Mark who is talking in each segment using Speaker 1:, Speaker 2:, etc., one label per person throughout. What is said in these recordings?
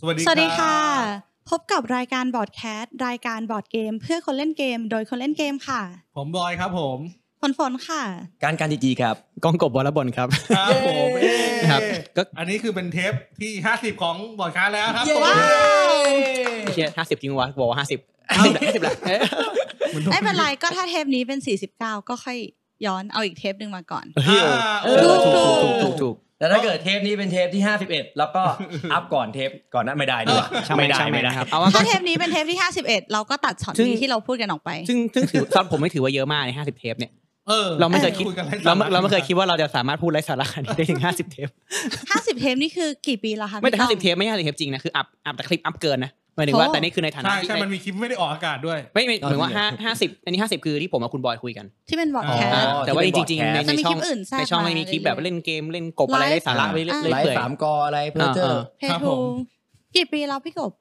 Speaker 1: สวัสดี
Speaker 2: สวัสดีค่ะ
Speaker 1: รับ
Speaker 2: พบกับรายการบอร์ดแคสต์รายการบอร์ดเกม เพื่อคนเล่นเกม โดยคนเล่นเกมค่ะ
Speaker 1: ผมบอยครับผม
Speaker 2: ฝนฝนค่ะ
Speaker 3: การการจีครับ
Speaker 4: กองกบบอลบอลครับ
Speaker 1: ครับผมเอ๊ะ
Speaker 4: ครับก็
Speaker 1: อันนี้คือเป็นเทปที่ 50 ของบอร์ดคาแล้วครับผม
Speaker 2: ว้าว
Speaker 4: เชียร์ห้าสิบจริงวะบอกว่าห้าสิบห้าสิบแหละ
Speaker 2: ไม่เป็นไรก็ถ้าเทปนี้เป็น 49 ก็ค่อยย้อนเอาอีกเทปหนึ่งมาก่อน
Speaker 1: อ่าโอ้โห
Speaker 2: ดู
Speaker 4: ถูกถูกถูกถูก
Speaker 3: แต่ถ้าเกิดเทปนี้เป็นเทปที่ 51 แล้วก็ อัพก่อนเทปก่อนนั้นไม่ได้ด้วย
Speaker 4: ช่างแม่งช่างแม่งครับเอาว่าก็
Speaker 2: ถ้าเทปนี้เป็นเทปที่ 51 เราก็ตัดช็อต
Speaker 4: ซึ่ง
Speaker 2: นี้ที่เราพูดกันออกไป
Speaker 4: ซึ่งซึ่งถือตอนผมไม่ถือว่าเยอะมากในห้าสิบเทปเนี่ย
Speaker 1: เออ
Speaker 4: เราไม่เคยคิด
Speaker 1: กันล่น
Speaker 4: เราไม่เราไม่เคยคิดว่าเราจะสามารถพูดไร้สาระนี้ได้ถึงห้าสิบเทป
Speaker 2: 50 เทปนี่คือกี่ปีแล้วคะ
Speaker 4: ไม่แต่
Speaker 2: พี่
Speaker 4: ห้า
Speaker 2: ต้
Speaker 4: สิ
Speaker 2: อ
Speaker 4: บเทปไม่ใช่ห้าสิบเทปจริงนะคืออัพอัพแต่คลิปอัพเกินนะหมายถึงว่า
Speaker 2: โอ้
Speaker 4: แต่นี่คือในฐานะ
Speaker 1: ใช่
Speaker 4: ที่
Speaker 1: ใช่มันมีคลิปไม่ได้ออกอากาศด้วย
Speaker 4: ไม่ไม่หมายถึงว่าห้าห้าสิบอันนี้ห้าสิบคือที่ผมกับคุณบอยคุยกัน
Speaker 2: ที่เป็นบอร์ดแคส
Speaker 1: อ๋
Speaker 2: ต์
Speaker 1: อ
Speaker 4: แต่ว่าจริงๆใน
Speaker 2: จะ
Speaker 4: ใน
Speaker 2: มี
Speaker 4: ช่
Speaker 2: ค
Speaker 4: อ
Speaker 2: ลิป
Speaker 4: ง
Speaker 2: อื่นแทรก
Speaker 4: ในช่อง
Speaker 2: มา
Speaker 4: ไม่มีคลิปแบบเล่นเกมเล่นกบอะไร
Speaker 2: ไลฟ์
Speaker 4: ไร้สาระไปเรื่อย
Speaker 3: ไลฟ์
Speaker 4: เปื่อย
Speaker 3: สามกออะไรเพอ
Speaker 4: อ่า
Speaker 3: เจอ
Speaker 4: อ่า
Speaker 2: เพจ
Speaker 1: ครับ
Speaker 2: ทู
Speaker 1: ผม
Speaker 2: กี่ปีแล้วพี่กบ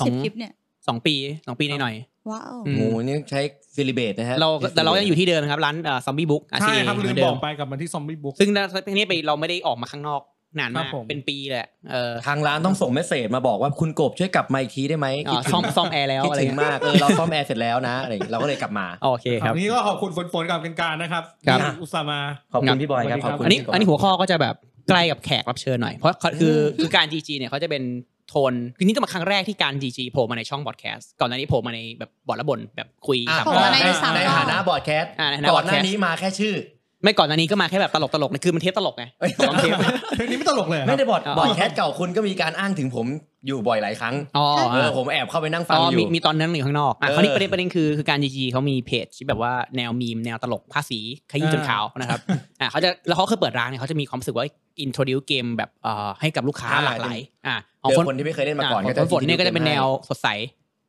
Speaker 4: สอง
Speaker 2: 50 คลิปเนี่ย
Speaker 4: สองปีสองปีหน่อย
Speaker 2: ว้าว
Speaker 4: อื
Speaker 3: หมูนี่ใช้ซิลิเบตนะฮะ
Speaker 4: ๆเราแต่เรายังอยู่ที่เดิมนะครับร้านซอมบี้บุ๊ก
Speaker 1: ใช่ครับลืมบอกไปกลับมาที่ซอมบี้บุ๊ก
Speaker 4: ซึ่งนะทีนี้ไปเราไม่ได้ออกมาข้างนอกนาน
Speaker 1: ครั
Speaker 4: มาก
Speaker 1: บผม
Speaker 4: เป็นปีเลยอะเออ
Speaker 3: ทางร้านต้องส่งเมสเซจมาบอกว่าคุณกบช่วยกลับมาอีกทีได้ไหม
Speaker 4: อ่า
Speaker 3: คิดถึง
Speaker 4: ซ่อมซ่อมแอร์แล้ว
Speaker 3: คิด
Speaker 4: อะไร
Speaker 3: ถึง
Speaker 4: เงี้ย
Speaker 3: มากเออเราซ่อมแอร์เสร็จแล้วนะอะไรอย่างงี้เราก็เลยกลับมา
Speaker 4: โอเค
Speaker 1: ค
Speaker 4: ค
Speaker 1: รั
Speaker 4: รั
Speaker 1: บบ นี้ก็ขอบคุณฝนฝนกับกันการนะครับ
Speaker 4: ครับ
Speaker 1: ที่อุตส่าห์มา
Speaker 3: ขอบคุณพี่บอยครับ
Speaker 1: ค
Speaker 3: ข
Speaker 1: รั
Speaker 3: อบ บคุณ
Speaker 4: อันนี้
Speaker 3: พี่บย
Speaker 4: อันนี้หัวข้อก็จะแบบใกล้กับแขกรับเชิญหน่อย เพราะเขาคือ
Speaker 3: อืม
Speaker 4: คือการ GG เนี่ยเขาจะเป็นโทนคือนี่จะมาครั้งแรกที่การ GG โผล่มาในช่องบอดแคสต์ก่อนหน้านี้โผล่มาในแบบบอดละบนแบบคุย
Speaker 3: อ่ะ
Speaker 4: สับ
Speaker 2: ผม
Speaker 4: ร
Speaker 2: ว่า
Speaker 4: อบ
Speaker 2: ใน
Speaker 3: ใน
Speaker 2: สาม
Speaker 3: ใน
Speaker 2: รอบ
Speaker 3: ฐานะบอร์ดแคสต์
Speaker 4: อ่าในฐานะ
Speaker 3: ก่อนห
Speaker 4: บอร์ด
Speaker 3: น้า
Speaker 4: แคสต์
Speaker 3: นี้มาแค่ชื่อ
Speaker 4: ไม่ก่อนหน้านี้ก็มาแค่แบบตลกตลกๆนะคือมันเทปตลกไงสองเทป
Speaker 1: เพลงนี้ไม่ตลกเลยเหรอค
Speaker 3: ไม่
Speaker 1: รับ
Speaker 3: ได้บอร์ด
Speaker 4: อ๋อ
Speaker 3: บอร์ดแคสต์เก่าคุณก็มีการอ้างถึงผมอยู่บ่อยหลายครั้ง
Speaker 4: อ๋อ
Speaker 3: เออผมแอบเข้าไปนั่งฟั
Speaker 4: อ๋
Speaker 3: ง
Speaker 4: อ
Speaker 3: อ
Speaker 4: มี
Speaker 3: ยู่
Speaker 4: มีตอนนั้นอยู่ข้างนอกอ่ะ
Speaker 3: เออ
Speaker 4: คราวนี้ประเด็นประเด็นคือคือการ GG เขามีเพจที่แบบว่าแนวมีมแนวตลกภาษีขยี้จนขาวนะครับ อ่าเขาจะแล้วเขาเคยเปิดร้านเนี่ยเขาจะมีความรู้สึกว่า introduce เกมแบบเอ่อให้กับลูกค้าหลากหลายอ่าของ
Speaker 3: เจอ
Speaker 4: คน
Speaker 3: คนที่ไม่เคยเล่นมาก่อน
Speaker 4: อ่า
Speaker 3: ก็จะ
Speaker 4: ของฝนเนี่ยก็จะเป็นแนวสดใส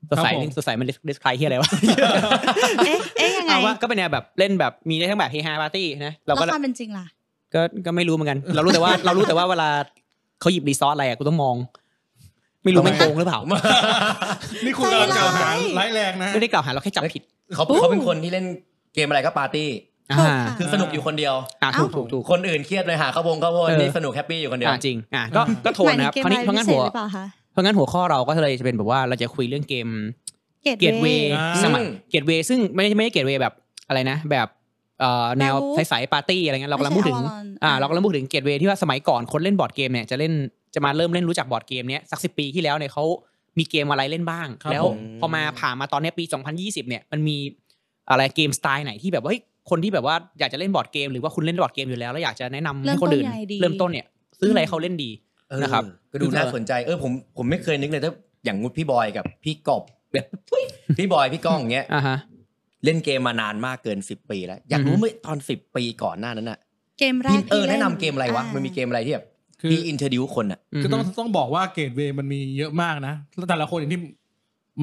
Speaker 4: สดใสสดใสมันดิสคลายที่อะไรวะ
Speaker 2: เอ๊ะเอ๊ะยังไง
Speaker 4: เอาว่าก็เป็นแนวแบบเล่นแบบมีได้ทั้งแบบเฮฮาปาร์ตี้นะ
Speaker 2: แล้
Speaker 4: เรา
Speaker 2: ว
Speaker 4: ก็
Speaker 2: ความเป็นจริงล่ะ
Speaker 4: ก็ก็ไม่รู้เหมือนกัน เรารู้แต่ว่าเรารู้แต่ว่าเวลาเขาหยิบรีซอสอะไรอ่ะกูต้องมอง ไม่รู้มันโกงหรือเปล่า
Speaker 1: นี่คุณกำลังกล่าวหา
Speaker 2: ใจ
Speaker 1: ร้า
Speaker 2: ร้าย
Speaker 1: ยแรงนะ
Speaker 4: ไม่ได้กล่าวหาเราแค่จับผิด
Speaker 3: เขา
Speaker 2: อู้
Speaker 3: เขาเป็นคนที่เล่นเกมอะไรก็ปาร์ตี้
Speaker 4: อ่า
Speaker 2: ค่ะ
Speaker 3: คือสนุกอยู่คนเดียว
Speaker 4: อ่าถูกถูกถูก
Speaker 3: คนอื่นเครียดเลยหาข้าวโพงข้าวโพด
Speaker 4: เออ
Speaker 3: นี่สนุกแฮปปี้อยู่คนเดียว
Speaker 4: อ่าจริงอ่าก็ก็โทนนะครับ
Speaker 2: หมย
Speaker 4: คราวนี้
Speaker 2: ถึ
Speaker 4: เพ
Speaker 2: เกม
Speaker 4: ราะงั้น
Speaker 2: อะไพิ
Speaker 4: หั
Speaker 2: เศ
Speaker 4: ว
Speaker 2: ษหรือเปล่าคะ
Speaker 4: เพราะงั้นหัวข้อเราก็เลยจะเป็นแบบว่าเราจะคุยเรื่องเกม เกตเวย์
Speaker 1: อ่า
Speaker 4: สมัยเกตเวย์ซึ่งไม่ไม่ได้เกตเวย์แบบอะไรนะ แบบเอ่อแนว
Speaker 2: Werewolf
Speaker 4: ใสๆปาร์ตี้อะไรเงี้ยเรากำลังพูดถึง
Speaker 2: ไม่ใช่ Avalon
Speaker 4: อ่าเรากำลังพูดถึงเกตเวย์ที่ว่าสมัยก่อนคนเล่นบอร์ดเกมเนี่ยจะเล่นจะมาเริ่มเล่นรู้จักบอร์ดเกมเนี้ยสักสิปีที่แล้วเนี่ยเขามีเกมอะไรเล่นบ้าง
Speaker 1: ครับ
Speaker 4: แล้ว
Speaker 1: ผม
Speaker 4: พอมาผ่านมาตอนเนี้ยปี 2020 เนี่ยมันมีอะไรเกมสไตล์ไหนที่แบบว่าเฮ้ยคนที่แบบว่าอยากจะเล่นบอร์ดเกม หรือว่าคุณเล่นบอร์ดเกมอยู่แล้วแล้วอยากจะแนะนำให้คนอื่น
Speaker 2: เริ่มต้นยังไงดี
Speaker 4: เริ่มต้นเนี่ยซื้ออะไรเขาเล่นดี
Speaker 3: เออ
Speaker 4: นะครับ
Speaker 3: ก็ดูน่าสนใจเออผมผมไม่เคยนึกเลยถ้าอย่างงุดพี่บอยกับพี่ก บแบบอุ๊ยพี่บอยพี่ก้องอย่างเงี้ย
Speaker 4: อ่าฮะ
Speaker 3: เล่นเกมมานานมากเกิน 10 ปีแล้ว อยากรู้
Speaker 4: อือฮึ
Speaker 3: เมื่อตอน 10 ปีก่อนหน้านั้นน่ะ
Speaker 2: เกมแร
Speaker 3: พี่
Speaker 2: ก
Speaker 3: เออ
Speaker 2: ที่
Speaker 3: แนะ
Speaker 2: ล่
Speaker 3: นำเกมอะไรวะ
Speaker 2: า
Speaker 3: มันมีเกมอะไรที่แบบ
Speaker 1: คือ
Speaker 3: พี่อินเทอร์ดิวคนอ่ะ
Speaker 1: คือต้องต้องบอกว่าเกตเวย์มันมีเยอะมากนะแล้วแต่ละคนอย่างที่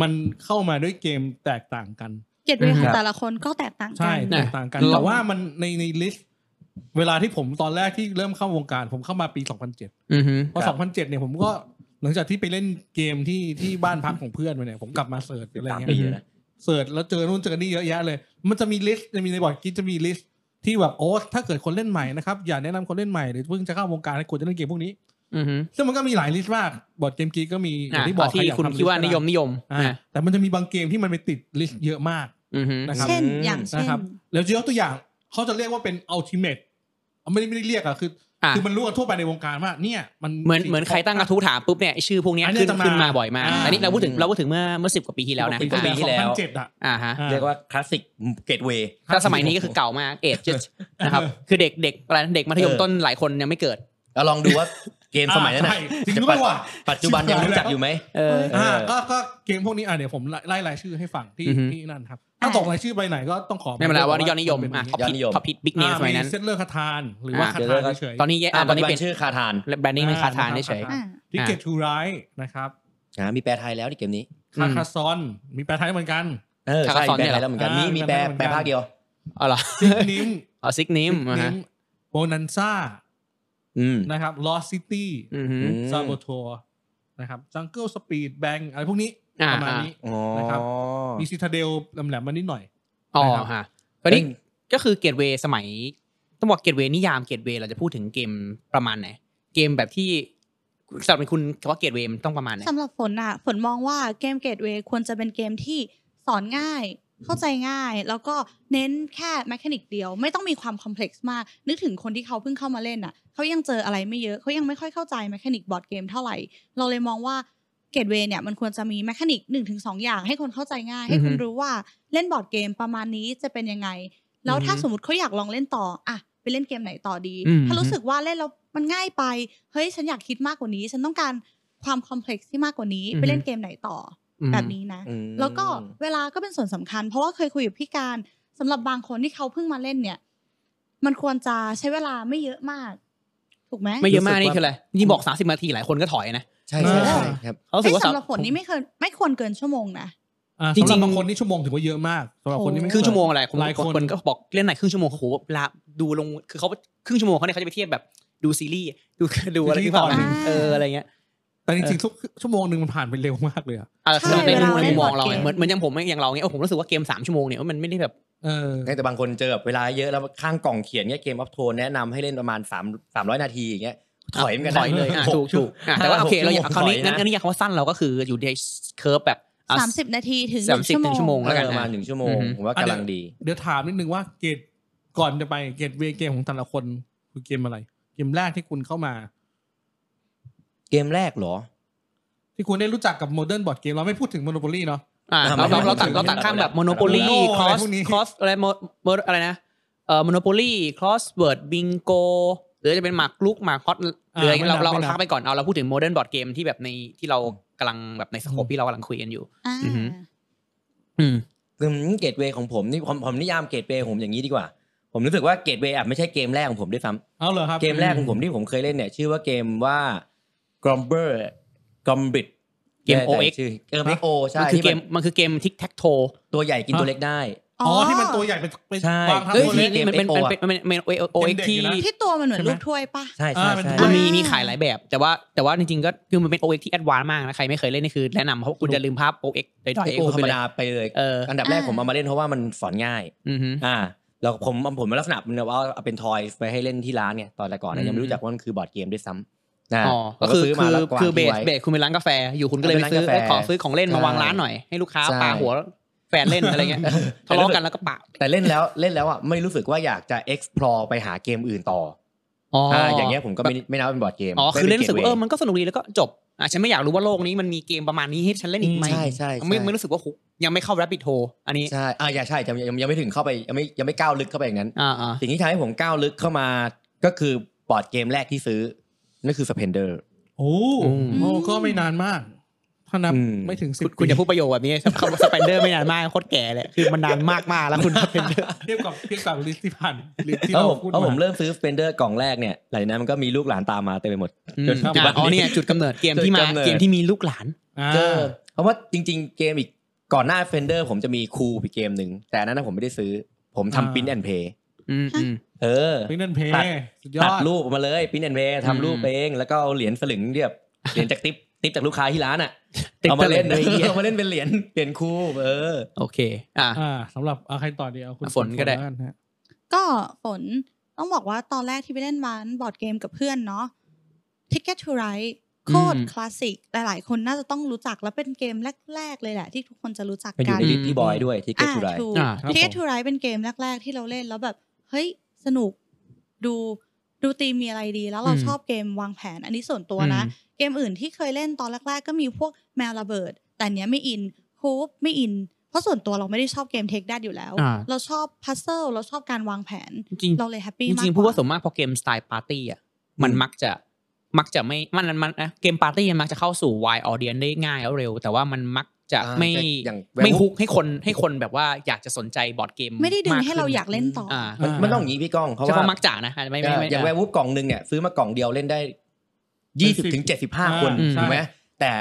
Speaker 1: มันเข้ามาด้วยเกมแตกต่างกัน
Speaker 2: เกตเวย์ขอ
Speaker 4: ค
Speaker 2: ง
Speaker 4: รับ
Speaker 2: แต่ละคนก็แตกต่าง
Speaker 1: ใช่
Speaker 2: กัน
Speaker 1: แตกต่างกัน
Speaker 4: นะ
Speaker 1: แต่ว่ามันในในลิสต์เวลาที่ผมตอนแรกที่เริ่มเข้าวงการ ผมเข้ามาปี 2007
Speaker 4: อือฮึ
Speaker 1: พอ
Speaker 3: ครับ
Speaker 1: 2007 เนี่ยผมก็หลังจากที่ไปเล่นเกมที่ที่บ้านพักของเพื่อนไปเนี่ยผมกลับมาเสิร์ชอะไร
Speaker 3: สาม
Speaker 1: เงี้
Speaker 3: ปี
Speaker 1: ย
Speaker 3: แล้วนะ
Speaker 1: เสิร์ชแล้วเจอนู่นเจอนี่เยอะแยะเลย มันจะมีลิสต์จะมีในบอร์ดกิจจะมีลิสต์ที่แบบโอ้ถ้าเกิดคนเล่นใหม่นะครับอย่าแนะนำคนเล่นใหม่หรือเพิ่งจะเข้าวงการให้ควรจะเล่นเกมพวกนี้
Speaker 4: อือฮึ
Speaker 1: ซึ่งมันก็มีหลายลิสต์มากบอร์ดเกมกีก็มีอย่าง
Speaker 4: อ่ะ
Speaker 1: ที่
Speaker 4: ที่
Speaker 1: บบ อใรอยาก
Speaker 4: อก กที่คุณ
Speaker 1: ทำ
Speaker 4: คิดว่า
Speaker 1: ลิสต์
Speaker 4: นิยมนิยม
Speaker 1: อ่า
Speaker 4: อ่ะ
Speaker 1: แต่มันจะมีบางเกมที่มันไปติดลิสต์เยอะมาก
Speaker 4: อือฮึ
Speaker 1: นะครับ
Speaker 2: เช่นอย่าง
Speaker 1: นะ
Speaker 2: เช่น
Speaker 1: ครับแล้วจะยกตัวอย่างเขาจะเรียกว่าเป็น ultimate เอาไม่ได้ไม่ได้เรียกอะคืออะ คือมันรู้กันทั่วไปในวงการว่าเนี่ย มัน
Speaker 4: เหมือน
Speaker 1: สิ่ง
Speaker 4: เหมือนใครตั้งกระทู้ถามปุ๊บเนี่ยไอ้ชื่อพวกเนี้ย
Speaker 1: อันนี้
Speaker 4: ขึ้น
Speaker 1: จะมา
Speaker 4: ขึ้นมาบ่อยมาก
Speaker 1: อ่า
Speaker 4: อันนี้เราพูดถึงเราพูดถึงเมื่อเมื่อสิบกว่าปีที่แล้วนะ
Speaker 3: สิบกว่าปี
Speaker 4: อ่ะ
Speaker 3: ที่แล้ว
Speaker 1: สองพันเจ็ดอะ
Speaker 4: อ่าฮะ
Speaker 1: อ่า
Speaker 3: เรียกว่าคลาสสิกเกตเวย์
Speaker 4: ถ้าสมัยนี้ก็คือเก่ามากเอจ นะครับคือเด็กเด็กอะไรนะเด็กมัธยม
Speaker 3: เออ
Speaker 4: ต้นหลายคนยังไม่เกิด
Speaker 3: เราลองดูว่า เกมสมัยนั้น
Speaker 1: อ่า
Speaker 3: น่ะ
Speaker 1: ใช่จริงหรือเปล่าวะ
Speaker 3: ปัจจุบันยังรู้จักอยู่ไหม
Speaker 4: เออ
Speaker 3: เออ
Speaker 1: อ่าก็ก็เกมพวกนี้อ่ะเดี๋ยวผมไล่รายชื่อให้ฟังที่
Speaker 4: อือฮึ
Speaker 1: ที่นั่นครับถ้าตกรายชื่อไปไหนก็ต้องขอ
Speaker 4: ไม่เป็นไรว่า
Speaker 1: ด้
Speaker 4: ยอดนิยม
Speaker 1: เป็
Speaker 4: อ่ะท็อป
Speaker 3: ยอดนิยม
Speaker 4: พิทท็อปพิทบิ๊กเนมสมัยนั้น
Speaker 1: เซตเลอร์คาทาน หรือว่า
Speaker 4: อ่า
Speaker 1: คาทานเฉยๆ
Speaker 4: ตอนนี้แย่อ่ะต
Speaker 3: ตอ
Speaker 4: อ
Speaker 3: น น
Speaker 4: นี้
Speaker 3: นี้เป็
Speaker 4: เป็
Speaker 3: น นชื่อคาทาน
Speaker 4: แบรนดิ้งเป็นคาทานเฉย
Speaker 2: อ่า
Speaker 1: ที่
Speaker 4: อ่า
Speaker 1: เกตทูไรนะครับ
Speaker 3: อ่ามีแปลไทยแล้วที่เกมนี้
Speaker 4: อื
Speaker 1: คาม คาซอนมีแปลไทยเหมือนกัน
Speaker 3: เออใช่
Speaker 4: คาคาซอน
Speaker 3: แปล
Speaker 4: เนี่ย
Speaker 3: ไท
Speaker 4: เหรอ
Speaker 3: ยแล้วเหมือนกัน
Speaker 1: อ่ามี
Speaker 3: มีมีแปล
Speaker 1: มีแปลเหมือนกัน
Speaker 3: แปลภาคเดียว
Speaker 4: ๆอ๋อเหรอ
Speaker 1: ซิกนิม
Speaker 4: อ๋อซิกนิมอ่ะฮะ
Speaker 1: โบนันซ่า
Speaker 3: อืม
Speaker 1: นะครับลอสซิตี้
Speaker 4: อือฮึ
Speaker 3: อืม
Speaker 1: ซาโบทัวนะครับจังเกิลสปีดแบงอะไรพวกนี้
Speaker 4: อ่า
Speaker 1: ประมาณนี้
Speaker 3: อ๋อ
Speaker 1: นะครับ มีซิตาเดลแหลมๆมานิดหน่อย
Speaker 4: อ๋อ
Speaker 1: นะครับ
Speaker 4: ฮะตอนนี้ก็คือเกตเวย์สมัย ต้องบอกเกตเวย์นิยามเกตเวย์เราจะพูดถึงเกมประมาณไหน เกมแบบที่ สำหรับคุณคำว่าเกรดเวมต้องประมาณไหน
Speaker 2: สำหรับฝนอ่ะฝนมองว่าเกมเกตเวย์ควรจะเป็นเกมที่สอนง่าย เข้าใจง่าย แล้วก็เน้นแค่แมคานิกเดียว ไม่ต้องมีความคอมเพล็กซ์มาก นึกถึงคนที่เขาเพิ่งเข้ามาเล่นอ่ะเขายังเจออะไรไม่เยอะเขายังไม่ค่อยเข้าใจแมคานิกบอร์ดเกมเท่าไหร่ เราเลยมองว่าเกตเวย์เนี่ยมันควรจะมีแมคานิกหนึ่งถึงสองอย่างให้คนเข้าใจง่าย ให้คนรู้ว่าเล่นบอร์ดเกมประมาณนี้จะเป็นยังไง แล้วถ้าสมมติเขาอยากลองเล่นต่ออ่ะไปเล่นเกมไหนต่อดี ถ้ารู้สึกว่าเล่นแล้วมันง่ายไป เฮ้ยฉันอยากคิดมากกว่านี้ ฉันต้องการความคอมเพล็กซ์ที่มากกว่านี้ ไปเล่นเกมไหนต่อ
Speaker 4: อืม
Speaker 2: แบบนี้นะ
Speaker 3: อืม
Speaker 2: แล้วก็เวลาก็เป็นส่วนสำคัญ เพราะว่าเคยคุยกับพี่การสำหรับบางคนที่เขาเพิ่งมาเล่นเนี่ย มันควรจะใช้เวลาไม่เยอะมาก ถูกไหม
Speaker 4: ไม่เยอะมาก
Speaker 3: รู้สึกว่า
Speaker 4: นี่คืออะไรยิ่งบอก 30 นาทีหลายคนก็ถอยนะ
Speaker 3: ใช่ใช่ใช่ครับ
Speaker 4: เขารู้สึกว่า
Speaker 2: เอ้ยสำหรับผลนี่ไม่เคยไม่ควรเกินชั่วโมงนะ
Speaker 1: อ่า
Speaker 4: จ
Speaker 1: สำห
Speaker 4: ริ
Speaker 1: รั
Speaker 4: ง
Speaker 1: บ
Speaker 4: ๆ
Speaker 1: บางคนนี่ชั่วโมงถือว่าเยอะมากสำหรับคนที่ไม่
Speaker 4: ครึ่งชั่วโมงอะไร
Speaker 1: หลายคน
Speaker 4: คนก็บอกเล่นไหนครึ่งชั่วโมงโอ้โหเวลาดูลงคือเขาครึ่งชั่วโมงเขาเนี่ยเขาจะไปเทียบแบบดูซีรีส์ดูดูอะไรที่ผ่าน
Speaker 2: อ่า
Speaker 4: เอออะไรเงี้ย
Speaker 1: แต่จริงๆทุกชั่วโมงหนึ่งมันผ่านไปเร็วมากเลยอะ
Speaker 4: อ่ะ
Speaker 2: ใช่
Speaker 4: สำหรับใน
Speaker 2: เวลา
Speaker 4: ใน
Speaker 2: เล่น
Speaker 4: มุมมอง
Speaker 2: บอร์ด
Speaker 4: เราเนี่
Speaker 2: เก
Speaker 4: ย
Speaker 2: ม
Speaker 4: เหมือนเหมือนอย่างผมอย่างเราเนี่ยเออผมรู้สึกว่าเกม3ชั่วโมงเนี่ยมันไม่ได้แบบ
Speaker 1: เออ
Speaker 3: แต่บางคนเจอแบบเวลาเยอะแล้วข้างกล่องเขียนเนี่ยเกมออฟโทนแนะนำให้เล่นประมาณ3 300 นาทีอย่างเงี้ยถอยเหมือนกันนะ
Speaker 4: ถอยเลยอ่ะ
Speaker 3: ห
Speaker 4: ถูกถูกอ่ะแต่ว่าโอเคเราอยาก
Speaker 3: หก
Speaker 4: คราวนี้
Speaker 3: ถอย
Speaker 4: งั้นงั้นนี่อยากคำว่าสั้นเราก็คืออยู่ในเคิร์ฟแบบอ่ะ
Speaker 2: สามสิบนาทีถึงห
Speaker 4: สาม
Speaker 2: นึ่ง
Speaker 4: สิบ
Speaker 2: ชั่วโม
Speaker 4: ถึ
Speaker 2: ง
Speaker 4: งชั่วโมง
Speaker 3: เออประมาณหนึ่งชั่วโมง
Speaker 4: อือหือ
Speaker 3: ผมว่า
Speaker 1: อ่ะ
Speaker 3: กำลังดี
Speaker 1: เดี๋ยวถามนิดนึงว่าเกตก่อนจะไปเกตเวเกมของแต่ละคนคือเกมอะไร เกมแรกที่คุณเข้ามา
Speaker 3: เกมแรกเหรอ
Speaker 1: ที่คุณได้รู้จักกับโมเดิร์นบอร์ดเกมเราไม่พูดถึงม o n โ p o l y เนาะ
Speaker 4: อ่าเราเราเราตัดเราตัดข้ามแบบโมโนโปลี
Speaker 1: Mono
Speaker 4: คอ
Speaker 1: อะไร
Speaker 4: ส
Speaker 1: พวกนี้
Speaker 4: คอสอะไรโมโมอะไรนะเอ่อโมโนโปลีคอสเวิร์ดบิงโกหรือจะเป็นหมากลุกหมากฮอตหรืออะไรเงี้ยเราเราเราพักไปก่อนเอาเราพูดถึงโมเดิร์นบอร์ดเกมที่แบบในที่เรากำลังแบบในสโคปที่เรากำลังคุยกันอยู่
Speaker 2: อ่า
Speaker 4: อือหือ อืม
Speaker 3: อืมเกตเวย์ของผมนี่ผมผมนิยามเกตเวย์ผมอย่างนี้ดีกว่า ผมรู้สึกว่าเกตเวย์อ่ะไม่ใช่เกมแรกของผมด้วยซ้
Speaker 1: เอาเหรอครับ
Speaker 3: ำเกมแรกของผมที่ผมเคยเล่นเนี่ย ชื่อว่าเกมว่า Grumber Gumbit
Speaker 4: เกม OX
Speaker 3: ชื่อเกม XO ใช่
Speaker 4: มันคือ
Speaker 3: ที่
Speaker 4: เก
Speaker 3: มั
Speaker 4: ม
Speaker 3: น
Speaker 4: มันคือเกมทิกแท็กโท
Speaker 3: ตัวใหญ่กินตัวเล็กได้
Speaker 1: อ๋อที่มันตัวใหญ่เป็นเป็น
Speaker 3: ใช่
Speaker 1: วางทับ
Speaker 4: เอ้ย
Speaker 1: บน
Speaker 3: เก
Speaker 1: เลย
Speaker 3: ม
Speaker 4: นี่มันเป็น
Speaker 3: เกม XO
Speaker 4: มันเป็นมันเป็นโอเอ็ก
Speaker 1: เกมเด็ก
Speaker 4: ที่
Speaker 1: อยู่นะ
Speaker 2: ที่ตัวมันเหมือนลูกถ้วยปะ
Speaker 3: ใช่ใช่
Speaker 1: อ่ามัน
Speaker 3: ใช่
Speaker 1: ถู
Speaker 4: มั
Speaker 1: ก
Speaker 4: น
Speaker 2: อ่า
Speaker 4: มีมีขายหลายแบบ แต่ว่าแต่ว่าจริงๆก็คือมันเป็นโอเอ็กที่แอดวานมากนะใครไม่เคยเล่นนี่คือแนะนำเพราะคุณจะลืมภาพโอเอ็กโดย
Speaker 3: เอ็ก
Speaker 4: ๆ
Speaker 3: โอ
Speaker 4: คุ
Speaker 3: ธรร
Speaker 4: ณไป
Speaker 3: ม
Speaker 4: เลย
Speaker 3: ดาไปเลย
Speaker 4: เออ
Speaker 3: อันดับแรก
Speaker 2: อ่า
Speaker 3: ผมเอามาเล่นเพราะว่ามันสอนง่าย
Speaker 4: อือฮึ
Speaker 3: อ่าแล้วผมผมลักษณะมันว่าเอาเป็นทอยไปให้เล่นที่ร้านเนี่ยตอนแต่ก่อนนะยังไม่รู้จักว่ามันคือบอร์ดเกมด้วยซ้ำนะ
Speaker 4: อ๋อ
Speaker 3: ก็
Speaker 4: ก็คือ
Speaker 3: ซื้อ
Speaker 4: คื
Speaker 3: มา
Speaker 4: อ
Speaker 3: แล้วก็วาง
Speaker 4: คือเบ
Speaker 3: ทิ้ง
Speaker 4: ส
Speaker 3: ไว้
Speaker 4: เบสคุณเป็นร้านกาแฟอยู่คุณก็เลย
Speaker 3: เป็น
Speaker 4: ไป
Speaker 3: ร้า
Speaker 4: ซื้อก
Speaker 3: นาแฟ
Speaker 4: เอ้ยขอซื้อของเล่น
Speaker 3: ใช่
Speaker 4: มาวางร้านหน่อยให้ลูกค้า
Speaker 3: ใช่
Speaker 4: ปาหัวแฟนเล่นอะไรเงี้ย ทะเลาะกันแล้วก็ปะ
Speaker 3: แต่เล่นแล้วเล่นแล้วอ่ะไม่รู้สึกว่าอยากจะ explore ไปหาเกมอื่นต่อ
Speaker 4: อ๋อ
Speaker 3: อ่า
Speaker 4: อ
Speaker 3: อย่างเงี้ยผมก็ไม่ไม่นับเป็นบอร์ดเกม
Speaker 4: อ๋อคือเล่นรู้สึกว่าเออ
Speaker 3: ไ
Speaker 4: มันก็สนุกดีแล้วก็จบอ่ะฉันไม่อยากรู้ว่าโลกนี้มันมีเกมประมาณนี้ให้ฉันเล่นอีกไหม
Speaker 3: ใช่ใช่ใช่
Speaker 4: ไม่ไม่รู้สึกว่าหุยังไม่เข้า rabbit hole อันนี้
Speaker 3: ใช่อ่าอย่าใช่ยังยังยังไม่ถึงเข้าไปยังไม่ยังไม่ก้าวลึกเข้าไปอย่างนั้น
Speaker 4: อ่าอ่า
Speaker 3: สิ่งที่ทำให้ผมก้าวลึกเข้ามาก็คือบอร์ดเกมแรกที่ซื้อนั่นคือ Spender
Speaker 1: โอ้
Speaker 4: อืม
Speaker 1: โอ้ก็ไม่นานมาก ถ้านับ
Speaker 3: อืม
Speaker 1: ไม่ถึงสิ
Speaker 4: คุณ
Speaker 1: บ
Speaker 4: คุณอย่าพูดประโยคแบบนี้คำสเปนเดอร์ไม่นานมากโคตรแก่เลยคือมันนานมากมากๆแล้วคุณสเปนเดอร์
Speaker 1: เทียบกับเทียบกับลิสต์ที่ผ่านลิสต์ที่
Speaker 3: แล้
Speaker 1: เรา
Speaker 3: วผม
Speaker 1: พูด
Speaker 3: แล้วผม
Speaker 1: าม
Speaker 3: เริ่มซื้อ Spender กล่องแรกเนี่ยหลังจากนั้นมันก็มีลูกหลานตามมาเต็มไปหมด
Speaker 4: อืม
Speaker 3: จนปัจจุบัน
Speaker 4: อ๋อเนี่ยจุดกำเนิดเกมที่มา
Speaker 3: จุดกำเนิด
Speaker 4: เกมที่มีลูกหลาน
Speaker 1: อ่า
Speaker 3: เจอเพราะว่าจริง ๆ เกมอีกก่อนหน้า Fender ผมจะมีคูอีกเกมหนึ่งแต่อันนั้นนะผมไม่ได้ซื้อ ผมทำ print and play
Speaker 4: อืมอืม
Speaker 3: เออ
Speaker 1: พิงเดนเพย์
Speaker 3: ตัด
Speaker 1: สุดย
Speaker 3: ตั
Speaker 1: อ
Speaker 3: ด
Speaker 1: ด
Speaker 3: รูปออกมาเลย print and play ทำรูป
Speaker 4: อืม
Speaker 3: เองแล้วก็เอาเหรียญสลึงเรียบเหรียญจากติปติปจากลูกค้าที่ร้านอ่ะ
Speaker 4: ติด
Speaker 3: เอา
Speaker 4: ต
Speaker 3: มา
Speaker 4: ล
Speaker 3: เล่
Speaker 4: ก
Speaker 3: น
Speaker 4: เลยไอ้เหี้ย
Speaker 3: เอามาเล่นเป็นเหรียญเหรียญคูเออ
Speaker 4: โอเคอ่า
Speaker 1: อ่าสำหรับเอาใครต่อดีเอาคุณ
Speaker 4: ฝนก็ได้
Speaker 1: แล้วนฮะ
Speaker 2: ก็ฝนต้องบอกว่าตอนแรกที่ไปเล่นร้านบอร์ดเกมกับเพื่อนเนาะ Ticket to Ride โคตร
Speaker 4: อืม
Speaker 2: คลาสสิกหลายๆ คนน่าจะต้องรู้จักแล้วเป็นเกมแรก ๆ เลยแหละ ที่ทุกคนจะรู้จัก
Speaker 3: ไปอ
Speaker 2: กั
Speaker 3: ยู่
Speaker 2: น
Speaker 3: ในลิสต์พี่บอยด้วยที่เกต
Speaker 2: อ่า
Speaker 3: ทูไร
Speaker 2: ถูก
Speaker 4: อ่า
Speaker 1: ครับผม
Speaker 2: Ticket to Ride เป็นเกมแรก ๆ ที่เราเล่นแล้วแบบ เฮ้ย สนุกดูดูตีมมีอะไรดี แล้วเรา
Speaker 4: อืม
Speaker 2: ชอบเกมวางแผนอันนี้ส่วนตัวนะ เกมอื่นที่เคยเล่นตอนแรก ๆ ก็มีพวกแมวระเบิด แต่อันเนี้ยไม่อินคูปไม่อิน เพราะส่วนตัวเราไม่ได้ชอบเกมเทคด้านอยู่แล้ว
Speaker 4: อ่า
Speaker 2: เราชอบพัซเซิลเราชอบการวางแผน
Speaker 4: จริงๆ
Speaker 2: เราเลยแฮปปี้
Speaker 4: จ
Speaker 2: มาก
Speaker 4: ริงๆพูดว่าส่วนมากพอเกมสไตล์ปาร์ตี้อ่ะมัน
Speaker 3: อืม
Speaker 4: มักจะมักจะไม่มันมันมันนะเกมปาร์ตี้มันมักจะเข้าสู่วายออเดียนได้ง่ายแล้วเร็ว แต่ว่ามันมักจะไม่
Speaker 3: อย่าง
Speaker 4: ไม่ฮุกให้คนให้คนแบบว่าอยากจะสนใจบอร์ดเกม
Speaker 2: ไม่ได้ดึง
Speaker 4: ก
Speaker 2: ให้
Speaker 4: ขึ้น
Speaker 2: เราอยากเล่นต่ออ
Speaker 4: อ่า
Speaker 3: มันมันต้องอย่างนี้พี่ก้องเพราะ
Speaker 4: เฉ
Speaker 3: ว่า
Speaker 4: พาะมักจ่านะอาจจะไม่ไม่ไม่
Speaker 3: อย่างแวร์วูฟกล่องหนึ่งเนี่ยซื้อมากล่องเดียวเล่นได้ยี่สิบถึงเจ็ดสิบห้าคน
Speaker 4: อืม
Speaker 3: ถูกไหมแต่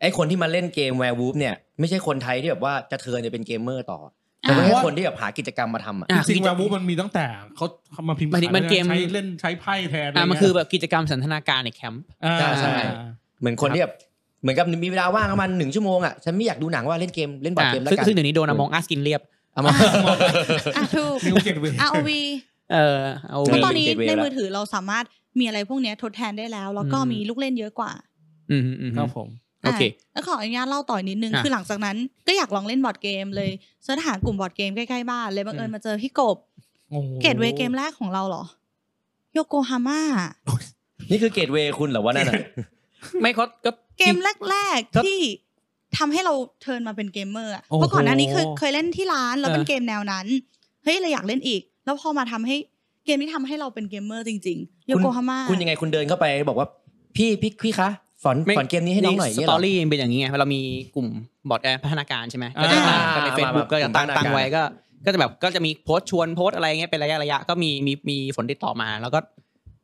Speaker 3: ไอคนที่มาเล่นเกมแวร์วูฟเนี่ยไม่ใช่คนไทยที่แบบว่าจะเทิร์นจะเป็นเกมเมอร์ต่อแต่
Speaker 2: อ่า
Speaker 3: เป็นแค่
Speaker 1: ว่า
Speaker 3: คนที่แบบหากิจกรรมมาทำอ่ะ
Speaker 4: อ่ะ
Speaker 1: จริง
Speaker 4: คือ
Speaker 1: ๆแวร์วูฟมันมีตั้งแต่เขาเขามาพิมพ์
Speaker 4: มัน
Speaker 1: ขาย
Speaker 4: มันเกม
Speaker 1: ใช้เล่นใช้ไพ่แทน
Speaker 4: อ่ามันคือแบบกิจกรรมสันทนาการในแคมป์
Speaker 1: อ่า
Speaker 3: ใช่ใช่ เหมือนคนที่แบบเหมือนกับมีเวลาว่างประมาณหนึ่งชั่วโมงอ่ะฉันไม่อยากดูหนังว่าเล่นเกมเล่นบอร์ดเกมแล้ว
Speaker 4: ซึ่ง
Speaker 3: กัน
Speaker 4: ซึ่งเดี๋ยวนี้โดนมองอาสกินเรียบ
Speaker 3: เอามา
Speaker 2: อ่ะถูก
Speaker 1: นิวเกตเว
Speaker 2: ROV
Speaker 4: เออเอา
Speaker 2: เพราะตอน
Speaker 4: เ
Speaker 2: นี้ในมือถือเราสามารถมีอะไรพวกเนี้ยทดแทนได้แล้ว แล้วก็
Speaker 4: อืม
Speaker 2: มีลูกเล่นเยอะกว่า
Speaker 4: อืมอืม
Speaker 1: ครับผม
Speaker 4: โอเค
Speaker 2: ะแล้วขออนุญาตเล่าต่ออีกนิดนึง
Speaker 4: อ่ะ
Speaker 2: คือหลังจากนั้นก็อยากลองเล่นบอร์ดเกมเลยเสิร์ชหากลุ่มบอร์ดเกมใกล้ๆบ้านเลยบังเอิญ
Speaker 4: อืม
Speaker 2: มาเจอพี่กบ
Speaker 1: โอ้โห
Speaker 2: เกตเวย์เกมแรกของเราเหรอ โยโกฮาม่า
Speaker 3: นี่คือเกตเวย์คุณเหรอวะนั่นน่ะ
Speaker 4: ไม่เขาก็
Speaker 2: เกมแรก
Speaker 4: ค
Speaker 2: ๆ
Speaker 4: รับ
Speaker 2: ที่ทำให้เราเทิร์นมาเป็นเกมเมอร์อะ
Speaker 1: โอ้โห
Speaker 2: เพราะก่อนหน้านี้เคยเคยเล่นที่ร้านแล้ว
Speaker 4: เออ
Speaker 2: เป็นเกมแนวนั้น เฮ้ยเราอยากเล่นอีก แล้วพอมาทำให้เกมที่ทำให้เราเป็นเกมเมอร์จริง ๆ โย
Speaker 3: คุณ
Speaker 2: โกฮาม่า
Speaker 3: คุณยังไงคุณเดินเข้าไปบอกว่า พี่พี่พี่คะสอน
Speaker 4: ไม่
Speaker 3: สอนเกมนี้ให้น้องหน่อย
Speaker 4: ส
Speaker 3: เงี้ย
Speaker 4: ต
Speaker 3: เห
Speaker 4: อ
Speaker 3: รอ
Speaker 4: รี่เป็นอย่างนี้ไงเรามีกลุ่มบอร์ดแอร์พัฒนาการใช่ไหมก็
Speaker 1: อ่า
Speaker 4: จะตั้งกันใน
Speaker 3: อ่า
Speaker 4: เฟซบุ๊ก
Speaker 3: มา
Speaker 4: ก็จะตั้ง
Speaker 3: มา
Speaker 4: ตั้งไว้
Speaker 3: มา
Speaker 4: ก็ก็จะแบบก็จะมีโพสต์ชวนโพสต์อะไรเงี้ยเป็นระยะระยะก็มีมีมีผลติดต่อมา แล้วก็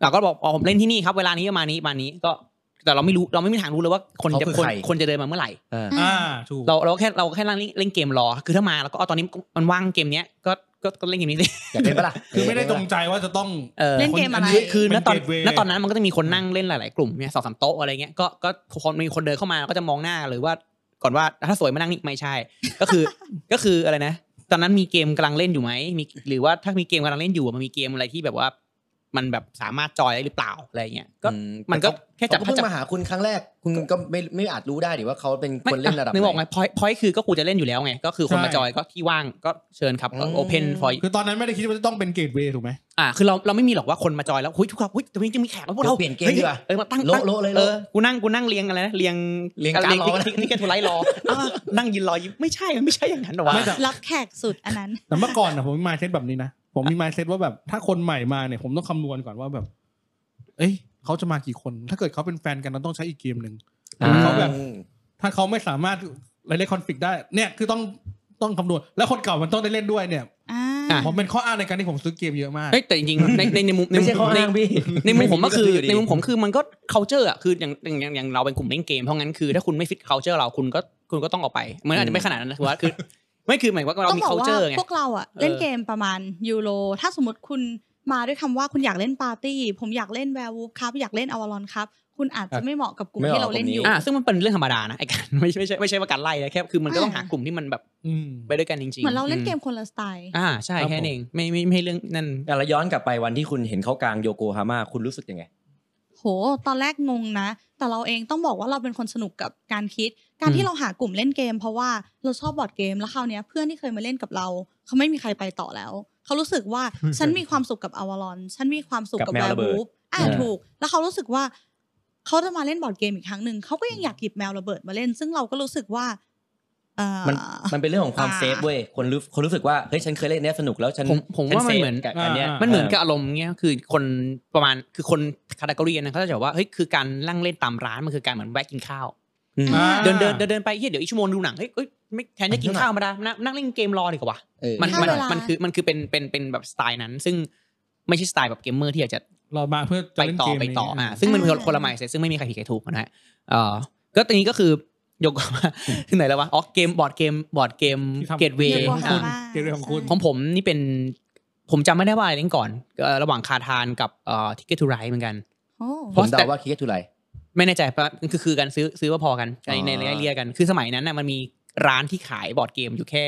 Speaker 4: เราก็บอกอ๋อผมเล่นที่นี่ครับเวลานี้ประมาณนี้ประมาณนี้ก็แต่เราไม่รู้เราไม่มีทางรู้เลยว่าคนจะ
Speaker 3: เขาคือ
Speaker 4: คน
Speaker 3: ใคร
Speaker 4: คนจะเดินมาเมื่อไหร่
Speaker 3: เออ
Speaker 1: อ่าถูก
Speaker 4: เราเราแค่เราแค่นั่งเล่นเกมรอ คือถ้ามาแล้วก็เอาตอนนี้มันว่างเกมเนี้ยก็ก็ก็เล่นเกมนี้ดิ
Speaker 3: อยากเล่นปะล่ะ
Speaker 1: คือไม่ได้จงใจว่าจะต้อง
Speaker 4: เออ
Speaker 2: เล่นเกมอะไร
Speaker 4: คือคือณตอน
Speaker 1: เป็น gateway
Speaker 4: ณตอนนั้นมันก็จะมีคนนั่งเล่นหลาย ๆ กลุ่มเนี่ยสองสามโต๊ะอะไรเงี้ยก็ก็คนมีคนเดินเข้ามาก็จะมองหน้าเลยว่าก่อนว่าถ้าสวยมานั่งนี่ไม่ใช่ ก็คือ ก็คืออะไรนะ ตอนนั้นมีเกมกำลังเล่นอยู่ไหมมีหรือว่าถ้ามีเกมกำลังเล่นอยู่อะมันมีเกมอะไรที่แบบว่า มันแบบสามารถจอยได้หรือเปล่าอะไรเงี้ยก็
Speaker 3: อื
Speaker 4: มันก็แค่
Speaker 3: เขา
Speaker 4: จับ
Speaker 3: ก็
Speaker 4: ถ้า
Speaker 3: เพิ่ง
Speaker 4: จับ
Speaker 3: มาหาคุณครั้งแรก คุณก็ไม่ไม่อาจรู้ได้ดิว่าเขาเป็นคนเล่นระดับ
Speaker 4: ไม่
Speaker 3: ไห
Speaker 4: บอก
Speaker 3: น
Speaker 4: ไงพอยพอยคือก็กูจะเล่นอยู่แล้วไงก็คือคนมา
Speaker 1: ใช่
Speaker 4: จอยก็ที่ว่างก็เชิญครับ
Speaker 3: อืม
Speaker 4: โอเพนฟอย
Speaker 1: คือตอนนั้นไม่ได้คิดว่าจะต้องเป็นเกตเวย์ถูกไหม
Speaker 4: อ่าคือเราเราไม่มีหรอกว่าคนมาจอยแล้วหุ้ยทุกครับหุ้ยตรงนี้จะมีแขกมาพวกเรา
Speaker 3: เดี๋ยวเปลี่ยนเกมดีกว่า
Speaker 4: เออมาตั้ง
Speaker 3: โละโละเลย
Speaker 4: เอ
Speaker 3: โละ
Speaker 4: อ กูนั่ง กูนั่งเรียงอะไรนะ เรียง
Speaker 3: เรียงการ์ดรอ
Speaker 4: เที่ที่แกทูไลท์ รออ่ะนั่งยืนรอยิ้มไม่ใช่ มันไม่ใช่อย่างนั้นหรอวะ
Speaker 1: ไม่แต่
Speaker 2: รับแขกสุดอันนั้น
Speaker 1: แต่เมื่อก่อนนะผมมีมาเซตแบบนี้นะ ผมมีมาเซตว่าแบบถ้าคนใหม่มาเนี่ยผมต้องคำนวณก่อนว่าแบบ เอ้ยเขาจะมากี่คน ถ้าเกิดเขาเป็นแฟนกันเราต้องใช้อีกเกมหนึ่ง
Speaker 4: อ่า
Speaker 1: เขาแบบ ถ้าเขาไม่สามารถเล่นคอนฟ lict ได้ เนี่ยคือต้องต้องคำนวณแล้วคนเก่ามันต้องได้เล่นด้วยเนี่ย
Speaker 2: อ่า
Speaker 4: อ่ะ
Speaker 1: ผมเป็นข้ออ้างในการที่ผมซื้อเกมเยอะมาก
Speaker 4: เฮ้ยแต่จริงๆในในในมุมใน
Speaker 3: ไม่ใช่
Speaker 4: มุ
Speaker 3: ข้อ
Speaker 4: มใน
Speaker 3: อ้างพี่
Speaker 4: ในมุมผมก็คือ
Speaker 3: ไม่มีก็คืออยู่ดี
Speaker 4: ในมุมผมคือมันก็ culture อ่ะคืออย่างอย่างอย่างอย่างเราเป็นกลุ่มเล่นเกมเพราะงั้นคือถ้าคุณไม่ฟิต culture เราคุณก็คุณก็ต้องออกไปมันอาจจะไม่ขนาดนั้นนะคือว่าคือ ไม่คือหมายว่าเรา
Speaker 2: ต้อง
Speaker 4: มี
Speaker 2: บอกว่า
Speaker 4: culture ไง
Speaker 2: พวกเราอะเล่น
Speaker 4: เออ
Speaker 2: เกมประมาณยูโร ถ้าสมมติคุณมาด้วยคำว่าคุณอยากเล่นปาร์ตี้ ผมอยากเล่นแวร์วูฟครับ อยากเล่นอวารอนครับ คุณอาจจะไม่เหมาะกับกลุ่ม
Speaker 3: ไม่เหมาะ
Speaker 2: ที่เราเล่นอยู่
Speaker 4: อ่าซึ่งมันเป็นเรื่องธรรมดานะไอ้การไม่ใช่ไม่ใช่ไม่ใช่ว่าการไล่นะแค่คือมันก็ต้องหากลุ่มที่มันแบบ
Speaker 1: อืม
Speaker 4: ไปด้วยกันจริงๆ
Speaker 2: เหมือนเราเล่นเกมคนละสไตล์
Speaker 4: อ่าใช่
Speaker 1: ครับ
Speaker 4: แค่นั้น
Speaker 1: ผม
Speaker 4: เองไม่ไม่ไม่ให้เรื่องนั่น
Speaker 3: อ่ะแล้วย้อนกลับไปวันที่คุณเห็นเขากลางโยโกฮาม่าคุณรู้สึกยังไง
Speaker 2: โห ตอนแรกงงนะ แต่เราเองต้องบอกว่าเราเป็นคนสนุกกับการคิด การที่
Speaker 4: อืม
Speaker 2: เราหากลุ่มเล่นเกม เพราะว่าเราชอบบอร์ดเกม แล้วคราวเนี้ยเพื่อนที่เคยมาเล่นกับเรา เขาไม่มีใครไปต่อแล้ว เขารู้สึกว่า ฉันมีความสุขกับอวารอน ฉันมีความสุข
Speaker 3: กั
Speaker 2: กับบ
Speaker 3: แม
Speaker 2: แว
Speaker 3: วระ
Speaker 2: ร์
Speaker 3: เบิด
Speaker 2: บูฟอ่า
Speaker 3: เออ
Speaker 2: ถูก แล้วเขารู้สึกว่า เขาจะมาเล่นบอร์ดเกมอีกครั้งหนึ่ง เขาก็ยังอยากหยิบแมวระเบิดมาเล่น ซึ่งเราก็รู้สึกว่าเออ
Speaker 3: มันมันเป็นเรื่องของความ
Speaker 2: อ่า
Speaker 3: เซฟเว้ยคนรู้คนรู้สึกว่าเฮ้ยฉันเคยเล่นเนี้ยสนุกแล้วฉัน
Speaker 4: ผมผม
Speaker 3: ฉั
Speaker 4: ว่ามั
Speaker 3: ซ
Speaker 4: น
Speaker 3: ฟ
Speaker 4: เหมือน
Speaker 3: กับอันเนี้ย
Speaker 1: อ่า
Speaker 4: มันเหมือนกับอารมณ์เงี้ยคือคนประมาณคือคนคาตากรีนะเขาจะบอกว่าเฮ้ยคือการนั่งเล่นตามร้านมันคือการเหมือนแวะกินข้าว
Speaker 3: อืม
Speaker 1: อ่า
Speaker 4: เดินเดินเดินเดินไปเฮ้ยเดี๋ยวอีกชั่วโมงดูหนังเฮ้ยเอ้ยไม่แทนจะกินข้าวมาได้นั่งนั่งเล่นเกมรอดีกว่า
Speaker 3: เออ
Speaker 4: มันมัน
Speaker 2: เวลามั
Speaker 4: มันคือมันคือเป็นเป็นเป็นแบบสไตล์นั้น ซึ่งไม่ใช่สไตล์แบบเกมเมอร์ที่อยากจะ
Speaker 1: เรามาเพื่อจะ
Speaker 4: ไป
Speaker 1: เล่น
Speaker 4: ต่อ
Speaker 1: เกม
Speaker 4: ไปต่อ
Speaker 1: นี้
Speaker 4: อ่าซึ่งมันเป็นคนละไมซ์ซึ่งไม่มีใครผิดใครถูกนะฮะเอ่อก็ตรงนี้ก็คือยกมา ถึงไหนแล้ววะอ๋อเกมบอร์ดเกมบอร์ดเกม
Speaker 1: ที่ทำ
Speaker 4: เกตเว
Speaker 1: ก
Speaker 2: Gateway
Speaker 1: มของคุณ
Speaker 2: อ่า
Speaker 1: เกมของคุณ
Speaker 4: ของผมนี่เป็นผมจำไม่ได้ว่าอะไรเล่นก่อนเอ่อระหว่างคาทานกับเอ่อทิกเก็ตทูไรเหมือนกัน
Speaker 2: โอ้
Speaker 3: ผมเดาว่าคิดแค่ทุไร
Speaker 4: ไม่แน่ใจปะคือคือกันซื้อซื้อว่าพอกันใน
Speaker 3: อ๋อ
Speaker 4: ในระยะเรียกกันคือสมัยนั้นน่ะมันมีร้านที่ขายบอร์ดเกมอยู่แค่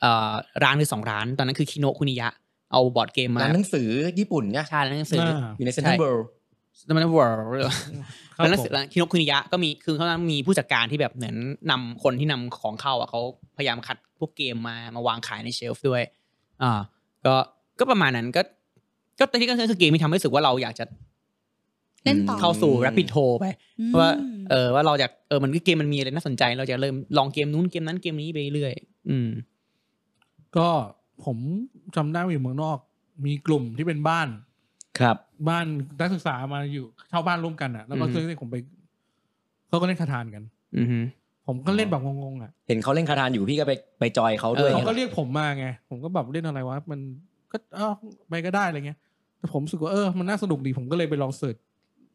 Speaker 4: เอ่อร้านหรือสองร้าน ตอนนั้นคือคิโนะคุนิยะเอาบอร์ดเกมมา
Speaker 3: ร้านหนังสือญี่ปุ่นเนี่ย
Speaker 4: ใช่ร้านหนังสือ
Speaker 1: อ่า
Speaker 3: อยู่ในเซ็นทรัลเวิลด์
Speaker 4: มันเวิร์ล
Speaker 1: ครับ
Speaker 4: แล้วหนัง
Speaker 1: ผม
Speaker 4: สือคินกคุนิยะก็มีคือเขามีผู้จัดการที่แบบเหมือนนำคนที่นำของเข้าอ่ะเขาพยายามคัดพวกเกมมามาวางขายในเชลฟ์ด้วย อ่า ก็ก็ประมาณนั้นก็ ก็ตอนที่ก็คือเกมที่ทำให้รู้สึกว่าเราอยากจะ
Speaker 2: เล่นต่อ
Speaker 4: เข้าสู่
Speaker 3: อืม
Speaker 4: rapid h o ไป
Speaker 2: อืม
Speaker 4: ว่าเออว่าเราอยากเออมันก็เกมมันมีอะไรน่าสนใจ เราจะเริ่มลองเกมนู้นเกมนั้นเกมนี้ไปเรื่อยอืม
Speaker 1: ก็ผมจำได้ว่าอยู่เมืองนอก มีกลุ่มที่เป็นบ้าน
Speaker 3: ครับ
Speaker 1: บ้านนักศึกษามาอยู่เช่าบ้านร่วมกันอ่ะ แล้วก็
Speaker 4: อืม
Speaker 1: ซื้อให้ผมไปเขาก็เล่นคาทานกัน
Speaker 4: อือฮึ
Speaker 1: ผมก็เล่นแบบงงๆอ่ะ
Speaker 3: เห็นเขาเล่นคาทานอยู่พี่ก็ไปไปจอยเขาด้วย
Speaker 4: ออ
Speaker 1: เขา
Speaker 3: ไง
Speaker 1: ก็เรียกผมมาไง ผมก็แบบเล่นอะไรวะมันก็เออไปก็ได้อะไรเงี้ยแต่ผมรู้สึกว่าเออมันน่าสนุกดีผมก็เลยไปลองเสิร์ช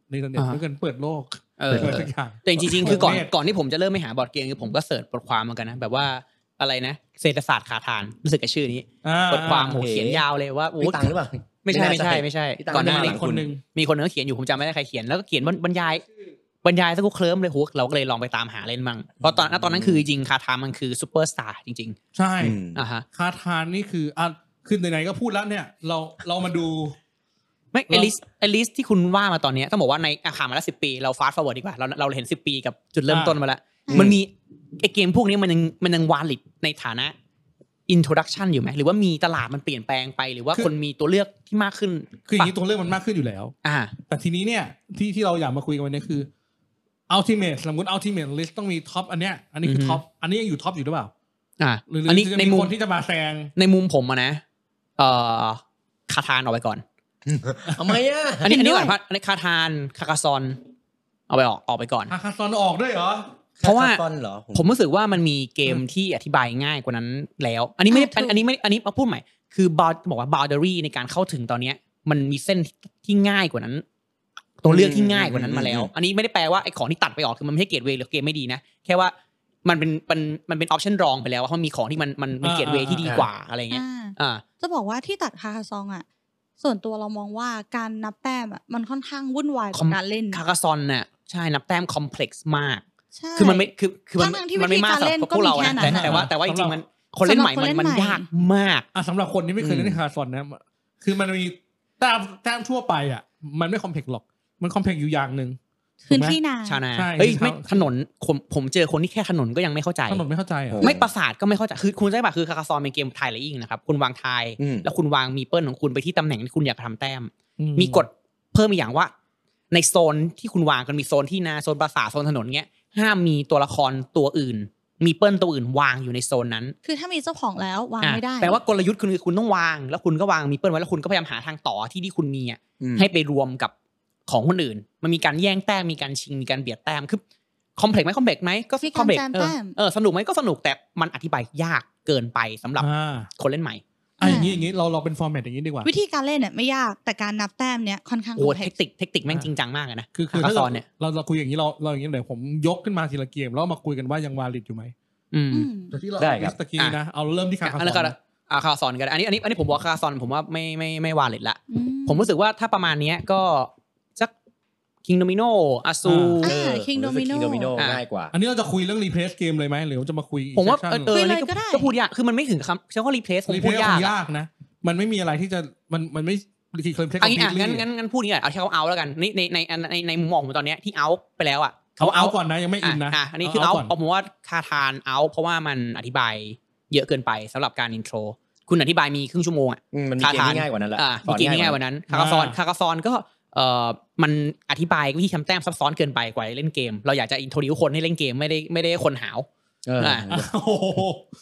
Speaker 1: ในอินเทอร์เน็ต
Speaker 4: อ่าฮะ
Speaker 1: เพื่อกันเปิดโลก
Speaker 4: เออ
Speaker 1: เปิดสักอย่าง
Speaker 4: แต่จริงๆ คือก่อน
Speaker 1: เวท
Speaker 4: ก่อนที่ผมจะเริ่มไม่หาบอร์ดเกมคือผมก็เสิร์ชบทความเหมือนกันนะแบบว่าอะไรนะเศรษฐศาสตร์คาทานรู้สึกกับชื่อนี้
Speaker 1: อ่
Speaker 4: บทความโหเขียนยาวเลยว่าโอ้
Speaker 3: พี่ตังค์หรือเปล่า
Speaker 4: ไม่ใช่ไม่ใช่ไม่ใช่
Speaker 3: พี่ตัง
Speaker 4: ก่อนหน้า
Speaker 3: ไม่
Speaker 4: นี้
Speaker 3: ได้มาหรอ
Speaker 1: คนหนึ่ง
Speaker 4: มีคนนึงก็เขียนอยู่ผมจำไม่ได้ใครเขียนแล้วก็เขียนบรรบรรยายบรรยายสักกูเคลิ้มเลยโหเราก็เลยลองไปตามหาเล่นมั่งเพราะตอนนั้นตอนนั้นคือจริงคาทามันคือซูเปอร์สตาร์จริง
Speaker 1: ใช่
Speaker 3: อืม
Speaker 4: ๆอ่ะฮะ
Speaker 1: คาทานนี่คืออ่ะคือไหนๆก็พูดแล้วเนี่ย เราเรามาดู
Speaker 4: ไม่ไอ
Speaker 1: เรา
Speaker 4: ลิสไอลิสที่คุณว่ามาตอนเนี้ยต้องบอกว่าในอ่ะผ่านมาแล้วสิปีเราฟาสต์ฟอร์เวิร์ดดีกว่าเราเราเห็นสิปีกับจุดเริ่มต้นมาแล้ว
Speaker 2: อ่ามั
Speaker 4: มันมีไอเกมพวกนี้มันยังมันยังวาลิดในฐานะอินโทรดักชันอยู่ไหมหรือว่ามีตลาดมันเปลี่ยนแปลงไป หรือว่า
Speaker 1: คือ
Speaker 4: คนมีตัวเลือกที่มากขึ้น
Speaker 1: คืออย่าง
Speaker 4: นี้
Speaker 1: นี้ตัวเลือกมันมากขึ้นอยู่แล้ว
Speaker 4: อ่า
Speaker 1: แต่ทีนี้เนี่ยที่ที่เราอยากมาคุยกันวันนี้คือ ultimate สมมติ ultimate list ต้องมีท็อปอันเนี้ยอันนี้คือ
Speaker 4: อฮึ
Speaker 1: ท็อปอันนี้ยังอยู่ท็อปอยู่หรือเปล่า
Speaker 4: อ่า
Speaker 1: หรือหรื
Speaker 4: อันนี้
Speaker 1: จะ
Speaker 4: ใน
Speaker 1: มี
Speaker 4: มุม
Speaker 1: คนที่จะมาแซง
Speaker 4: ในมุมผมอะนะเอ่อคาทานออกไปก่อน
Speaker 3: ทำไมอ่ะ
Speaker 4: อันนี้
Speaker 2: เห็นด้
Speaker 4: อันนี้
Speaker 2: วย
Speaker 4: ก่อนพัดอันนี้คาทานคาคาซอน เอาไปออกออกไปก่อน
Speaker 1: ฮาคาซอนออกด้วยเหรอ
Speaker 4: เพราะว่า
Speaker 3: คตอนเหรอ
Speaker 4: ผมรู้สึกว่ามันมีเกมที่อธิบายง่ายกว่านั้นแล้ว อันนี้ไม่ได้
Speaker 2: อ่าถูก
Speaker 4: อันนี้ไม่อันนี้มาพูดใหม่คือบาบอกว่าบาวเดอรี่ในการเข้าถึงตอนเนี้ย มันมีเส้นที่ที่ง่ายกว่านั้น ตัวเลือกที่ง่ายกว่านั้นมาแล้ว อันนี้ไม่ได้แปลว่าไอ้ของที่ตัดไปออกคือมันไม่ใช่เกตเวย์หรือเกมไม่ดีนะ แค่ว่ามันเป็นมันมันเป็นออปชั่นรองไปแล้วว่ามันมีของที่มันมันมันเกตเวย์ที่ดีกว่าอะไรเงี้ย
Speaker 2: อ่า
Speaker 4: อ่า
Speaker 2: จะบอกว่าที่ตัดคาคาซองอ่ะ ส่วนตัวเรามองว่าการนับแต้มอ่ะมันค่อนข้างวุ่นวาย
Speaker 4: ค
Speaker 2: ก
Speaker 4: อม
Speaker 2: ว่าการเล่น
Speaker 4: คาคาซอนเนี่ยใช่นับแต้มคอมเพล็กซ์มาก
Speaker 2: ใช่
Speaker 4: คือมันไม่คือคือมัน
Speaker 2: ทั้งๆที่
Speaker 4: มันไม่มากสำหรับพวกเรา
Speaker 2: วิ
Speaker 4: นะ
Speaker 2: ธีการเล่นก็มีแค่นั้
Speaker 4: แต่
Speaker 2: น
Speaker 4: แต่ว่าแต่ว่าจ
Speaker 1: สำหรับ
Speaker 4: ริงๆมันคนเล่นใหม่
Speaker 2: สำหรับ
Speaker 4: มัน
Speaker 2: คนเล่น
Speaker 4: มัน
Speaker 2: ใหม่
Speaker 4: ยากมาก
Speaker 1: อ่ะสำหรับคนที่ไม่เคยเล่น
Speaker 4: อืม
Speaker 1: ฮาคาซอนนะคือมันมีแต้มแต้มทั่วไปอ่ะ มันไม่คอมเพล็กซ์หรอก มันคอมเพล็กซ์อยู่อย่างหนึ่งถู
Speaker 2: พื้
Speaker 1: ก
Speaker 2: น
Speaker 1: ไหม
Speaker 2: ที่นาน
Speaker 4: ชาวนา
Speaker 1: ใช่
Speaker 4: เอ้ย
Speaker 1: คือ
Speaker 4: ไม่
Speaker 1: ชาว
Speaker 4: ถนนผมผมเจอคนที่แค่ถนนก็ยังไม่เข้าใจ
Speaker 1: ถนนไม่เข้าใจเหรอ่ะ
Speaker 4: ไม่ประสาทก็ไม่เข้าใจ คือคุณใช่ป่ะคือคาคาซอนเป็นเกมทายและอิงนะครับ คุณวางทาย
Speaker 3: อืม
Speaker 4: แล้วคุณวางมีเปิลของคุณไปที่ตำแหน่งที่คุณอยากทำแต้ม มีกฎเพิ่มอีกอย่างว่า ในโซนที่คุณวางกันมีโซนที่นาโซนประสาทโซนถนนเงี้ยห้ามมีตัวละครตัวอื่น มีเปิลตัวอื่นวางอยู่ในโซนนั้น
Speaker 2: คือถ้ามีเจ้าของแล้ววางไม่ได้
Speaker 4: อ่ะแปลว่ากลยุทธ์คุณคือคุณต้องวาง แล้วคุณก็วางมีเปิลไว้แล้วคุณก็พยายามหาทางต่อที่ที่คุณมีอ่ะให้ไปรวมกับของคนอื่น มันมีการแย่งแต้มมีการชิงมีการเบียดแต้มคือคอมเพล็กซ์ไหมคอมเพล็กซ์ไหมก็
Speaker 2: มีการ
Speaker 4: คอมเพล็กซ์
Speaker 2: จามแต้ม
Speaker 4: เออเออสนุกไหมก็สนุกแต่มันอธิบายยากเกินไปสำหรับ
Speaker 1: อ่า
Speaker 4: คนเล่นใหม่
Speaker 1: อ่ะอย่างนี้อย่างนี้เราเราเป็นฟอร์แมตอย่างนี้ดีกว่า
Speaker 2: วิธีการเล่นเนี่ยไม่ยากแต่การนับแต้มเนี่ยค่อนข้าง
Speaker 4: โอ้
Speaker 2: คอมเพ
Speaker 4: เท
Speaker 2: ล็ก
Speaker 4: ค
Speaker 2: ซ์
Speaker 4: นิคเทคนิคแม่งจริงจังมากอะนะ
Speaker 1: คือคือ
Speaker 4: คา
Speaker 1: ถ้า
Speaker 4: ซ
Speaker 1: เรา
Speaker 4: อนเนี่ย
Speaker 1: เราเราคุยอย่างนี้เราเราอย่างนี้เดี๋ยวผมยกขึ้นมาทีละเกมแล้วมาคุยกันว่ายังวาลิดอยู่ไหม
Speaker 4: อืม
Speaker 2: อืม
Speaker 1: แต่ที่เรา
Speaker 3: ได้ครั
Speaker 1: ลิ
Speaker 3: บ
Speaker 1: สต์ตะกี้นะเอาเริ่มที่คาคาซอ
Speaker 4: อั
Speaker 1: น น
Speaker 4: นั้นก็อ่ะคาซอนกันอันนี้อันนี้อันนี้ผมบอกคาซอนผมว่าไม่ไม่ไม่วาเลตละ ผมรู้สึกว่าถ้าประมาณเนี้ยก็สักคิงโดมิโนอาซู
Speaker 2: อ่า King Domino
Speaker 3: คิงโดมิโน
Speaker 4: อ่ะ
Speaker 3: ง่ายกว่า
Speaker 1: อันนี้เราจะคุยเรื่องรีเพล e เกมเลยไหมหรือว่าจะมาคุยอีก
Speaker 4: ผมว่า
Speaker 1: section
Speaker 4: เออ
Speaker 2: คุ
Speaker 4: เออ
Speaker 2: ย
Speaker 4: อัน
Speaker 2: เลย
Speaker 4: นี้
Speaker 2: ก็ได้
Speaker 4: ก็พูดยาก คือมันไม่ถึงคำใช้คำว่ารีเพลซคง
Speaker 1: รีเพ
Speaker 4: พู
Speaker 1: ล
Speaker 4: ด
Speaker 1: ย์ค
Speaker 4: ยาก
Speaker 1: ง
Speaker 4: อะ
Speaker 1: ยากนะ มันไม่มีอะไรที่จะมันมันไม่รีเพลย์
Speaker 4: อันนี้อ่ะงั้นงั้นงั้นพูดอย่างนี้ก่อนเอาที่เขาเอาแล้วกันนี่ในในในในในมุมมองผมตอนเนี้ยที่เอาไปแล้วอ่ะ
Speaker 1: เขาเอาก่อนนะยังไม่
Speaker 4: อ่ะ
Speaker 1: อินนะ
Speaker 4: อ่ะอันนี้คือเอา
Speaker 1: ก่อน
Speaker 4: เอาผมว่าคาทานเอาเพราะว่ามันอธิบายเยอะเกินไปสำหรับการอินโทร คุณอธิบายมีครึ่งชั่วโมงอ่ะ
Speaker 3: อืมมันมีเกมที่ง่ายกว่านั้นแหละ
Speaker 4: อ่ะ
Speaker 3: ส
Speaker 4: มี
Speaker 3: อน
Speaker 4: เกมที่ง่ายกว่านั้นคาคาซอน
Speaker 1: อ่า
Speaker 4: คาคาซอนก็เอ่อมันอธิบายวิธีทำแต้มซับซ้อนเกินไปกว่าเล่นเกม เราอยากจะอินโทรดิวคนให้เล่นเกมไม่ได้ไม่ได้ให้คนหาว
Speaker 3: เออ
Speaker 4: อ่ะ
Speaker 1: โอ้โห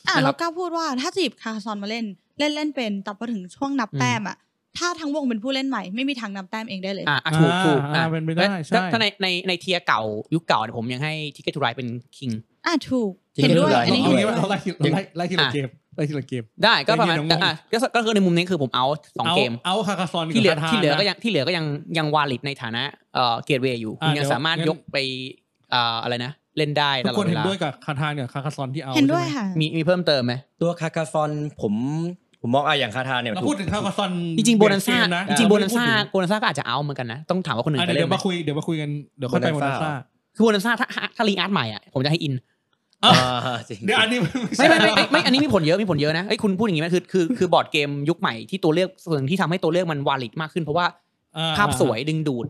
Speaker 2: อ่ะ
Speaker 4: นะครับ
Speaker 2: เรากล้าพูดว่าถ้าจะหยิบคาคาซอนมาเล่น เล่นเล่นเป็นแต่พอถึงช่วงนับแต้มอ่ะถ้าทั้งวงเป็นผู้เล่นใหม่ไม่มีทางนับแต้มเองได้เลย
Speaker 4: อ่ะอ่ะถูกถูก
Speaker 1: อ่า
Speaker 4: อ่ะ
Speaker 1: เป็นไปได้ใช่
Speaker 4: ถ้าถ้าในในในเทียร์เก่ายุคเก่าเนี่ยผมยังให้ทิกเก็ตทูไรเป็นคิง
Speaker 2: อ่ะถูก
Speaker 3: จริง
Speaker 2: เห็นด้วย
Speaker 3: ไม่
Speaker 2: อัน
Speaker 1: เอา
Speaker 2: นี้
Speaker 1: เอา
Speaker 2: เห็
Speaker 1: อน ย่างนี้ว่า
Speaker 2: ด้ว
Speaker 1: ย เราไล่ทีไล่ไล่ทีละเกมไล่ทีละเกม
Speaker 4: ได้ก็ประมาณ
Speaker 1: ไม่มี
Speaker 4: แต่
Speaker 1: น้อง
Speaker 4: อ่ะก็ก็คือในมุมนี้คือผมเอาสอง
Speaker 1: เอา
Speaker 4: เกม
Speaker 1: เอาคาคาซอน
Speaker 4: ที่เหลือ
Speaker 1: กับคาทา
Speaker 4: ที่เหลือ
Speaker 1: นะ
Speaker 4: ก็ยังที่เหลือก็ยังยังวาลิดในฐานะเอ่อเกตเวย์อยู่
Speaker 1: อ่ะ
Speaker 4: คุณยัง
Speaker 1: เดี๋ยว
Speaker 4: สามารถ
Speaker 1: งั้น
Speaker 4: ยกไปเอ่ออะไรนะ เล่นได้ต
Speaker 1: ทุก
Speaker 4: ลอ
Speaker 1: ค
Speaker 4: ด
Speaker 1: น
Speaker 4: เว
Speaker 1: เห็น
Speaker 4: ลา
Speaker 1: ด้วยกับคาทานกับคาคาซอนที่เอา
Speaker 2: เห็นด้วย
Speaker 1: ใช่ไม
Speaker 2: ค่ะ
Speaker 4: มีมีเพิ่มเติมไหม
Speaker 3: ตัวคาคาซอนผมผมมองอ่ะอย่างคาทาเนี่ย
Speaker 1: เราพูดถึงคาคาซอน
Speaker 4: จริงๆโบนันซ่า
Speaker 1: เกมะ
Speaker 4: จริงๆโบ
Speaker 1: เไม่
Speaker 4: นัน
Speaker 1: ได้พูดถึง
Speaker 4: ซ่าโบนันซ่าก็อาจจะเอาเหมือนกันนะ ต้องถามว่าคนอื่
Speaker 1: อ่ะ
Speaker 4: นจะ
Speaker 1: เดี๋
Speaker 4: เล่
Speaker 1: ยว
Speaker 4: นไหม
Speaker 1: มาคุยเดี๋ยวมาคุยกันเดี๋ยวค่อยไปโมนาซ่า
Speaker 4: คือโบนันซ่าถ้าถ้ารีอาร์ตใหม่อ่ะผมจะให้อิน
Speaker 3: อ่าจริง
Speaker 1: เดี๋ยวอันนี้
Speaker 4: ไม่ไม่ไม่ไม่ไม่อันนี้มีผลเยอะมีผลเยอะนะไอ้ยคุณพูดอย่างนี้ไหมคือคือคือบอร์ดเกมยุคใหม่ที่ตัวเลือกส่วนหนึ่งที่ทำให้ตัวเลือกมันวาลิดมากขึ้นเพราะว่า ภาพสวยดึงดูด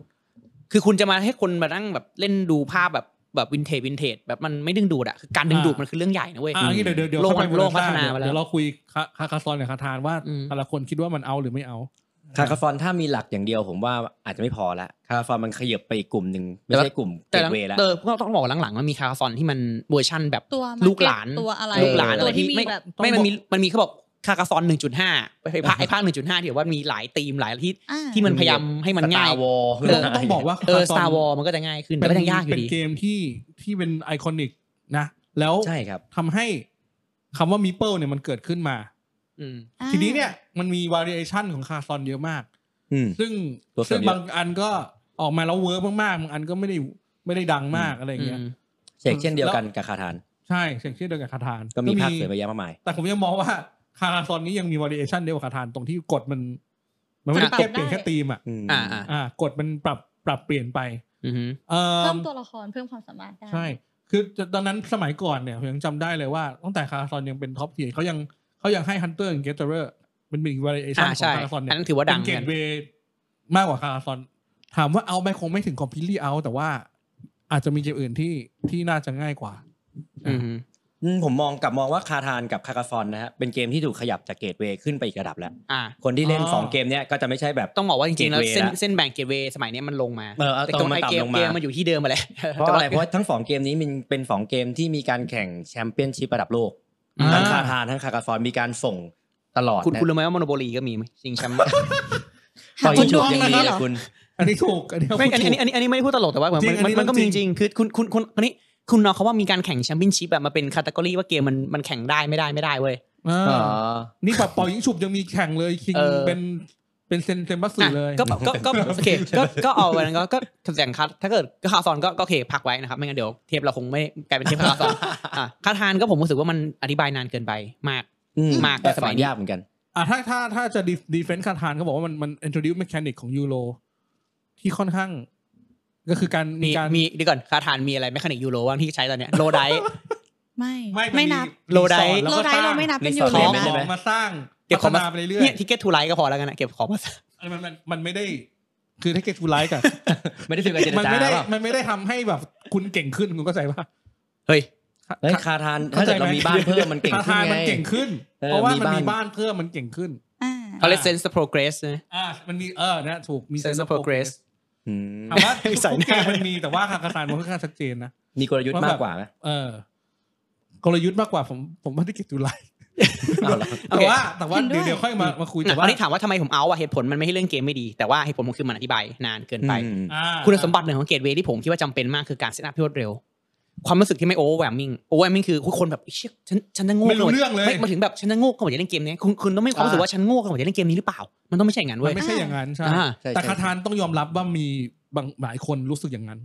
Speaker 4: คือคุณจะมาให้คนมานั่งแบบเล่นดูภาพแบบแบบวินเทจวินเทจแบบมันไม่ดึงดูดอ่ะคือการดึงดูดมันคือเรื่องใหญ่นะเว้ย
Speaker 1: อ่ะอันนี้เดี๋ยวเดี๋ยวเดี๋ยว
Speaker 4: โลก
Speaker 1: ค่อยไป
Speaker 4: มันโลก
Speaker 1: โบซ่
Speaker 4: พัฒนาไปแล้ว
Speaker 1: เดี๋ยวเราคุยคาคาคาซอนกับคาทานว่า
Speaker 4: อืม
Speaker 1: แต่ละคนคิดว่ามันเอาหรือไม่เอา
Speaker 3: คาคาซอนถ้ามีหลักอย่างเดียวผมว่าอาจจะไม่พอละคาคาซอนมันขยับไปอีกกลุ่มหนึ่งไม่ใช่กลุ่มเก
Speaker 4: แต่
Speaker 3: ต
Speaker 4: ละ
Speaker 3: เวย์ละ
Speaker 4: เออก็ต้องบอกว่าหลังๆมันมีคาร์ซอนที่มันเวอร์ชั่นแบบ
Speaker 2: ตัว
Speaker 4: ลูกหลาน
Speaker 2: ตัวอะไร
Speaker 4: ลูกหลานอะ
Speaker 2: ตั
Speaker 4: ไร
Speaker 2: วที่มี
Speaker 4: ไม่
Speaker 2: แบบ
Speaker 4: ไม่มันมีมันมีเขาบอกคาร์ซอนหนึ่งจุดห้าไปภาคไอ้ภาคหนึ่งจุดห้าที่แบบว่ามีหลายธีมหลายที่
Speaker 2: อ่า
Speaker 4: ที่มันพยายามให้มันง่าย
Speaker 3: สตร์วอร์
Speaker 4: เออ
Speaker 1: ต้องบอกว่า
Speaker 4: เออ
Speaker 1: Carcassonne
Speaker 4: Star War มันก็จะง่ายขึ้นแต่ก็ยังยากอ
Speaker 1: เป็
Speaker 4: ยู่
Speaker 1: น
Speaker 4: ดี
Speaker 1: เกมที่ที่เป็นไอคอนิกนะ แล้ว
Speaker 3: ใช่ครับ
Speaker 1: ทำให้คำว่ามิเปิลเนี่ยมันเกิดขึ้นมา
Speaker 4: อืม
Speaker 2: อ่า
Speaker 1: ทีนี้เนี่ยมันมีวา r i a t i o n ของคาซอนเยอะมาก
Speaker 3: อืม
Speaker 1: ซึ่ง
Speaker 3: ตัวเสริม
Speaker 1: ซึ่ง
Speaker 3: เยอะ
Speaker 1: บางอันก็ออกมาแล้วเวิร์กมากๆบางอันก็ไม่ได้ไม่ได้ดังมากอะไรอย่างเงี้ย
Speaker 3: เช่นเช่นเดียวกันกับคาทาน
Speaker 1: ใช่เสียงเช่นเดียวกับคาทาน
Speaker 3: ก็มีภาคเสริมไปเยอะมากมาย
Speaker 1: แต่ผมยังมองว่าคาราซอนนี้ยังมีวอ r i เ t ชันเดียวกับคาทานตรงที่กฎมัน มันไม่ได้
Speaker 4: ปรับ
Speaker 1: แค่เปลี่ยน
Speaker 2: ได้
Speaker 1: แค่ธีมอ่ะ
Speaker 3: อืม
Speaker 4: อ่าอ่า
Speaker 1: อ่ากฎมันปรับปรับเปลี่ยนไป
Speaker 4: อืม
Speaker 1: เอ่อ
Speaker 2: เพิ่มตัวละครเพิ่มความสามารถได้
Speaker 1: ใช่ คือตอนนั้นสมัยก่อนเนี่ยผมยังจำได้เลยว่าตั้งแต่คาราซอนยังเป็นท็อปทีเขายังเขายังให้ฮันเตอร์กับเกตเตอร์มันเป็นวอ r i เ t ชัน
Speaker 4: อ่า
Speaker 1: ขอ
Speaker 4: ใช่
Speaker 1: งคาราซอนเนี่
Speaker 4: อั
Speaker 1: ย
Speaker 4: นนั้นถือว่าดัง
Speaker 1: เป็นเกตเวย์ มากกว่าคาซอน ถามว่าเอาไหมคงไม่ถึงคอมพิลี่เอาแต่ว่าอาจจะมีเกมอื่นที่ที่น่าจะง่ายกว่า
Speaker 4: อืม
Speaker 3: อืมผมมองกลับมองว่าคาทานกับคาคาซอนนะฮะเป็นเกมที่ถูกขยับจากเกตเวย์ขึ้นไปอีกระดับแล้ว
Speaker 4: อ่า
Speaker 3: คนที่เล่น
Speaker 1: อ๋อ
Speaker 3: สองเกมเนี้ยก็จะไม่ใช่แบบ
Speaker 4: ต้องบอกว่าจริงๆแล้ว
Speaker 3: Gateway
Speaker 4: เส้น
Speaker 3: ละ
Speaker 4: เส้นแบ่งเกตเวย์สมัยเนี้ยมันลงมา
Speaker 3: เออเอา
Speaker 4: แต่
Speaker 3: ต
Speaker 4: ตร
Speaker 3: รง งมัน
Speaker 4: ไอเก
Speaker 3: ต่ำล
Speaker 4: ม
Speaker 3: ง
Speaker 4: เก
Speaker 3: มาม
Speaker 4: มันอยู่ที่เดิมมาแหละ
Speaker 3: เพราะอะไร
Speaker 4: แต่
Speaker 3: เพ
Speaker 4: ว่
Speaker 3: ราะทั้งสองเกมนี้มันเป็นสองเกมที่มีการแข่งแชมเปี้ยนชิประดับโลก
Speaker 1: อ่า
Speaker 3: ทั้งคาทานทั้งคาคาซอนมีการส่งตลอด
Speaker 4: คุณ
Speaker 3: นะ
Speaker 4: คุณรู้ไหมว่าโมโนโบลีก็มีชิงแชมป์
Speaker 2: หา
Speaker 3: ต่อย
Speaker 2: คนด
Speaker 3: จุ
Speaker 2: ว
Speaker 3: ก
Speaker 2: ง
Speaker 3: ยัง
Speaker 2: ดี
Speaker 3: มี
Speaker 2: เหร
Speaker 3: เลย
Speaker 2: อ
Speaker 3: คุณ
Speaker 1: อันนี้ถูกอันนี้
Speaker 4: ไม่
Speaker 1: พูด
Speaker 4: อันนี้อันนี้
Speaker 1: ถูก
Speaker 4: อันนี้อันนี้ไม่ได้พูดตลกแต่ว่าเหมือน
Speaker 1: จริงอัน
Speaker 4: มัน
Speaker 1: นี้
Speaker 4: มันก็มี
Speaker 1: จ
Speaker 4: จ
Speaker 1: ริง
Speaker 4: ริงๆคือคุณคุณคุณอันนี้คุณน้องเขาว่ามีการแข่งแชมเปี้ยนชิพแบบมาเป็นคาตากรีว่าเกมมันมันแข่งได้ไม่ได้ไม่ได้เว้ย
Speaker 1: อ่านี่แบบเป่ายิงฉุบยังมีแข่งเลยคิง
Speaker 4: เออ
Speaker 1: เป็นเป็นเซนเซมบัสสึ
Speaker 4: อ่ะ
Speaker 1: เลย
Speaker 4: ก็ก็ ก็ก็โอเคก็ก็เอาไปนั้นก็ก็ก็แข่งคัดถ้าเกิดก็คาซอนก็ก็โอเคพักไว้นะครับไม่งั้นเดี๋ยวเทปเราคงไม่กลายเป็นเทปคาซอนอ่ะคาทานก็ผมรู้สึกว่ามันอธิบายนานเกินไปมาก
Speaker 3: อื
Speaker 4: มาก
Speaker 3: แต่
Speaker 4: ส
Speaker 3: ส
Speaker 4: มั
Speaker 3: มั
Speaker 4: ย
Speaker 3: ย
Speaker 4: นี้
Speaker 3: ยากเหมือนกัน
Speaker 1: อ่ะถ้าถ้าถ้าจะดีเฟนซ์คาทานเขาบอกว่ามันมัน introduce mechanic ของยูโรที่ค่อนข้าง ก็คือการ
Speaker 4: มี
Speaker 1: มีการ
Speaker 4: มีเดียวก่อนคาทานมีอะไรแมคานิกยูโรว่างที่ใช้ตอนเนี้ยโลได
Speaker 2: ไม่
Speaker 1: ไม่
Speaker 2: ไม่นับ
Speaker 4: โลได
Speaker 1: มีสอนแล้ว
Speaker 2: โล
Speaker 1: ก็
Speaker 2: ได
Speaker 1: สร้าง
Speaker 2: เราไม่นับเป็น
Speaker 3: มี
Speaker 2: อ
Speaker 3: ส
Speaker 2: ยู่
Speaker 3: อ
Speaker 1: เก็
Speaker 3: น
Speaker 1: บ
Speaker 2: แล้ว
Speaker 3: ได้
Speaker 1: ข
Speaker 2: นะ
Speaker 3: ไหม
Speaker 1: องมาสร้าง
Speaker 4: เก็บของ
Speaker 1: พั
Speaker 4: มา
Speaker 1: ฒนา ไปเรื่อย
Speaker 4: เนี่ยทิกเก็ตทูไลท์ก็พอแล้วกันนะเก็บของมา
Speaker 1: ๆมันมันมันไม่ได้คือถ้าเกตูไลท์กับ
Speaker 3: ไม่ได้ถึงการเจร
Speaker 1: มัน
Speaker 3: จา
Speaker 1: ไม่ได้
Speaker 3: เปล่า
Speaker 1: มันไม่ได้ทำให้แบบคุณเก่งขึ้นคุณเข้าใจป่ะ
Speaker 4: เฮ้ย
Speaker 3: เฮ้ย
Speaker 1: ค่ะ
Speaker 3: คาทานถ้าเกิดเรามีบ้านเพิ่มมันเก่ง
Speaker 1: คา
Speaker 3: ขึ้น
Speaker 1: ทาน
Speaker 3: ไง
Speaker 1: มันเก่งขึ้น
Speaker 3: เออ
Speaker 1: เพราะว่ามัน
Speaker 3: มี
Speaker 1: มี
Speaker 3: บ้า
Speaker 1: บ้าน นเพิ่มมันเก่งขึ้น
Speaker 2: อ่า
Speaker 4: เขาเรียก sense of progress นะ
Speaker 1: อ่า มันมีเออนะถูกมี
Speaker 4: sense of progress
Speaker 3: อืม
Speaker 1: ถามว่าทุกเกมมันมีแต่ว่าคาทานมันค่อนข้างชัดเจนนะ
Speaker 3: มีกลยุทธ์มากกว่าไหม
Speaker 1: เออกลยุทธ์มากกว่าผมผมว่าที่เก็บจุฬา
Speaker 3: เอาละ
Speaker 1: แต่ว่าแต่ว่า
Speaker 2: เห็นด้
Speaker 1: เดี๋ว
Speaker 2: วย
Speaker 1: ย เดี๋ยวค่อยมามาคุย
Speaker 4: อ่ะ
Speaker 1: แต่
Speaker 4: อั
Speaker 1: ว่าน
Speaker 4: นี้ถามว่าทำไมผมเอาอะเหตุผลมันไม่ใช่เรื่องเกมไม่ดี แต่ว่าเหตุผลมันคือมันอธิบายนานเกินไป
Speaker 3: อืม
Speaker 1: อ่า
Speaker 4: คุณสมบัติหนึ่งของเกตเวย์ที่ผมคิดว่าจำเป็นมากคือการเซตอัพที่รวดเร็ว ความรู้สึกที่ไม่โอเวอร์แวมมิ่งโอเวอร์แวมมิ่งคือคนแบบเชี่ยฉันฉันจะโง่
Speaker 1: ไม่รู้
Speaker 4: ขนาด
Speaker 1: เรื่องเลย
Speaker 4: ไม่มาถึงแบบฉันจะโง่ขนาดจะเล่นเกมนี้คุณคุณต้องไม่มีความรู้สึกว่าฉันโง่ขนาดจะเล่นเกมนี้หรือเปล่า มันต้องไม่ใช่อย่างนั้น
Speaker 1: มั
Speaker 4: เว้ย
Speaker 1: นไม่ใช่อย่างนั้นใช่
Speaker 4: อ่า
Speaker 3: ใช่
Speaker 1: แต่
Speaker 3: ใช่
Speaker 1: คาทานต้องยอมรับว่ามีบางหลายคนรู้สึกอย่างนั้น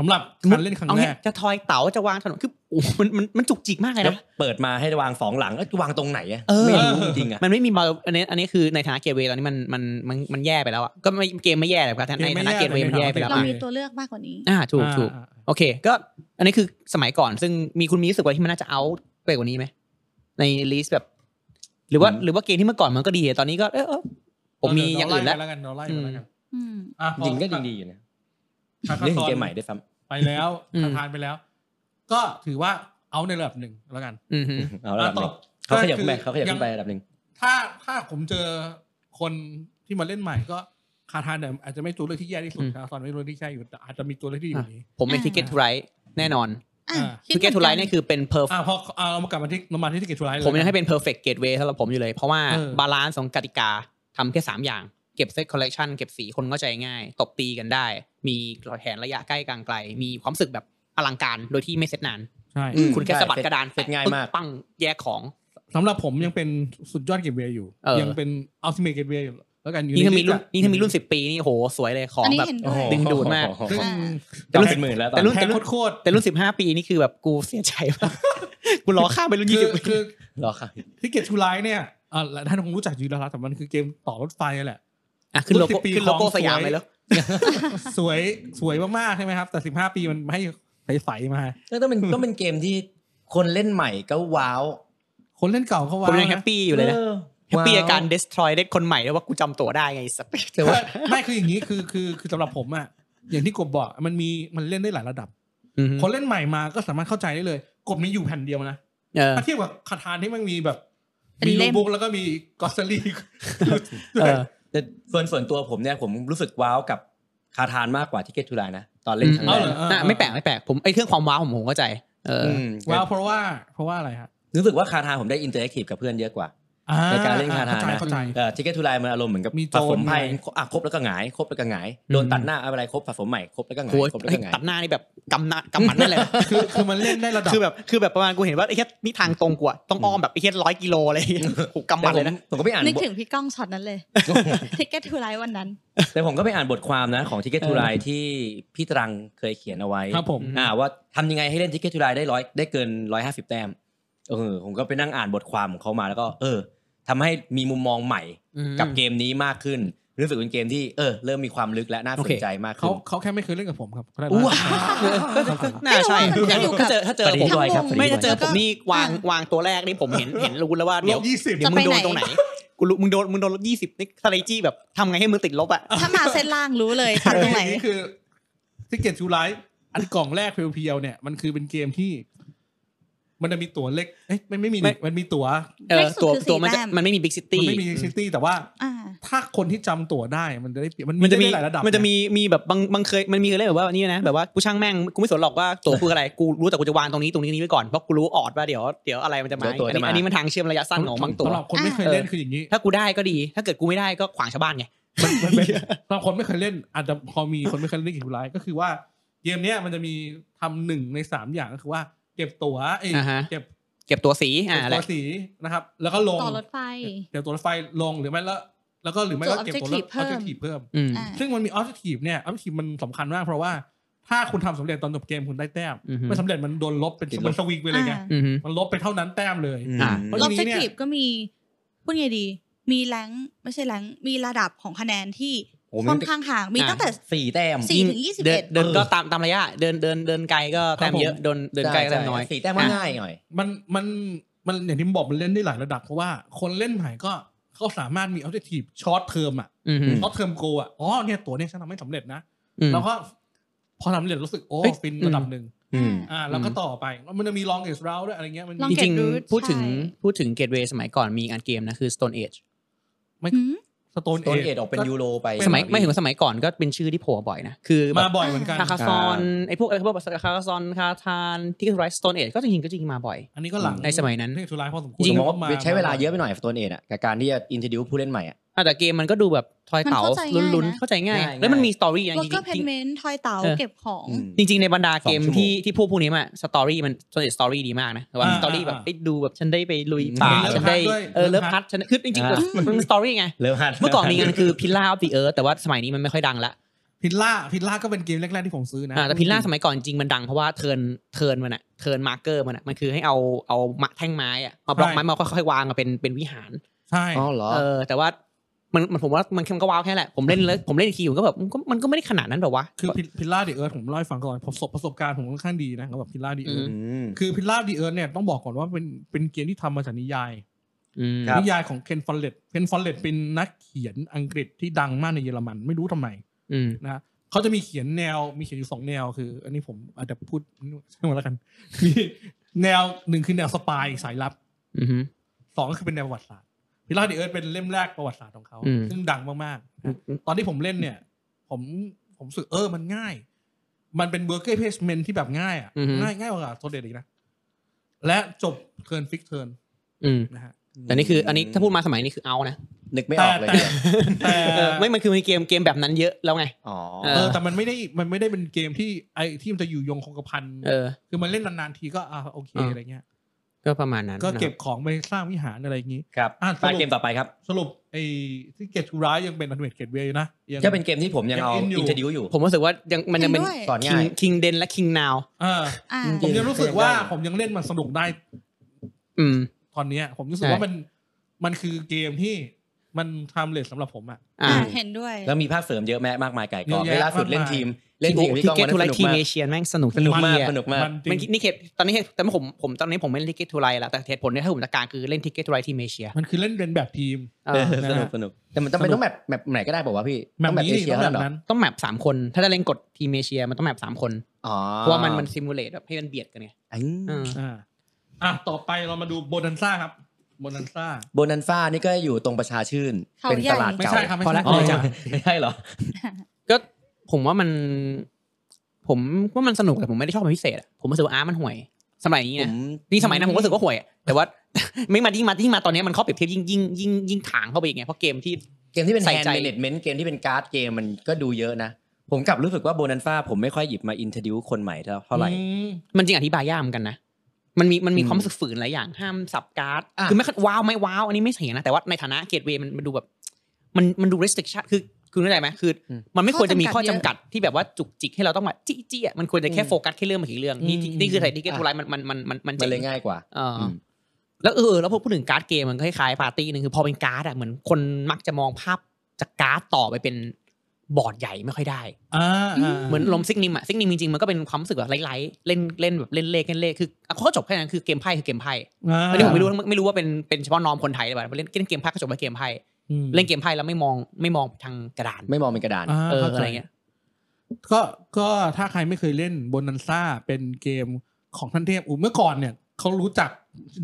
Speaker 1: สำหรับการเล่นครั้ง
Speaker 4: เอา
Speaker 1: แร
Speaker 4: เนี่ย
Speaker 1: ก
Speaker 4: จะทอยเต๋าจะวางถนนคือโอ้โหมันมันมันจุกจิกมากเลย
Speaker 3: แล้ว
Speaker 4: นะ
Speaker 3: เปิดมาให้วางสองหลังแล้ววางตรงไหนอะ
Speaker 4: เออ
Speaker 3: ไม่รู้จริงๆอะ
Speaker 4: มันไม่มีมาอันนี้อันนี้คือในฐานะเกมเวย์ตอนนี้มันมันมันมันแย่ไปแล้วอ่ะก็ไม่เกมไม่แย่เลยครับแต่ในฐานะเกมเวย์มันแย่ไปแล้ว
Speaker 2: เรา
Speaker 4: อ่ะ
Speaker 2: มีตัวเลือกมากกว่านี้
Speaker 4: อ่าถูก
Speaker 1: อ่า
Speaker 4: ถูกโอเค ก็อันนี้คือสมัยก่อน ซึ่งมีคุณมีรู้สึกว่าที่มันน่าจะเอาไปกว่านี้ไหมในลิสต์แบบ หรือว่า
Speaker 3: อืม
Speaker 4: หรือว่าเกมที่เมื่อก่อนมันก็ดีตอนนี้ก็เออเออผมมีอย่างอื่นแล้ว
Speaker 1: เดี๋วเราไกันเราไล่ไปแล้วกัน
Speaker 2: อืม
Speaker 1: อ่ะพอ
Speaker 3: จริงก็จริงดีอยู่นะ
Speaker 1: คาคา
Speaker 3: เล่น
Speaker 1: ซอน
Speaker 3: เกมใหม่ได้วยซ้
Speaker 1: ไปแล้ว
Speaker 4: อืม
Speaker 1: คาทานไปแล้ว ก็ถือว่าเอาในระดับหนึ่งแล้วกัน
Speaker 4: อืมฮึ
Speaker 3: ำเอาละ
Speaker 1: อ่ะต่อ
Speaker 3: เขาขยับขึ้นไป
Speaker 1: ก็คือ
Speaker 3: เขาขยับขึ้นไประดับหนึ่ง
Speaker 1: ถ้าถ้าผมเจอคนที่มาเล่นใหม่ก็คาทานเนี่ยอาจจะไม่ตัวเลือกที่แย่ที่สุดคาทานไม่ตัวเลือกที่แย่อยู่แต่อาจจะมีตัวเลือกที่ดีกว่านี้
Speaker 4: ผมเป็น
Speaker 2: อ่า
Speaker 4: ทิกเก็ตทูไรแน่นอน
Speaker 2: อ่ะ
Speaker 1: อ่า
Speaker 2: คิด
Speaker 4: ทิกเก็ตทูไรนี่คือเป็นเพอร์
Speaker 1: อ่าพอเอาเรามากลับมาที่เรามาที่ที่เกตทูไลท์
Speaker 4: ผมยังให้เป็น perfect gateway สำหรับผมอยู่เลย เพราะว่า
Speaker 1: เออ
Speaker 4: บาลานซ์ของกติกาทำแค่สามอย่าง เก็บเซตคอลเล t ชันเก็บสีคนเข้าใจง่าย ตบตีกันได้ มีแขนระยะใกล้กลางไกล มีความรู้สึกแบบอลังการโดยที่ไม่เซตนาน
Speaker 1: ใช่
Speaker 3: อืม
Speaker 4: คุณแค่
Speaker 3: ใช่
Speaker 4: สะบัด
Speaker 3: เซ็ต
Speaker 4: กระดาน
Speaker 3: เซ็ตง่ายมาก
Speaker 4: ปึ๊ปังแยกของ
Speaker 1: สำหรับผมยังเป็นสุดยอดเกตเวย์อยู่
Speaker 4: เออ
Speaker 1: ยังเป็นอัลติเมทเกตเวย์อยู่แล้วกันอยู่
Speaker 4: นี่ถ้ามี
Speaker 1: ลิ
Speaker 4: รุ่
Speaker 1: ส
Speaker 4: น
Speaker 1: ต์อะ
Speaker 4: นี่ถ้ามีรุ่นสิบปีนี่โหสวยเลยของ
Speaker 2: อันนี้
Speaker 4: แบบ
Speaker 2: เห็น
Speaker 3: โอ้
Speaker 2: ด้วย
Speaker 3: โห
Speaker 4: ดึงดูดมาก
Speaker 1: ซึ่ง
Speaker 2: อ่า
Speaker 3: จะเป็นหมื่นแล้วตอน
Speaker 4: แต่รุ่น
Speaker 1: แพงโคตร
Speaker 4: แต่รุ่นสิบห้าปีนี่คือแบบกูเสียใจมาก กูรอข้ามไปรุ่น
Speaker 1: ๆ
Speaker 4: ยี่
Speaker 1: คือ
Speaker 4: สิบปี
Speaker 1: คือ
Speaker 3: รอค่ะ
Speaker 1: ที่เกตทูไลท์เนี่ยอ่าหลายท่านคงรู้จักอยู่แล้วละแต่มันคือเกมต่อรถไฟนั่นแหละ
Speaker 4: อ่ะขึ้นโลโก้
Speaker 1: รุ่น10ปี
Speaker 4: ขึ้นโลโก้
Speaker 1: ของสวย
Speaker 4: สยามเลยแล้ว
Speaker 1: สวยสวยมากๆใช่ไหมครับ แต่สิบห้าปีมันให้ใสๆมา
Speaker 3: ก็ต้องเป็นต้องเป็นเกมที่คนเล่นใหม่ก็ว้าว
Speaker 1: คนเล่นเก่าเขา
Speaker 4: ผ
Speaker 1: ว่าม
Speaker 4: ยังแฮปปี้อยู่เลยนะ
Speaker 3: ออ
Speaker 4: แฮปปี้
Speaker 3: ว้ว
Speaker 4: กับการ destroy ได้คนใหม่แล้วยว่ากูจำตัวได้ไงสเปซ
Speaker 3: แต่ว่า
Speaker 1: ไม่คืออย่างนี้คือคือคือสำหรับผมอะอย่างที่กบบอกมันมีมันเล่นได้หลายระดับ คนเล่นใหม่มาก็สามารถเข้าใจได้เลยกบมีอยู่แผ่นเดียวนะ ถ้าเทียบกับคาทานที่มันมีแบบ
Speaker 2: เป็น
Speaker 1: มี
Speaker 2: เล่
Speaker 1: ลู
Speaker 2: ม
Speaker 1: บุ๊กแล้วก็มีกอสซลี
Speaker 4: เออ
Speaker 3: แต่ส่วนส่วนตัวผมเนี่ยผมรู้สึกว้าวกับคาทานมากกว่าที่เกตทูไลนะ ตอนเล่นครั้ง
Speaker 1: เอา
Speaker 3: แร
Speaker 1: เหรอ
Speaker 3: ก
Speaker 1: เออ
Speaker 4: น่ะไม่แปลกไม่แปลกผมไอ้เรื่องความว้าวผมผมเข้าใจ เอออ
Speaker 3: ม
Speaker 1: ว้าวเพราะว่าเพราะว่าอะไรฮะ
Speaker 3: รู้สึกว่าคาทานผมได้อินเตอร์แอคทีฟกับเพื่อนเยอะกว่า
Speaker 1: อ่
Speaker 3: ในการเล่นคาทานนะ
Speaker 1: เข้ใจเข้าใจ
Speaker 3: เอ่อทิกเก็ตทูไลมันอารมณ์เหมือนกับ
Speaker 1: มีโจ
Speaker 3: ผ
Speaker 1: ร
Speaker 3: สมไพ่
Speaker 1: ไง
Speaker 3: อ่ะครบแล้วก็หงายครบแล้วก็หงายโดนตัดหน้าเอาอะไรครบผสมใหม่ครบแล้วก็หงา
Speaker 4: โห
Speaker 3: ยครบแล้วก็หงาย
Speaker 4: ตัดหน้านี่แบบกำหน้ากำหมัดนั่นแหละ
Speaker 1: คือคือมันเล่นได้ระดับ
Speaker 4: คือแบบคือแบบประมาณกูเห็นว่าไอ้แค่นี่ทางตรงกูอะต้องอ้อมแบบไอ้แค่ร้อยกิโลอะไรอย่างเงี้ยโหกำหมัดเลยนะ
Speaker 3: แต่ผมผมก็ไม่อ่าน
Speaker 2: นึก
Speaker 3: บท
Speaker 2: ถึงพี่ก้องช็อตนั้นเลยทิกเก็ตทูไลท์วันนั้น
Speaker 3: แต่ผมก็ไม่อ่านบทความนะของทิกเก็ตทูไลที่พี่ตรังเคยเขียนเอาไว้
Speaker 1: ครับผม
Speaker 3: อ่าว่าทำยังไงให้เล่นทิกเก็ตทูไลได้ร้อยได้เกินร้อยห้าสิบแต้มเออผมก็ไปนั่งอ่านบทความของเขามาแล้วก็ เออทำให้มีมุมมองใหม่กับเกมนี้มากขึ้นรู้สึกเป็นเกมที่เออเริ่มมีความลึกและน่าส
Speaker 4: โอน เค
Speaker 3: ใจมาก
Speaker 1: เขา
Speaker 3: ขึ้น
Speaker 1: เขาแค่ไม่เคยเล่นกับผมครับเขาได้
Speaker 3: อู้
Speaker 1: ร้อย
Speaker 3: ว้า
Speaker 4: เออก็ก็น่าใช่
Speaker 2: ไม่รู้ว่ามันจะอยู่กับ
Speaker 4: ถ้าเจอถ้าเจอผม
Speaker 3: สวัสดีด้วยครับ
Speaker 4: ไม่ถ้าเจอ
Speaker 2: แล้ว
Speaker 4: ผ
Speaker 2: ก็
Speaker 4: มนี่วางวางตัวแรกนี่ผมเห็นเห็นรู้แล้วว่า
Speaker 1: ล
Speaker 4: เดี๋ยว
Speaker 1: บยี่สิบ
Speaker 4: เดี๋ยวมึงโดนตรงไหน กูรู้มึงโดนมึงโดนลบยี่สิบนี่สไตรจี้แบบทำไงให้มึงติดลบอ่ะ
Speaker 2: ถ้ามาเส้นล่างรู้เลยทันตรงไหน
Speaker 1: นี่คือที่เกตชูไลท์อันกล่องแรกเพียวๆเนี่ยมันคือเป็นเกมที่ มันจะมีตั๋วเล็กเอ้ยไม่ไม่มี
Speaker 4: ไม่
Speaker 1: นี่มันมีตั๋ว
Speaker 4: เอ
Speaker 2: เล
Speaker 4: อ
Speaker 2: ขสุด
Speaker 4: ตัว
Speaker 2: คือ
Speaker 4: ตัวมัน
Speaker 2: สี่
Speaker 4: จะ
Speaker 2: แต้ม
Speaker 4: มันไม่มีบิ๊กซิ
Speaker 1: มั
Speaker 4: ตี้
Speaker 1: นไม่มีซิตี้แต่ว่า
Speaker 2: อ่า
Speaker 1: ถ้าคนที่จำตั๋วได้มันจะได้เปรียบมัน
Speaker 4: มันจะมี
Speaker 1: ได้หลายระดับ
Speaker 4: มันจะมีมีแบบบางบางเคยมันมีเคยเล่นแบบว่านี่นะแบบว่ากูช่างแม่งกูไม่สนหรอกว่าตัวคืออะไรกูรู้แต่กูจะวางตรงนี้ตรงนี้นี้ไว้ก่อนเพราะกูรู้ออดว่าเดี๋ยวเดี๋ยวอะไรมันจะมา
Speaker 3: เดี๋ยวตัว
Speaker 4: อัน
Speaker 3: จะ
Speaker 4: นี้
Speaker 3: มา
Speaker 4: อันนี้มันทางเชื่อมระยะสั้นของบางตัว
Speaker 1: สำหรับคนไม่เคย
Speaker 4: อ่า
Speaker 1: เล่นคืออย่างนี้
Speaker 4: ถ้ากูได้ก็ดี ถ้าเกิดกูไม่ได้ก็ขวางชาวบ้านไง
Speaker 1: มันเป็นสำหรับคนไม่เคยเล่น อาจจะพอมีคนไม่เคยเล่นเกมชูไลท์ก็คือว่าเกมเนี้ยมันจะมีทำหนึ่งในสามอย่างก็คือว่า เก็บตั๋วเอ้ย
Speaker 4: อ่าฮะ
Speaker 1: เก็บ
Speaker 4: เก็บตัวสีอ่า
Speaker 1: เก็บ
Speaker 4: แห
Speaker 1: ตั๋
Speaker 4: ละ
Speaker 1: วสีนะครับ แล้วก็ลง
Speaker 2: ต่อรถไฟ
Speaker 1: เก็บตัวรถไฟลงหรือไม่แล้วแล้วก็หรือไม่
Speaker 2: ตั
Speaker 1: ก็
Speaker 2: ว
Speaker 1: เก็บตัวรถ
Speaker 2: objective เพิ่ม
Speaker 1: objective เพิ่ม
Speaker 4: อืม
Speaker 2: อ่า
Speaker 1: ซึ่งมันมี objective เนี่ย objective มันสำคัญมากเพราะว่า ถ้าคุณทำสำเร็จตอนจบเกมคุณได้แต้ม
Speaker 4: อืม
Speaker 1: ไม่สำเร็จมันโดนลบเป็น
Speaker 3: ติดลบ
Speaker 1: มันสวิงไปเลยไง
Speaker 2: อ่า
Speaker 4: อืม
Speaker 1: มันลบไปเท่านั้นแต้มเลย
Speaker 3: ม
Speaker 4: อ่า
Speaker 1: เพ
Speaker 2: ล
Speaker 1: ราะ
Speaker 2: บ
Speaker 1: ที
Speaker 2: เซ
Speaker 1: นี้เนี่ย
Speaker 2: ทีฟก็มีพูดไงดี มีแรงไม่ใช่แรงมีระดับของคะแนนที่
Speaker 3: โอ้มี
Speaker 2: ค่อนข้างห่างมี
Speaker 4: อ่า
Speaker 2: ตั้งแต่
Speaker 3: สี่แต้ม
Speaker 2: สี่ ถึง21
Speaker 4: เดินเดินก็ตามตามระยะ เดินเดินเดินไกลก็แต้มเยอะ
Speaker 3: ครับผม
Speaker 4: เดินเดินไกลก็แต้มน้อย
Speaker 3: สี่แต้มก็ง่ายหน่อย
Speaker 1: มันมันมันอย่างที่ผมบอกมันเล่นได้หลายระดับ เพราะว่าคนเล่นใหม่ก็เขาสามารถมี objective short term อ่ะ
Speaker 4: อืม
Speaker 1: short term goal อ่ะอ๋อเนี่ยตัวเนี่ยฉันทำไม่สำเร็จนะแล้วก็พอทำสำเร็จรู้สึกโอ้
Speaker 4: เฮ้ย
Speaker 1: ฟิน
Speaker 4: อืม
Speaker 1: ระดับหนึ่ง
Speaker 3: อืม
Speaker 1: อ่าแล้วก็ต่อไปมันจะมี longest route ด้วยอะไรเงี้ยมัน
Speaker 2: ลอ
Speaker 4: จ
Speaker 1: มี
Speaker 2: Get
Speaker 4: ริง
Speaker 2: Root
Speaker 4: ๆ พูดถึง
Speaker 2: ใช่
Speaker 4: พูดถึงเกตเวย์สมัยก่อนมีงานเกมนะคือ Stone Age
Speaker 2: หืม
Speaker 1: stone
Speaker 3: ต้นเอ็ด
Speaker 1: age
Speaker 3: ออกเป็นยูโรไป
Speaker 4: สมัยไม่ถึงสมัยก่อนก็เป็นชื่อที่โผล่บ่อยนะ คือแบ
Speaker 1: มา
Speaker 4: บ
Speaker 1: บ่อยเหมือนกัน
Speaker 4: คาคาซอนไอพวกไอพวกคาคาซอนคาทานที่ไรสโตนเอจก็จริงๆก็จริงๆมาบ่อย
Speaker 1: อันนี้ก็หลัง
Speaker 4: ในสมัยนั้น
Speaker 1: เทคทุลายพอสมคว
Speaker 3: จ
Speaker 1: ร
Speaker 3: ริงๆผ
Speaker 1: แล้
Speaker 3: ม
Speaker 1: ก็
Speaker 3: ว่าใช้เวลาเยอะไปหน่อยต้นเอ็ดอ่ะกับการที่จะอินทิดิวผู้เล่นใหม่อ่ะ
Speaker 4: อ่ะแต่เกมมันก็ดูแบบทอยเต๋า
Speaker 2: มันเข้าใจง่ายนะ
Speaker 4: ลุ้นๆเข้าใจง่าย
Speaker 3: ง่ายๆ
Speaker 4: แล้วมันมีสตอรี่นะ
Speaker 2: วอ
Speaker 4: จ
Speaker 2: เกอ
Speaker 4: ริ
Speaker 2: ร์เพน
Speaker 4: ง
Speaker 2: เมนต์ทอยเต๋า
Speaker 4: เออ
Speaker 2: เก็บของ
Speaker 3: อืม
Speaker 4: ๆจริง ๆ ในบรรดาเกม
Speaker 3: สองชั่วโมง
Speaker 4: ที่ที่พวกพวกนี้มันสตอรี่มันสตอรี่สตอรี่ดีมากนะแต่ว่า
Speaker 1: อ่า
Speaker 4: สตอรี่แบบ
Speaker 1: อ่า
Speaker 4: ไอ้ดูแบบฉันได้ไปลุย
Speaker 3: อืม
Speaker 4: ป่า
Speaker 3: มีเลิฟ
Speaker 4: ฉันได้
Speaker 1: ฮัทด้วย
Speaker 4: เออ
Speaker 1: เลิ
Speaker 4: เลิ
Speaker 1: ฟ
Speaker 4: ฟ
Speaker 1: ฮั
Speaker 4: พั
Speaker 1: ท
Speaker 4: ทฉันคือจริงๆ
Speaker 3: อ่า
Speaker 4: แบบมันเป็นสตอรี่ไง
Speaker 3: เริ่มหัด
Speaker 4: เมื่อก่อนมีงานคือพิลล่าออฟดีเอิร์แต่ว่าสมัยนี้มันไม่ค่อยดังละ
Speaker 1: พิลล่าพิลล่าก็เป็นเกมแรก ๆ ที่ผมซื้อนะ
Speaker 4: อ่าแต่พิลล่าสมัยก่อนจริงมันดังเพราะว่าเทิร์นเทิร์นมันอะเทิร์นมาร์เกอร์มันอะมันคือให้เอาเอามาแท่งไม้อะมาบล็อกไม้มาค่อยๆวางมาเป็นเป็นวิหาร
Speaker 1: ใช่
Speaker 3: อ๋อเหรอ
Speaker 4: เออแต่ว่ามันมันผมว่ามันมันก็ว้าวแค่แหละผมเล่นแล้วผมเล่นอีกทีผมก็แบบมันก็มันก็ไม่ได้ขนาดนั้นแบบว่า
Speaker 1: คือพิลล่าดีเอิร์ธผมเล่าให้ฟังก่อนประสบประสบการณ์ผมค่อนข้างดีนะครับแบบพิลล่าดีเอิร์ธ
Speaker 4: ม
Speaker 3: อืม
Speaker 1: คือพิลล่าดีเอิร์ธเนี่ยต้องบอกก่อนว่าเป็นเป็นเกมที่ทำมาจากนิยาย
Speaker 4: อืม
Speaker 3: ครับ
Speaker 1: นิยายของเคนฟอนเลตเคนฟอนเลตเป็นนักเขียนอังกฤษที่ดังมากในเยอรมันไม่รู้ทำไม
Speaker 4: อืม
Speaker 1: นะฮะเขาจะมีเขียนแนวมีเขียนอยู่สองแนวคือ อันนี้ผมอาจจะพูดใช่ไหมแล้วกัน มีแนวหนึ่งคือแนวสปายสายลับ
Speaker 4: อืม
Speaker 1: สองก็คือเป็นแนวประวัติศาสตร์พิลาเดเอิร์ธเป็นเล่มแรกประวัติศาสตร์ของเขา
Speaker 4: อืม
Speaker 1: ซึ่งดังมากๆนะตอนที่ผมเล่นเนี่ย ผมผมรู้สึกเออมันง่าย มันเป็นเบอร์เกอร์เพสเมนที่แบบง่ายอ่ะ
Speaker 4: อือฮึ
Speaker 1: ง่ายง่ายกว่าโซเดตอีกนะ และจบเทิร์นฟิกเทิร์น
Speaker 4: อืม
Speaker 1: นะฮะ
Speaker 4: แต่นี่คืออันนี้ถ้าพูดมาสมัยนี้คือเอานะ
Speaker 3: นึกไม่ออกเลย
Speaker 1: แต่
Speaker 3: เนี่ย
Speaker 1: แต่
Speaker 4: เออไม่มันคือมีเกมเกมแบบนั้นเยอะแล้วไง
Speaker 3: อ๋อ
Speaker 4: เอ
Speaker 1: เออแต่มันไม่ได้มันไม่ได้เป็นเกมที่ไอที่มันจะอยู่ยงคงกระพัน
Speaker 4: เออ
Speaker 1: คือมันเล่นนานๆทีก็อ่าโอเค
Speaker 4: อ่า
Speaker 1: อะไรเงี้ย
Speaker 4: ก็ประมาณนั้น
Speaker 1: ก็เก็บ
Speaker 4: นะครั
Speaker 1: ของไปสร้างวิหารอะไรอย่างงี้
Speaker 3: ครับ
Speaker 1: อ่ะสรุป
Speaker 3: ไปเกมต่อไปครับ
Speaker 1: สรุปไอที่เกตทูร้ายยังเป็นอันเวทเกตเวย์นะยัง
Speaker 3: จะเป็นเกมที่ผมยังเอา
Speaker 1: ยังอินอยู่
Speaker 3: อินเทอร์ดิวอยู่
Speaker 4: บผมรู้สึกว่ายังมันยังเป็น
Speaker 2: ด้วย
Speaker 3: สอน
Speaker 4: คิ
Speaker 3: ง่างย
Speaker 4: คิงเดนและคิงนาว
Speaker 1: อ่า
Speaker 2: อ่า
Speaker 3: จริง
Speaker 1: ผมยังรู้สึกว่า
Speaker 3: ได้
Speaker 1: ผมยังเล่นมันสนุกได้
Speaker 4: อืม
Speaker 1: ตอนเนี้ย ผมรู้สึก
Speaker 4: ใช่
Speaker 1: ว่ามันมันคือเกมที่มันทำเลทสำหรับผมอ่ะ
Speaker 4: อ่า
Speaker 2: อ่าเห็นด้วย
Speaker 3: แล้วมีภาคเสริมเยอะแมะมากมายไก่กอง
Speaker 1: เยอะแยะ
Speaker 3: เวลาสุดเล่น
Speaker 1: มากมาย
Speaker 3: ทีม เล่นทีมกับพี่
Speaker 4: ที่
Speaker 3: ก้อง
Speaker 4: เกต
Speaker 3: วัน
Speaker 4: ทูไล
Speaker 3: นั้นสนุก
Speaker 4: ทีม
Speaker 3: มาก
Speaker 4: เอเชียแม่งสนุก
Speaker 3: สนุกมาก
Speaker 4: เหี้ย
Speaker 3: สนุกมาก
Speaker 1: มันจ
Speaker 4: มั
Speaker 1: ริ
Speaker 4: น
Speaker 1: ง
Speaker 4: นี่เกตตอนนี้แต่ผมผมตอนนี้ผมไม่เล่นเกตทูไลแล้วแต่เหตุผลที่ยถ้าผมจัดการคือเล่นที่เกตทูไลทีมเอเชีย
Speaker 1: มันคือเล่นเป็นแบบทีม
Speaker 4: เอ
Speaker 3: เอ
Speaker 4: อ
Speaker 3: อ
Speaker 1: นะ
Speaker 3: สนุ
Speaker 1: ฮะ
Speaker 3: กสนุกแต่มันจำเป็นต้องแมปแมปไหนก็ได้บอกว่าวะพี่
Speaker 1: แบ
Speaker 3: ต้อบงแมป
Speaker 1: นี้
Speaker 3: เอเชีย
Speaker 1: ต้อง
Speaker 3: เท่า
Speaker 1: แบ
Speaker 3: นั้น
Speaker 1: บ
Speaker 3: เหรอ
Speaker 1: นั้น
Speaker 4: ต้องแมปสามคน ถ้าจะเล่นกดทีมเอเชียมันต้องแมปสามคน
Speaker 3: อ๋อ
Speaker 4: เพราะว่ามันมันซิมูเลตแบบให้มันเบียดกันไง
Speaker 3: อืม
Speaker 1: อ่าอ่ะต่อไปเรามาดูโบนันซ่าครับโบนันซ่า
Speaker 3: โบนันซ่านี่ก็อยู่ตรงประชาชื่น
Speaker 2: เขา
Speaker 3: เป็น
Speaker 2: ใหญ่
Speaker 3: ตลาด
Speaker 1: ไม่
Speaker 3: เก่า
Speaker 1: ใช่ครับไม่
Speaker 4: พอ
Speaker 1: ใช่
Speaker 4: ละ
Speaker 1: อ๋อ
Speaker 4: เลยจ้ะ
Speaker 3: ไม่ใช่เหรอ
Speaker 4: ก็ผมว่ามัน ผมว่ามันสนุกแต่ผมไม่ได้ชอบเป็นพิเศษอะผมรู้สึกว่าอาร์มันห่วย สมัยนี้
Speaker 3: ผ
Speaker 4: นะ
Speaker 3: ม
Speaker 4: นี่สมัยนั้นผมก็รู้สึกว่าห่วยอะแต่ว่า ไม่มายิ่งมายิ่งมาตอนนี้มันเข้าเปรียบเทียบยิ่งยิ่งยิ่งยิ่งถางเข้าไปอีกไงเพราะเกมที่
Speaker 3: เกมที่เป็น
Speaker 4: ใส่
Speaker 3: แฮน
Speaker 4: ใจ
Speaker 3: ด์เมเนจเมนต์เกมที่เป็นการ์ดเกมมันก็ดูเยอะนะ ผมกลับรู้สึกว่าโบนันซ่าผมไม่ค่อยหยิบมาอินเทอร์ดิวคนใหม่เท่าไหร่
Speaker 1: อืม
Speaker 4: มันจริงอธิบายยากเหมือนกันนะมันมีมันมี
Speaker 3: อืม
Speaker 4: ความรู้สึกฝืนหลายอย่างห้ามสับการ์ด
Speaker 3: อ่ะ
Speaker 4: คือไม่ค่อยว้าวไม่ว้าวอันนี้ไม่เถียงนะแต่ว่าในฐานะเกตเวย์มันมันดูแบบ มันมันดู restriction คือคือเข้าใจไหมคือ มันไม่ควรจะมีข้อจำกัดที่แบบว่าจุกจิกให้เราต้องแบบจี้จี้อ่ะมันควรจะแค่โฟกัสแค่เรื่องมาถึงเรื่องนี่ที่นี่คือไทยที่เกตทูไลมันมันมันมันมัน
Speaker 3: มันเล
Speaker 4: เจ๋
Speaker 3: ย
Speaker 4: ง
Speaker 3: ง่ายกว่า
Speaker 4: เอออ
Speaker 3: ม
Speaker 4: แล้วเออแล้วพอพูดถึงการ์ดเกมมันก็คล้ายๆปาร์ตี้หนึ่งคือพอเป็นการ์ดอ่ะเหมือนคนมักจะมองภาพจากการ์ดต่อไปเป็น บอร์ดใหญ่ไม่ค่อยได้
Speaker 1: อ่าา
Speaker 4: เหมือนลมซิกนิมอะซิกนิมจริงๆมันก็เป็นความรู้สึกแบบไร้ๆเล่นเล่นแบบเล่นเลขเล่นเลขคืออ่ะเขาก็จบแค่นั้นคือเกมไพ่คือเกมไพ่
Speaker 1: อ่า
Speaker 4: ไม่ได้ผมไม่รู้ไม่รู้ว่าเป็นเป็นเฉพาะนอมคนไทยหรือเปล่าเล่นเล่นเกมไพ่ก็จบแค่เกมไพ่
Speaker 1: อืม
Speaker 4: เล่นเกมไพ่แล้วไม่มองไม่มองทางกระดาน
Speaker 3: ไม่มองเป็นกระดาน
Speaker 1: า
Speaker 4: เออ
Speaker 1: ข้าใจ
Speaker 4: อะไรเงี้ย
Speaker 1: ก็ก็ถ้าใครไม่เคยเล่นบนนันซ่าเป็นเกมของท่านเทพอูเมื่อก่อนเนี่ยเขารู้จัก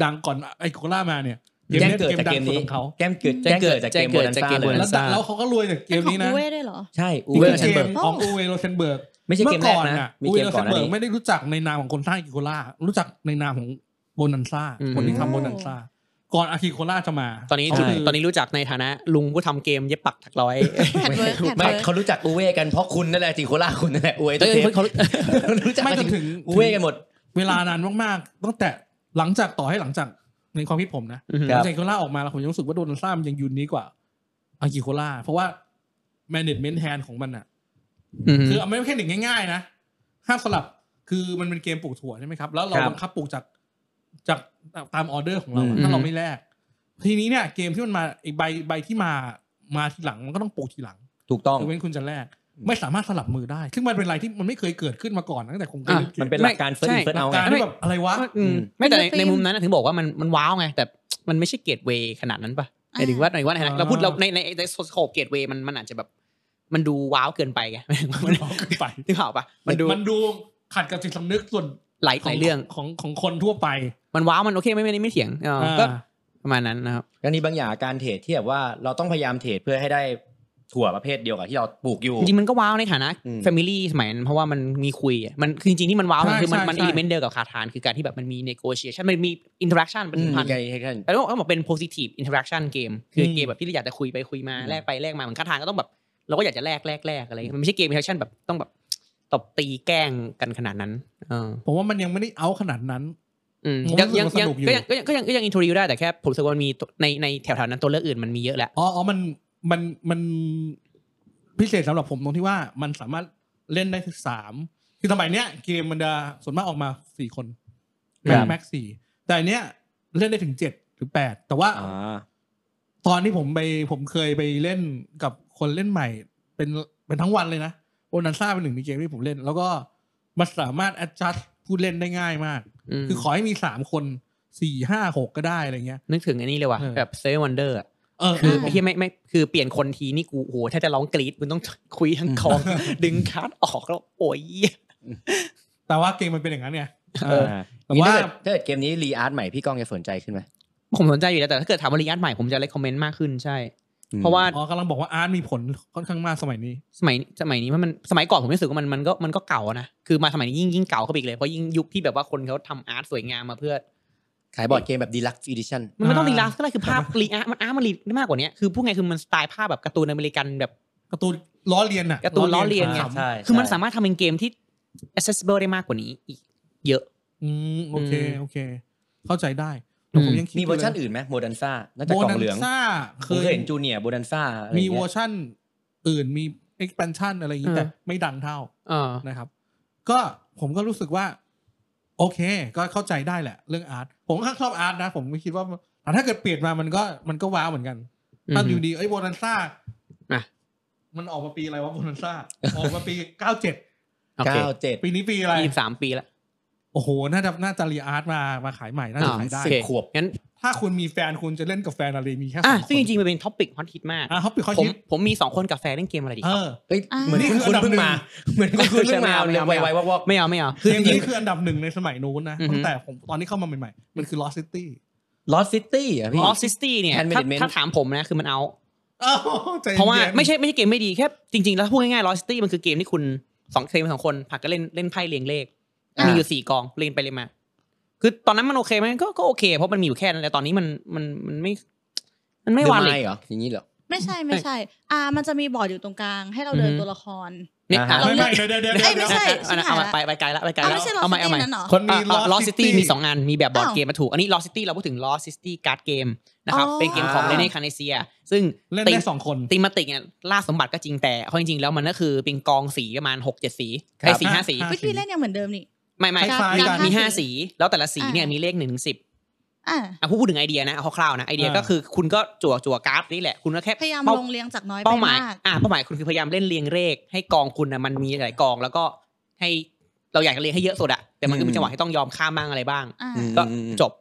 Speaker 1: ดังก่อนไอโคล่ามาเนี่ย
Speaker 3: แจ้ง
Speaker 1: นี้ย
Speaker 3: เกิดจากเกมนี้
Speaker 1: ดังสุดของเขา
Speaker 3: แก้มเกิด
Speaker 4: แจ้งเกิด
Speaker 3: จากเกมโบนัน
Speaker 4: จาก
Speaker 3: ซ่า
Speaker 4: เกม
Speaker 3: เล
Speaker 4: โบ
Speaker 3: ย
Speaker 4: นั
Speaker 1: แล้ว
Speaker 4: ส Bonanza
Speaker 1: แล้วเขาก็รวยจากเกมนี้นะ
Speaker 2: เวด้วยเหรอ
Speaker 3: ใช่อู
Speaker 1: นี่
Speaker 3: เวอ
Speaker 1: คื
Speaker 3: ร์
Speaker 1: อ
Speaker 3: ชัน
Speaker 1: เก
Speaker 3: เบิ
Speaker 1: ม
Speaker 3: ร์ก
Speaker 1: ของอูเวโรเซนเบิร์ก
Speaker 3: ไม่ใช่เกมแรกนะมี
Speaker 1: อูเว
Speaker 3: เกม
Speaker 1: โร
Speaker 3: ก่
Speaker 1: เซ
Speaker 3: อน
Speaker 1: น
Speaker 3: หน้า
Speaker 1: เบิร์ก
Speaker 3: นี้
Speaker 1: ไม่ได้รู้จักในนามของคนสร้างอากิโคล่ารู้จักในนามของโบนันซ่า
Speaker 4: อืม
Speaker 1: คนที่ทำโบนันซ่าก่อนอากิโคล่าจะมา
Speaker 4: ตอนนี้
Speaker 1: เขา
Speaker 4: ถูก
Speaker 1: คื
Speaker 4: ตอนนี้รู้จักในฐานะลุงผู้ทำเกมเย็บปักถักร้อย
Speaker 2: แพทเวิร์กแพท
Speaker 3: ไม่
Speaker 2: เวิร์ก
Speaker 3: เขารู้จักอูเว่กันเพราะคุณนั่นแหละจิโคล่าคุณนั่นแหละอวยตัวเอง
Speaker 4: เออเขา
Speaker 3: รู้จัก
Speaker 1: ไม่
Speaker 3: กัน
Speaker 1: จนถึง
Speaker 3: อูเว่กันหมด
Speaker 1: เวลานานมากๆตั้งแต่หลังจากต่อให้หลังจากในความคิดผมนะ
Speaker 4: อืม
Speaker 3: ค
Speaker 1: ห
Speaker 3: รั
Speaker 1: ลั
Speaker 3: บ
Speaker 1: งจากโคล่าออกมาแล้วผมยังรู้สึกว่าโดนัลด์ทรัมป์ยังยูนนี้กว่าอากิโคล่าเพราะว่า management hand ของมันอ่ะ
Speaker 4: อืม
Speaker 1: คือเอาไม่แค่หนึ่งง่ายๆนะห้ามสลับคือมันเป็นเกมปลูกถั่วใช่ไหมครับ แล้วเรา
Speaker 3: ครับ
Speaker 1: บังคับปลูกจากจากตามออเดอร์ของเราอะ
Speaker 3: อืม
Speaker 1: ถ้าเราไม่แลกทีนี้เนี่ย เกมที่มันมาไอใบใบที่มามาทีหลังมันก็ต้องปลูกทีหลัง
Speaker 3: ถูกต้อง
Speaker 1: ยกเว้นคุณจะแลกไม่สามารถสลับมือได้ ซึ่งมันเป็นอะไรที่มันไม่เคยเกิดขึ้นมาก่อนตั้งแต่คงการ
Speaker 4: อ่ะ
Speaker 1: เล่นเก
Speaker 3: มัน
Speaker 1: ม
Speaker 3: เป็นหลักการเฟิร์ส
Speaker 4: ใช่
Speaker 3: เฟิร์สเอา
Speaker 1: หลักการ
Speaker 3: ไง
Speaker 1: ที่แบบอะไรวะ
Speaker 4: อืม
Speaker 3: อืม
Speaker 4: ไม่แต่ในในมุมนั้นนะถึงบอกว่ามันมันว้าวไงแต่มันไม่ใช่เกตเวย์ขนาดนั้นปะหมายถึงว่าหมายถึงว่าในฐานะ
Speaker 1: อ่า
Speaker 4: เราพูดเราในในในสโคปเกตเวย์มันมันอาจจะแบบ มันดูว้าวเกินไปไง
Speaker 1: มันมองขึ้นไป
Speaker 4: นึกออกปะมันดู
Speaker 1: มันดูขัดกับจิตสำนึกส่วน
Speaker 4: หลายหลายเรื่อง
Speaker 1: ของของคนทั่วไป
Speaker 4: มันว้าวมันโอเคไม่ไม่ไม่เถียงเออก็ประมาณนั้นนะครับ
Speaker 3: กรณีบางอย่างการเทรดที่แบบว่าเราต้องพยายามเทรดเพื่อให้ได้ถั่วประเภทเดียวกับที่เราปลูกอยู่
Speaker 4: จริงๆมันก็ว้าวในฐานะ
Speaker 3: อืม
Speaker 4: แฟมิลี่สมัยนั้นเพราะว่ามันมีคุยอะมันคือจริงๆที่มันว้าวมัน
Speaker 1: ใช่
Speaker 4: คือมัน
Speaker 1: ใช่
Speaker 4: มัน
Speaker 1: ใช่
Speaker 4: อิเลเมนต์เดียวกับคาทานคือการที่แบบมันมีเนโกเชชันมันมีอินเทอร์แอคชั่นเป็น
Speaker 3: อืม
Speaker 4: พัน
Speaker 3: ไงให้กัน
Speaker 4: แล้วก็บอกเป็น positive interaction เกม คืออ
Speaker 1: ม
Speaker 4: เกมแบบที่เราอยากจะคุยไปคุยมา
Speaker 3: อืม
Speaker 4: แลกไปแลกมาเหมือนคาทานก็ต้องแบบ เราก็อยากจะแลกแลกแลกอะไรอย่างเงี้ยมันไม่ใช่เกม interaction แบบต้องแบบตบตีแกล้งกันขนาดนั้นเออ
Speaker 1: ผมว่ามันยังไม่ได้เอาขนาดนั้น
Speaker 4: อืม
Speaker 1: ผม
Speaker 4: ยัง
Speaker 1: รู้สึก
Speaker 4: ยัง
Speaker 1: ว่าส
Speaker 4: ยัง
Speaker 1: นุกอยู่
Speaker 4: ก็ยังก็ยังก็ยังก็ยังอินโทรดิวได้แต่แค่ผมรู้สึกว่ามันมีตัวในในแถวๆนั้นตัวเลือกอื่นมันมีเยอะแหละ
Speaker 1: อ๋ออ๋อมัน มัน มันพิเศษสำหรับผมตรงที่ว่ามันสามารถเล่นได้ถึงสามคือสมัยเนี้ยเกมมันจะส่วนมากออกมาสี่คนแม็
Speaker 3: ค
Speaker 1: ก
Speaker 3: รับ
Speaker 1: แม็กสี่แต่อันเนี้ยเล่นได้ถึงเจ็ดถึงแปดแต่ว่า
Speaker 3: อ่า
Speaker 1: ตอนที่ผมไปผมเคยไปเล่นกับคนเล่นใหม่ เป็นเป็นทั้งวันเลยนะโอนันซ่าเป็นหนึ่งในเกมที่ผมเล่น แล้วก็มันสามารถ adjust ผู้เล่นได้ง่ายมาก
Speaker 4: ม
Speaker 1: คือขอให้มีสามคนสี่ห้าหกก็ได้อะไรเงี้ย
Speaker 4: นึกถึงอันนี้เลยว่ะ
Speaker 1: เออ
Speaker 4: แบบ Seven Wonder อะ
Speaker 1: เออ
Speaker 4: คือ
Speaker 2: ใช่
Speaker 4: ไอ้ที่ไม่ไม่คือเปลี่ยนคนทีนี่กูโอ้โหถ้าจะร้องกรี๊ดมึงต้องคุยทั้งกอง ดึงการ์ดออกแล้วโอ้ย
Speaker 1: แต่ว่าเกมมันเป็นอย่างนั้นไงเออ แต่
Speaker 3: แต่ว่า
Speaker 1: ว่า
Speaker 3: ถ้าเกิดเกมนี้รีอาร์ตใหม่พี่ก้องจะสนใจขึ้นไหม
Speaker 4: ผมสนใจอยู่แล้วแต่ถ้าเกิดถามว่ารีอัดใหม่ผมจะเลคคอมเมนต์มากขึ้นใช่
Speaker 3: อืม
Speaker 4: เพราะว่า
Speaker 1: อ๋อกำลังบอกว่าอาร์ตมีผลค่อนข้างมากสมัยนี้
Speaker 4: สมัยสมัยนี้มันสมัยก่อนผมรู้สึกว่ามันมันก็มันก็เก่าอะนะคือมาสมัยนี้ยิ่งยิ่งเก่าเข้าไปอีกเลยเพราะยิ่งยุคที่แบบว่าคนเขาทำอาร์ตสวยงามมาเพื่อ
Speaker 3: ขายบอร์ดเกมแบบดีลักซ์อีดิชั่น
Speaker 4: มันไม่ต้อง
Speaker 1: อ่า
Speaker 4: รีลาสก็ได้คือภาพรีอาร์ตมันอาร์ตมันรีได้มากกว่านี้คือพูดไงคือมันสไตล์ภาพแบบการ์ตูนอเมริกันแบบ
Speaker 1: การ์ตูนล้อเลียนอะ
Speaker 4: การ์ตูนล้อเลียนไง
Speaker 1: ขำ
Speaker 3: ใช่
Speaker 4: คือมันสามารถทำเป็นเกมที่ accessible ได้มากกว่านี้อีกเยอะ
Speaker 1: อืมโอเค
Speaker 4: อืม
Speaker 1: โอเค เข้าใจได้แต่ผม
Speaker 4: อืม
Speaker 1: ยังคิด
Speaker 3: มีเวอร์ชัน
Speaker 1: ยู่
Speaker 3: อื่นไหมโมดันซ่าน่า
Speaker 1: เลย
Speaker 3: จะ
Speaker 1: โบ
Speaker 3: กล่อ
Speaker 1: นั
Speaker 3: งเหลือง ง
Speaker 1: ซ่า
Speaker 3: ผ
Speaker 1: เค
Speaker 3: มเคย
Speaker 1: ย
Speaker 3: เห็นจูเนียร์โบดันซ่าอะไร
Speaker 1: มี
Speaker 3: เงี้ย
Speaker 1: เวอร์ชันอื่นมี expansion อะไรอย่างนี้
Speaker 4: เออ
Speaker 1: แต่ไม่ดังเท่า
Speaker 4: อ่า
Speaker 1: นะครับ ก็ผมก็รู้สึกว่า โอเค ก็เข้าใจได้แหละ เรื่องอาร์ตผมก็ชอบอาร์ตนะ ผมไม่คิดว่าแต่ถ้าเกิดเปลี่ยนมามันก็มันก็ว้าวเหมือนกันถ้าอยู่ดีไอ้โบนันซ่า
Speaker 4: อ่ะ
Speaker 1: มันออกมาปีอะไรวะโบนันซ่าออกมาปีเก้าเจ็ด
Speaker 4: โอเค
Speaker 3: เก้าเจ็ด
Speaker 1: ปีนี้ปีอะไร
Speaker 4: ยี่สิบสามปีแล้ว
Speaker 1: โอ้โห น่าจะ น่าจะรีอาร์ตมา มาขายใหม่ น่าจะขายได้
Speaker 4: โอเค
Speaker 3: ขวบ
Speaker 4: งั้น
Speaker 1: ถ้าคุณมีแฟนคุณจะเล่นกับแฟนอะไร มีแค่ส
Speaker 4: อ่ะ
Speaker 1: องคน
Speaker 4: ซึ่งจริงๆมันเป็นท็อปิกฮอตฮิตมาก
Speaker 1: อ่ะเขาปิดข้อ
Speaker 4: ผม
Speaker 1: คิด
Speaker 4: ผมมีสองคนกับแฟนเล่นเกมอะไรดี
Speaker 1: เออ
Speaker 3: เอ้ย
Speaker 2: อ่า
Speaker 3: เหมือน
Speaker 1: นี่
Speaker 3: คุณ
Speaker 1: คือ
Speaker 3: คุณ
Speaker 1: อันดับ
Speaker 3: เพิ่
Speaker 1: ห
Speaker 3: ง
Speaker 1: นึ่ง
Speaker 3: มา เหมือนคุณคุณเพิ่งมาเร็วไวๆวอกๆ
Speaker 4: ไม่เอาไม่เอา
Speaker 1: คื
Speaker 4: คือ อ
Speaker 1: อันนี้คืออันดับหนึ่งในสมัยนู้นนะ
Speaker 4: อือฮึ
Speaker 1: ตั้งแต่ผมตอนนี้เข้ามาใหม่ ๆ มันคือ Lost City
Speaker 3: ลอสซิตี้อ่ะพี่
Speaker 4: ออฟซิสตี้เนี่ย
Speaker 3: Hand
Speaker 4: ถ้า
Speaker 3: management
Speaker 4: ถ้าถามผมนะคือมันเอา
Speaker 1: อ้าวใจย็น
Speaker 4: เพราะว่าไม่ใช่ไม่ใช่เกมไม่ดีแค่จริงๆ แล้วพูดง่ายๆลอสตี้มันคือเกมที่คุณสองเกมสองคนผลักก็เล่นเล่นไพ่เรียงเลข
Speaker 3: อ่ามี
Speaker 4: มีอยู่สี่กองเรียงไปเรียงมา คือตอนนั้นมันโอเคไหมก็ก็โอเค เพราะมันมีอยู่แค่นั้นแต่ตอนนี้มันมันมันไม่ มันไม่วาเล
Speaker 3: เลย เหรออย่างนี้เหรอ
Speaker 2: ไม่ใช่ไม่ใช่ อ่า มันจะมีบอร์ดอยู่ตรงกลาง ให้เราเดินตัวละคร
Speaker 4: เนี่ย
Speaker 3: อ่าฮะ
Speaker 4: อ่ะ
Speaker 1: ไม่ไม่เดี๋ยวเดี๋ยวเดี๋ยว
Speaker 2: เอ้ยไม่
Speaker 1: เดี๋ยว
Speaker 2: ใช่
Speaker 4: เอานะเอามาไปไปไกลละไปไกล
Speaker 2: อ่า
Speaker 4: ละ
Speaker 2: ไม่ใช่
Speaker 4: เอา
Speaker 2: Lost
Speaker 4: ใหม่
Speaker 2: City
Speaker 4: เอาใหม่
Speaker 2: นั่นเหรอ
Speaker 1: คนมี
Speaker 4: ลอ
Speaker 1: Lost
Speaker 4: ส
Speaker 1: City
Speaker 4: ตี้มีสองงานมีแบบบอร์ด
Speaker 2: อ้าว
Speaker 4: เกมมาถูกอันนี้ลอสตี้เราพูดถึงลอสตี้การ์ดเกมนะครับ
Speaker 2: อ๋อ
Speaker 4: เป็นเกมของเลเน่คาเนเซีย ซึ่ง
Speaker 1: เล่น
Speaker 4: ตี
Speaker 1: ได้สองคน
Speaker 4: ตีมาติกเนี่ยล่าสมบัติก็จริงแต่เอาจริงๆแล้วมันก็คือเป็นกองสีประมาณหกเจ็ดสีไอ้สีห้าสี
Speaker 1: อ่า
Speaker 2: วิธีเล่นยังเหมือนเดิมนี่
Speaker 4: ไม่ไม่
Speaker 1: คล้ายๆ
Speaker 4: มี
Speaker 1: กัน
Speaker 4: มีห้าสี แล้วแต่ละสี
Speaker 2: อ่า
Speaker 4: เนี่ยมีเลขหนึ่งถึงสิบ
Speaker 2: อ่า
Speaker 4: อ่ะพูดพูดถึงไอเดียนะเอาคร่าวๆนะไอเดียก็คือคุณก็จั่วจั่วการ์ดนี่แหละคุณก็แค่
Speaker 2: พยายาม
Speaker 4: เป้
Speaker 2: ลงเรียงจากน้อยไป
Speaker 4: เป้าหมาย
Speaker 2: มาก
Speaker 4: อ่ะเป้าหมายคุณคือพยายามเล่นเรียงเลขให้กองคุณนะมันมีหลายกองแล้วก็ให้เราอยากจะเรียงให้เยอะสุดอะแต่มันก็มีจังหวะที่ต้องยอมข้ามบ้างอะไรบ้าง
Speaker 2: อ่า
Speaker 3: อืม
Speaker 4: ก็จบ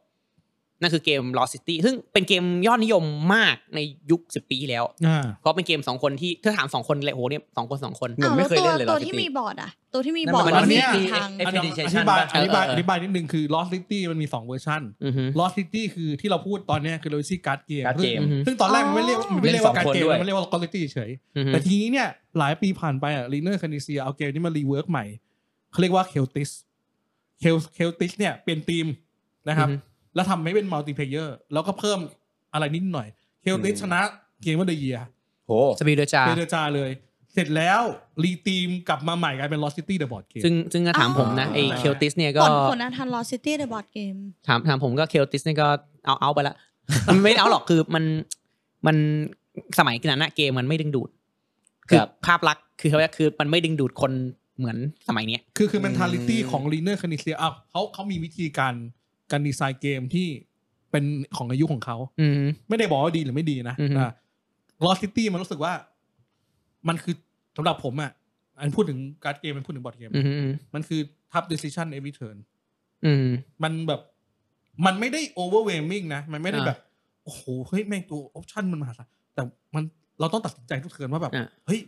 Speaker 4: นั่นคือเกม Lost City ซึ่งเป็นเกมยอดนิยมมากในยุคสิบปีที่แล้ว
Speaker 1: อ่า
Speaker 4: เพราะเป็นเกมสองคนที่ถ้าถามสองคนเลยโหเนี่ยสองคนสองคน
Speaker 3: เหมือน
Speaker 2: อ้าว
Speaker 3: ไม่
Speaker 2: แล้ว
Speaker 3: เคย
Speaker 2: ตัว
Speaker 3: เล่นเลย
Speaker 2: ตัว
Speaker 3: เหรอ
Speaker 2: ที่
Speaker 3: พี่
Speaker 2: มีบอร์ดอะตัวที่มี
Speaker 3: นั่น
Speaker 2: บอร์ด
Speaker 3: มัน
Speaker 2: มันมี
Speaker 1: เนี่ย
Speaker 2: กี่ทาง
Speaker 3: ไอ้
Speaker 1: อันดับ
Speaker 3: Expedition
Speaker 1: อธิบาย
Speaker 3: ป่ะ
Speaker 1: อธิบายอ
Speaker 3: เออเออ
Speaker 1: ธิบายนิดนึงคือ Lost City มันมี 2 เวอร์ชัน
Speaker 4: อือฮึ
Speaker 1: Lost City คือที่เราพูดตอนเนี้ยคือ Legacy Card Game
Speaker 3: การ์ดเกม
Speaker 4: อืม
Speaker 1: ซึ่งตอนแรกมันไม่เรียกมันไม่เรียกว่าการ์ดเกม
Speaker 3: เล่นสองคนด้วย
Speaker 1: มันเรียกว่า quality เฉย
Speaker 4: อือฮึ
Speaker 1: แต่ทีนี้เนี่ยหลายปีผ่านไปอ่ะลีเนอร์คานิเซียเอาเกมนี้มารีเวิร์กใหม่เขาเรียกว่าเคลติสเคลเคลติสเนี่ยเปลี่ยนทีมนะครับ
Speaker 4: อือฮึ
Speaker 1: แล้วทำให้เป็นมัลติเพเยอร์แล้วก็เพิ่มอะไรนิดหน่อยเคลติส
Speaker 3: อืม
Speaker 1: ชนะเกมว่าเดีย
Speaker 3: โห
Speaker 4: สปีดเดอร์จา
Speaker 1: เปเดจาเลย เสร็จแล้ว รีทีมกลับมาใหม่กลายเป็นลอสซิตี้เดอะบอร์ดเกม
Speaker 4: ซึ่งซึ่งก็ถามผมนะไอ้
Speaker 1: อ่า
Speaker 4: เคลติสเนี่ยก็
Speaker 2: ก่อนคนนั้นทันลอสซิตี้ในบอร์ดเกม
Speaker 4: ถามถามผมก็เคลติสเนี่ยก็เอาเอาไปละ มัน ไม่เอาหรอกคือมันมันสมัยนั้นนะเกมมันไม่ดึงดูด คือ
Speaker 3: ครับ
Speaker 4: ภาพลักษณ์คือเขาเรียกคือมันไม่ดึงดูดคนเหมือนสมัยเนี้ย
Speaker 1: คือคือ mentality
Speaker 3: อืม
Speaker 1: ของลีเนอร์คานิเซียอ่ะเขาเขามีวิธีการการดีไซน์เกมที่เป็นของอายุของเขา
Speaker 4: อืม
Speaker 1: ไม่ได้บอกว่าดีหรือไม่ดีนะ
Speaker 4: อือฮึ
Speaker 1: ลอสซิตี้มันรู้สึกว่า มันคือสำหรับผมอ่ะ อันพูดถึงการ์ดเกมมันพูดถึงบอร์ดเกม
Speaker 4: อืมอืม
Speaker 1: มันคือทับ decision every turn
Speaker 4: อืม
Speaker 1: มันแบบ มันไม่ได้ overwhelming นะ มันไม่ได้
Speaker 4: อ่า
Speaker 1: แบบ โอ้โห เฮ้ย แม่งตัว option มันมหาศาลแต่มันเราต้องตัดสินใจทุกเทิร์นว่าแบบ
Speaker 4: อ่า
Speaker 1: เฮ้ย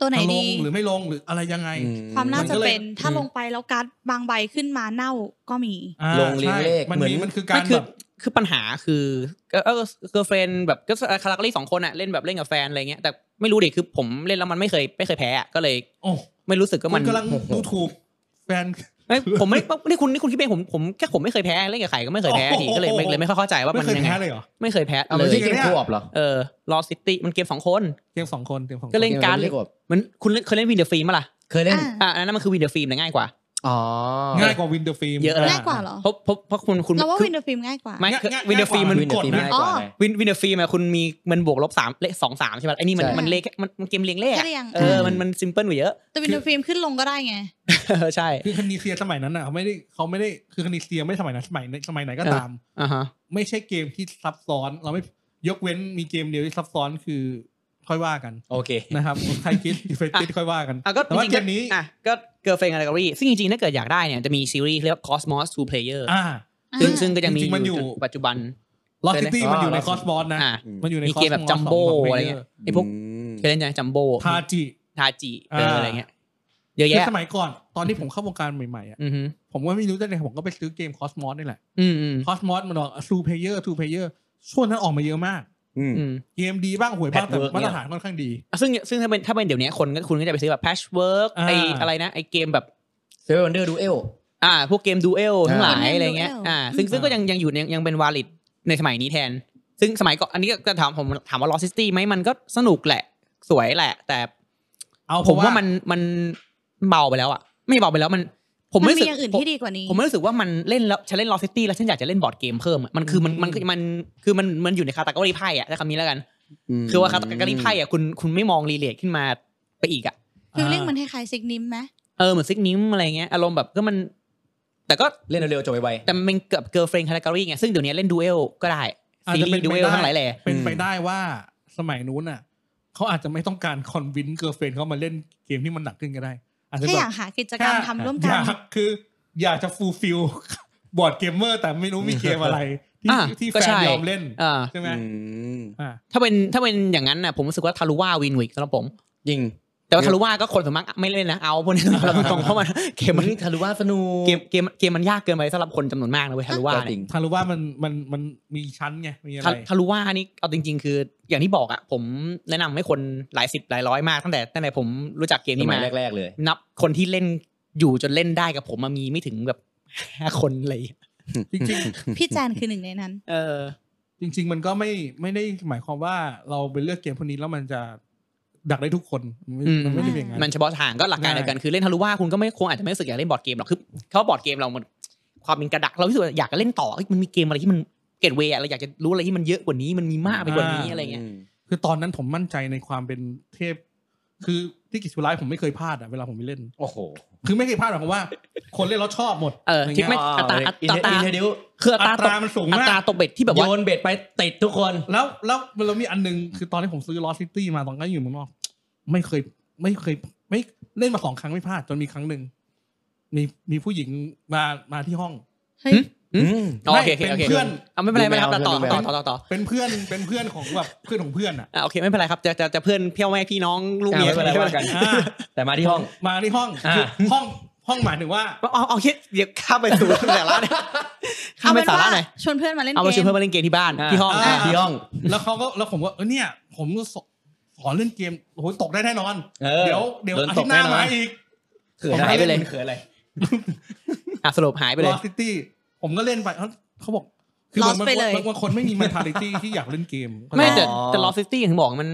Speaker 2: ตัวไหน
Speaker 1: จะล
Speaker 2: ดี
Speaker 1: งหรือไม่ลงหรืออะไรยังไง
Speaker 2: ความน่าจะ
Speaker 1: มันก็เลย
Speaker 2: เป็นถ้า
Speaker 4: อืม
Speaker 2: ลงไปแล้วการ์ดบางใบขึ้นมาเน่าก็มี
Speaker 1: อ่า
Speaker 3: ลงเรียงเลข
Speaker 1: ใช่มัน
Speaker 3: เหมือน
Speaker 1: มีมันคือการ
Speaker 4: ไม่คือ
Speaker 1: แบบ
Speaker 4: คือปัญหาคือก็เออเกอร์เฟรนแบบก็คาราคารี่สองคนอะเล่นแบบเล่นกับแฟนอะไรเงี้ยแต่ไม่รู้ดิคือผมเล่นแล้วมันไม่เคยไม่เคยแพ้อะก็เลย
Speaker 1: โอ้
Speaker 4: ไม่รู้สึกก็
Speaker 1: คุ
Speaker 4: มั
Speaker 1: ณ
Speaker 4: น
Speaker 1: กำลังดูถูกแฟน
Speaker 4: เอ้ยผมไม่นี่คุณนี่คุณคิดเองผมผมแค่ผมไม่เคยแพ้เล่นกับใครก็ไม่เคยแพ้ทีก็เลยไม่เลยไม่ค่อยเข้าใจว่า
Speaker 1: ไม่
Speaker 4: มัน
Speaker 1: เคย
Speaker 4: ยังไง
Speaker 1: แพ้เลยเหรอ
Speaker 4: ไม่เคยแพ้
Speaker 3: เอา
Speaker 4: เอา
Speaker 3: ไม่
Speaker 4: เล
Speaker 3: ใช่
Speaker 4: ย
Speaker 3: เกมคู่ออฟเหรอ
Speaker 4: เออลอสซิตี้มันเกมสองคน
Speaker 1: เกมสองคนเกมสองคน
Speaker 4: ก็เล่นการ
Speaker 3: เกมคู่ออฟ
Speaker 4: เหมือนคุณเล่นเคยเล่นวินเดอร์ฟิล์มมาล่ะ
Speaker 3: เคยเล่น
Speaker 2: อ่า
Speaker 4: อ่ะอันนั้นมันคือวินเดอร์ฟิล์มนะง่ายกว่า
Speaker 3: อ๋อ
Speaker 1: ง่ายกว่าวินเดอร์ฟิล์ม
Speaker 4: เยอะเลย
Speaker 2: ง่ายกว่าเหรอ
Speaker 4: เพราะเพราะเพราะคุณคุณ
Speaker 2: เราว่า
Speaker 4: คือ
Speaker 2: วินเดอร์ฟิล์มง่ายกว่า
Speaker 4: ไม่
Speaker 1: ง่าย
Speaker 4: คือ
Speaker 1: ง่าย
Speaker 4: วินเดอร์ฟิล์มมัน
Speaker 1: ง่ายก
Speaker 4: ก
Speaker 1: ว่า
Speaker 4: ด
Speaker 3: วินเดอร์ฟิล์ม
Speaker 4: นะ
Speaker 2: อ๋อ
Speaker 3: ง่ายกว่าไง
Speaker 4: วินวินเดอร์ฟิล์มอะคุณมีมันบวกลบสามเลขสองสามใช่ไหมไอ้นี่มัน
Speaker 3: ใช่
Speaker 4: มันเลขมันมันเกมเลียงเลขอะ
Speaker 2: แค่เรียง
Speaker 4: เออมันมันซิมเพิลกว่าเยอะ
Speaker 2: แต่วินเดอร์ฟิล์มขึ้นลงก็ได้ไง
Speaker 4: ใช่
Speaker 1: คือคานิเซียสมัยนั้นอ่ะเขาไม่ได้เขาไม่ได้คือคานิเซียไม่ได้สมัยนั้นสมัยในสมัยไหนก็ตาม
Speaker 4: อ่าฮะ
Speaker 1: ไม่ใช่เกมที่ซับซ้อน เราไม่ยกเว้นมีเกมเดียวที่ซับซ้อนคือค่อยว่ากัน
Speaker 3: โอเค
Speaker 1: นะครับ ใครคิดดิเฟนติค่อยว่ากัน
Speaker 4: อ่ะก็
Speaker 1: แต่ว่า
Speaker 4: จริงๆ
Speaker 1: เกมนี้
Speaker 4: อ่ะก็เกิร์ลเฟนกับกอรี่ซึ่งจริงๆถ้าเกิดอยากได้เนี่ยจะมีซีรีส์เรียกว่า Cosmos Two Player
Speaker 1: อ่า
Speaker 4: ซึ่งซึ่งก็ยังมี
Speaker 1: จริงๆมันอยู่
Speaker 4: จนปัจจุบัน
Speaker 1: ลอสซิตี้
Speaker 3: อ๋อ
Speaker 1: มันอยู่ใน
Speaker 3: Lost
Speaker 1: คอสบอสนะ
Speaker 4: อ่ะ
Speaker 1: มันอยู่ใน
Speaker 4: มีเกมแบบ
Speaker 1: Cosmos
Speaker 4: จัมโบ้
Speaker 1: สงสง player
Speaker 4: อะไรเงี้ยไอ้พวกเคยเล่นยังจัมโบ้
Speaker 1: ทาจิ
Speaker 4: ทาจิ
Speaker 1: อ่า
Speaker 4: เอออะไรเงี้ยเยอะ
Speaker 1: คือ
Speaker 4: แยะ
Speaker 1: สมัยก่อนตอนที่ผมเข้าวงการใหม่ๆอ่ะ
Speaker 4: อือฮึ
Speaker 1: ผมก็ไม่รู้ได้ไงผมก็ไปซื้อเกมคอสมอสนี่แหละ
Speaker 4: อืมอืม
Speaker 1: คอสมอสมันออกซูเพเยอร์ทูเพเยอร์ช่วงนั้นออกมาเยอะมาก
Speaker 3: อืม
Speaker 4: อืม
Speaker 1: เกมดีบ้างห่วยบ้างแต่
Speaker 3: Patchwork
Speaker 1: มาตรฐานค่อนข้างดี
Speaker 4: ซึ่งซึ่งถ้าเป็นถ้าเป็นเดี๋ยวนี้คนก็คุณก็จะไปซื้อแบบ patchwork
Speaker 1: อ่า
Speaker 4: ไออะไรนะไอเกมแบบ
Speaker 3: เซเว่นวันเดอร์ดูเอล
Speaker 4: อ่า พวกเกมดูเอลทั้งหลาย
Speaker 2: อ่า
Speaker 4: อะไรเงี้ย
Speaker 2: Duel
Speaker 4: อ่า ซึ่ง
Speaker 1: อืม
Speaker 4: ซึ่งก็ยังยังอยู่ในยังเป็นวาลิดในสมัยนี้แทน ซึ่งสมัยก่อนอันนี้ก็ก็ถามผมถามว่า Lost City ไหมมันก็สนุกแหละ สวยแหละ แต่
Speaker 1: เอา
Speaker 4: ผมว่ามันมันเบาไปแล้วอ่ะ ไม่เบาไปแล้วมันผม
Speaker 2: มัน
Speaker 4: ไม่
Speaker 2: มี
Speaker 4: รู้สึก
Speaker 2: อย่างอื่น
Speaker 4: ผม
Speaker 2: ที่ดีกว่านี้
Speaker 4: ผมไม่รู้สึกว่ามันเล่นแล้วฉันเล่น Lost City แล้วฉันอยากจะเล่นบอร์ดเกมเพิ่มอะมันคือมันมันมันคือมันมันอยู่ในคาตากรีไพ่อ่ะใช้คำนี้แล้วกัน คือว่าคาตากรีไพ่อ่ะคุณคุณไม่มองรีเลทขึ้นมาไปอีกอ่ะ
Speaker 2: ฟิลลิ่งมันคล้ายๆซิกนิมไหม
Speaker 4: เออเหมือนซิกนิมอะไรเงี้ยอารมณ์แบบก็มัน แต่ก็
Speaker 3: เล่นเร็วๆจบไว
Speaker 4: แต่มันเป็นเกือบเกิร์ลเฟรนคาราการีไงซึ่งเดี๋ยวนี้เล่นดูเอลก็ได้
Speaker 1: อาจ
Speaker 4: ซี
Speaker 1: จะ
Speaker 4: รี
Speaker 1: เป็น
Speaker 4: ส์ดู
Speaker 1: ไป
Speaker 4: เอล
Speaker 1: ได้
Speaker 4: ทั้งหลายแหล่
Speaker 1: เป็นไป
Speaker 3: อืม
Speaker 1: ได้ว่าสมัยนู้นอ่ะเขาอาจจะไม่ต้องการคอนวินเกอร์เฟนเขามาเล่นเกมที่มันหนักขึ้นก็ได้อาจจะ
Speaker 2: แค่
Speaker 1: แบ
Speaker 2: อยา
Speaker 1: บ
Speaker 2: กหากิจกรรมทำร่วม
Speaker 1: อ
Speaker 2: กัน
Speaker 1: ยากคือ อยากจะฟูล ฟิลบอร์ดเกมเมอร์แต่ไม่รู้มีเกมอะไร ที่
Speaker 4: อ่ะ
Speaker 1: ที่
Speaker 4: ก็
Speaker 1: แฟน
Speaker 4: ใช่
Speaker 1: ยอมเล่น
Speaker 4: อ่า
Speaker 1: ใช่ไหม
Speaker 3: ๆอืม
Speaker 1: อ่า
Speaker 4: ถ้าเป็นถ้าเป็นอย่างนั้นน่ะผมรู้สึกว่าทารุว่าวินวิกสำหรับผม
Speaker 3: ยิง
Speaker 4: แต่ว่าทารุว่าก็คนสวนมัครไม่เล่นนะเอาพวกนี้เรา ตรงๆเพราะมันเกมมัน
Speaker 3: ทารุว่าสนุก
Speaker 4: เกมเกมเกมมันยากเกินไปสำหรับคนจำนวนมากนะเว้ยทารุว่า
Speaker 3: ว่าจ
Speaker 4: เนี่ย
Speaker 3: ริง
Speaker 1: ทารุว่ามันมันมันมีชั้นไงมีอะไร
Speaker 4: ทาทารุว่านี่เอาจริง ๆ คือ อย่างที่บอกอ่ะผมแนะนำให้คนหลายสิบหลายร้อยมากตั้งแต่ตั้งแต่ผมรู้จักเกม
Speaker 3: ส
Speaker 4: นี้
Speaker 3: มัย
Speaker 4: มา
Speaker 3: แรก ๆ เลย
Speaker 4: นับคนที่เล่นอยู่จนเล่นได้กับผมมามีไม่ถึงแบบ ห้าคนเลย
Speaker 1: จริง
Speaker 2: พี่แจนคือหนึ่งในนั้น
Speaker 4: เออ
Speaker 1: ๆ จริง ๆ มันก็ไม่ไม่ได้หมายความว่าเราไปเลือกเกมพวกนี้แล้วมันจะดักได้ทุกคนมันไม่
Speaker 4: อืม
Speaker 1: มันไม่ได้เป็นอย่างนั้น
Speaker 4: มันเฉพาะทางก็หลักการ
Speaker 1: ใช่
Speaker 4: เดียวกันคือเล่นทารุว่าคุณก็ไม่คงอาจจะไม่รู้สึกอยากเล่นบอร์ดเกมหรอกคือเขาว่าบอร์ดเกมเรามันความเป็นกระดาษเรารู้สึกว่าอยากเล่นต่อเอ้ยมันมีเกมอะไรที่มันเกตเวย์เราอยากจะรู้อะไรที่มันเยอะกว่านี้มันมีมากไปกว่านี้อะไรเงี้ย
Speaker 1: คือตอนนั้นผมมั่นใจในความเป็นเทพ คือที่กิจชูไลฟ์ผมไม่เคยพลาดอ่ะเวลาผมไปเล่น
Speaker 3: โอ้โห
Speaker 1: คือไม่เคยพลาดหรอกผมว่า คนเล่นแล้วชอบหมด
Speaker 4: เออ
Speaker 1: อย่าง
Speaker 4: ที่
Speaker 1: เงี้ย
Speaker 4: ไม่ อัตราอัตรา
Speaker 3: อินเทอร์ดิว
Speaker 4: คืออัตรา
Speaker 1: อัต
Speaker 4: ต
Speaker 1: รา
Speaker 4: บ
Speaker 1: มันสูง
Speaker 4: อั
Speaker 1: มา
Speaker 4: ตราก ตบเบ็ดที่แบบว่า
Speaker 3: โยนเบ็ดไปติดทุกคน
Speaker 1: แล้วแล้วมันเรามีอันหนึงคือตอนที่ผมซื้อลอสซิตี้มาตอนนั้นอยู่เมืองนอก ไม่เคยไม่เคยไม่เล่นมาสองครั้งไม่พลาดจนมีครั้งหนึ่งมีมีผู้หญิงมามาที่ห้อง
Speaker 2: เฮ้ย
Speaker 4: อืม อ๋อโอเคโอเค
Speaker 1: ไม่
Speaker 4: โอเค
Speaker 1: เป็นเพื่อน
Speaker 4: เอาไม่เป็นไรไม่เป็นไรครับ
Speaker 5: ดูแมว
Speaker 4: ต่
Speaker 5: ดู
Speaker 4: อ
Speaker 5: แมว
Speaker 4: ต่อต่อต่อต่อ
Speaker 1: เป็นเพื่อนเป็นเพื่อนของแบบเพื่อนของเพื่อนอ่ะ
Speaker 4: อ่ะโอเคไม่เป็นไรครับจะจะจะเพื่อนเพี่ยวแม่พี่น้องลูกเมีย
Speaker 3: อ่ะไม่เป็นไรว่ากัน
Speaker 1: อ่า
Speaker 3: แต่มาที่ห้อง
Speaker 1: มาที่ห้องคืออห้องห้องหมายถึงว่า
Speaker 4: เอาเอาเอาคิดเดี๋ยวข้ามไปสู่ สาระเนี่ยข้าม
Speaker 2: เอา
Speaker 4: ไป
Speaker 2: เป็น
Speaker 4: สาระ
Speaker 2: ว่า
Speaker 4: หน่อย
Speaker 2: ชวนเพื่อนมาเล่นเก
Speaker 4: เอา
Speaker 2: ม
Speaker 4: ไปชวนเพื่อนมาเล่นเกมที่บ้านที่ห้อง
Speaker 1: อ่า
Speaker 3: ที่ห้อง
Speaker 1: แล้วเขาก็แล้วผมว่าเออเนี่ย ผมสอนสอนเล่นเกมโอ้โหตกได้แน่นอน
Speaker 3: เออ
Speaker 1: เดี๋ยวเดี๋ยว
Speaker 3: โดน
Speaker 1: อา
Speaker 3: ต
Speaker 1: ทิต
Speaker 3: ก
Speaker 1: ย์ห
Speaker 3: แน่
Speaker 1: น้าน
Speaker 3: อน
Speaker 1: มาอีก
Speaker 4: เขินหายไปเลย
Speaker 3: เขินอะไร
Speaker 4: อ่ะสรุปหายไปเล
Speaker 1: ล
Speaker 4: ย
Speaker 1: อสซิตี้ผมก็เล่นไปเอ้าเขาบอก คืบาง
Speaker 2: Lost
Speaker 1: คน
Speaker 2: ไปเลย
Speaker 1: บางบางคนไม่มี mentality ที่อยากเล่นเกม
Speaker 4: ไม่แต่
Speaker 3: อ๋อ
Speaker 4: แต่ลอสซิตี้อย่างที่บอกมัน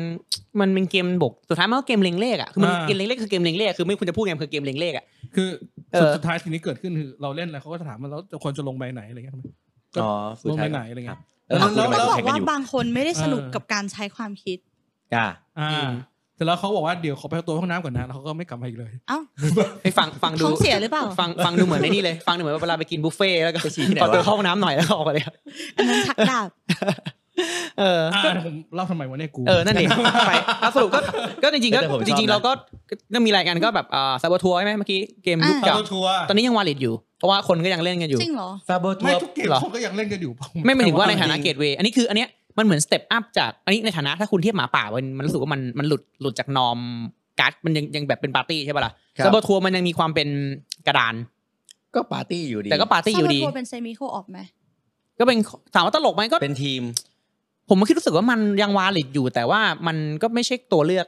Speaker 4: มันเป็นเกมบกสุดท้ายมันก็เกมเล็งเลขอ่ะคือมัน
Speaker 1: อ่า
Speaker 4: เกมเล็งเลขคือเกมเล็งเลขคือไม่คุณจะพูดไงมันคือเกมเล็งเลขอ่ะ
Speaker 1: คือ
Speaker 4: เอ
Speaker 1: สุด
Speaker 4: อ
Speaker 1: สุดท้ายสิ่งที่เกิดขึ้นคือเราเล่นแล้วเขาก็จะถามมาแล้วจะควรจะลงไปไหนอะไรเงี้ยทำไม ก็
Speaker 3: อ๋อสุด
Speaker 1: ลง
Speaker 3: ท้า
Speaker 1: ไป
Speaker 3: ย
Speaker 1: ไหนอะไรเงี้ย
Speaker 3: แล้ว
Speaker 2: ต้อง
Speaker 1: แล้วแล้ว
Speaker 2: บอกว่าบางคนไม่ได้สนุก
Speaker 1: เออ
Speaker 2: กับการใช้ความคิด
Speaker 3: อ่า
Speaker 1: อ่าแต่แล้วเขาบอกว่าเดี๋ยวเขาไปตัวห้องน้ำก่อนนะแล้วเขาก็ไม่กลับมาอีกเลย
Speaker 2: เอ้า
Speaker 4: ไอ้ฟังฟังดู
Speaker 2: ท้องเสียหรือเปล่า
Speaker 4: ฟังฟังดูเหมือนในนี่เลยฟังดูเหมือนว่าเวลาไปกินบุฟเฟ่ต์แล้วก็
Speaker 3: ไปฉี่ที่ไหน
Speaker 4: พอเจอ
Speaker 3: วะ
Speaker 4: เข้าห้องน้ำหน่อยแล้วก็ออกไปเลยอะ
Speaker 2: อันนั้นชักดาบ
Speaker 4: เออ
Speaker 1: อ่าผมเล่าทำไมวะเนี่ยกู
Speaker 4: เออ นั่นเอง ไปแล้วสรุปก็ ก็จริงๆก็
Speaker 3: แต่ผมชอบนะ
Speaker 4: จริงๆ เราก็ ก็มีรายการก็แบบอ่าซาบทัวร์ใช่ไหมเมื่อกี้ เกม
Speaker 2: อ่า
Speaker 4: ยุค
Speaker 1: ซา
Speaker 4: เก่า
Speaker 1: โบทัวร์
Speaker 4: ตอนนี้ยังวาลิดอยู่ เพราะว่าคนก็ยังเล่นกันอยู่
Speaker 2: จริงเหรอ
Speaker 3: ซาโบทั
Speaker 1: ไม่
Speaker 3: วร์
Speaker 1: ทุกเกม
Speaker 4: เหรอ
Speaker 1: เขาก็ยังเล่นกันอยู่เปล่
Speaker 4: ไม่หมายถึงว่าในฐานะ
Speaker 3: จริง
Speaker 4: เกตเวย์อันนี้คืออันเนี้ย มันเหมือนสเต็ปอัพจาก อันนี้ในฐานะถ้าคุณเทียบหมาป่ามันมันรู้สึกว่ามัน มันหลุด หลุดจากนอมการ์ด มันยังยังแบบเป็นปาร์ตี้ใช่ป่ะล่ะ
Speaker 5: ครับ
Speaker 4: ซาบทัวร์มันยังมีความเป็นกระดาน
Speaker 3: ก็ปาร์ตี้อยู่ดี
Speaker 4: แต่ก็ปาร์ตี้อยู่ดี
Speaker 2: ซาบะทัวเป็นเซมิโคออกไหม
Speaker 4: ก็เป็น ถามว่าตลกไหมก็
Speaker 3: เป็นทีม
Speaker 4: ผมคิดรู้สึกว่ามันยังวาลิดอยู่ แต่ว่ามันก็ไม่ใช่ตัวเลือก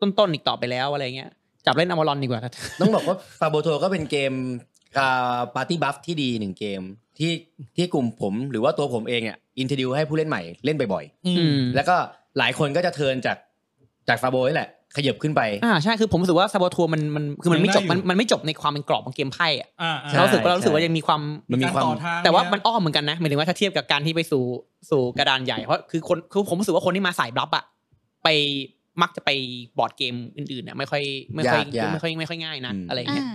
Speaker 4: ต้นๆ อีกต่อไปแล้วอะไรเงี้ย จับเล่นอมารอนดีกว่า
Speaker 3: ต้องบอกว่าซาโบทัวร์ก็เป็นเกมปาร์ตี้บัฟที่ดีหนึ่งเกมที่ที่กลุ่มผมหรือว่าตัวผมเองเนี่ยอินเทอร์ดิวให้ผู้เล่นใหม่เล่นบ่อย
Speaker 1: อื
Speaker 4: อื
Speaker 1: ม
Speaker 4: ม
Speaker 3: ๆ แล้วก็หลายคนก็จะเทิร์นจากจากฟาโบนี่แหละ ขยับขึ้นไป
Speaker 4: อ่าใช่คือผมรู้สึกว่าซาบทัวมันมันคือมันไม่จบ
Speaker 1: ยังได้อยู่
Speaker 4: มันมันไม่จบในความเป็นกรอบของเกมไพ่อะ
Speaker 1: อ่าอ่า
Speaker 3: ใช่
Speaker 4: เรารู้สึกว่าเรารู้สึกว่ายังมีความ
Speaker 3: มันมีความ
Speaker 1: กรต่อทง
Speaker 4: แต่ว่ามันอ้อมเหมือนกันนะหมายถึงว่าถ้าเทียบกับการที่ไปสู่สู่กระดานใหญ่เพราะคือคนคือผมรู้สึกว่าคนที่มาสายบลับอะไปมักจะไปบอร์ดเกมอื่นๆเนี่ยไม่ค่อยไม่ค่อย
Speaker 3: ยากๆ
Speaker 4: ไม่ค่อยไม่ค่อยง่ายนะ
Speaker 3: อืม
Speaker 4: อะไรอย่าง
Speaker 2: อ่า
Speaker 4: เงี้ย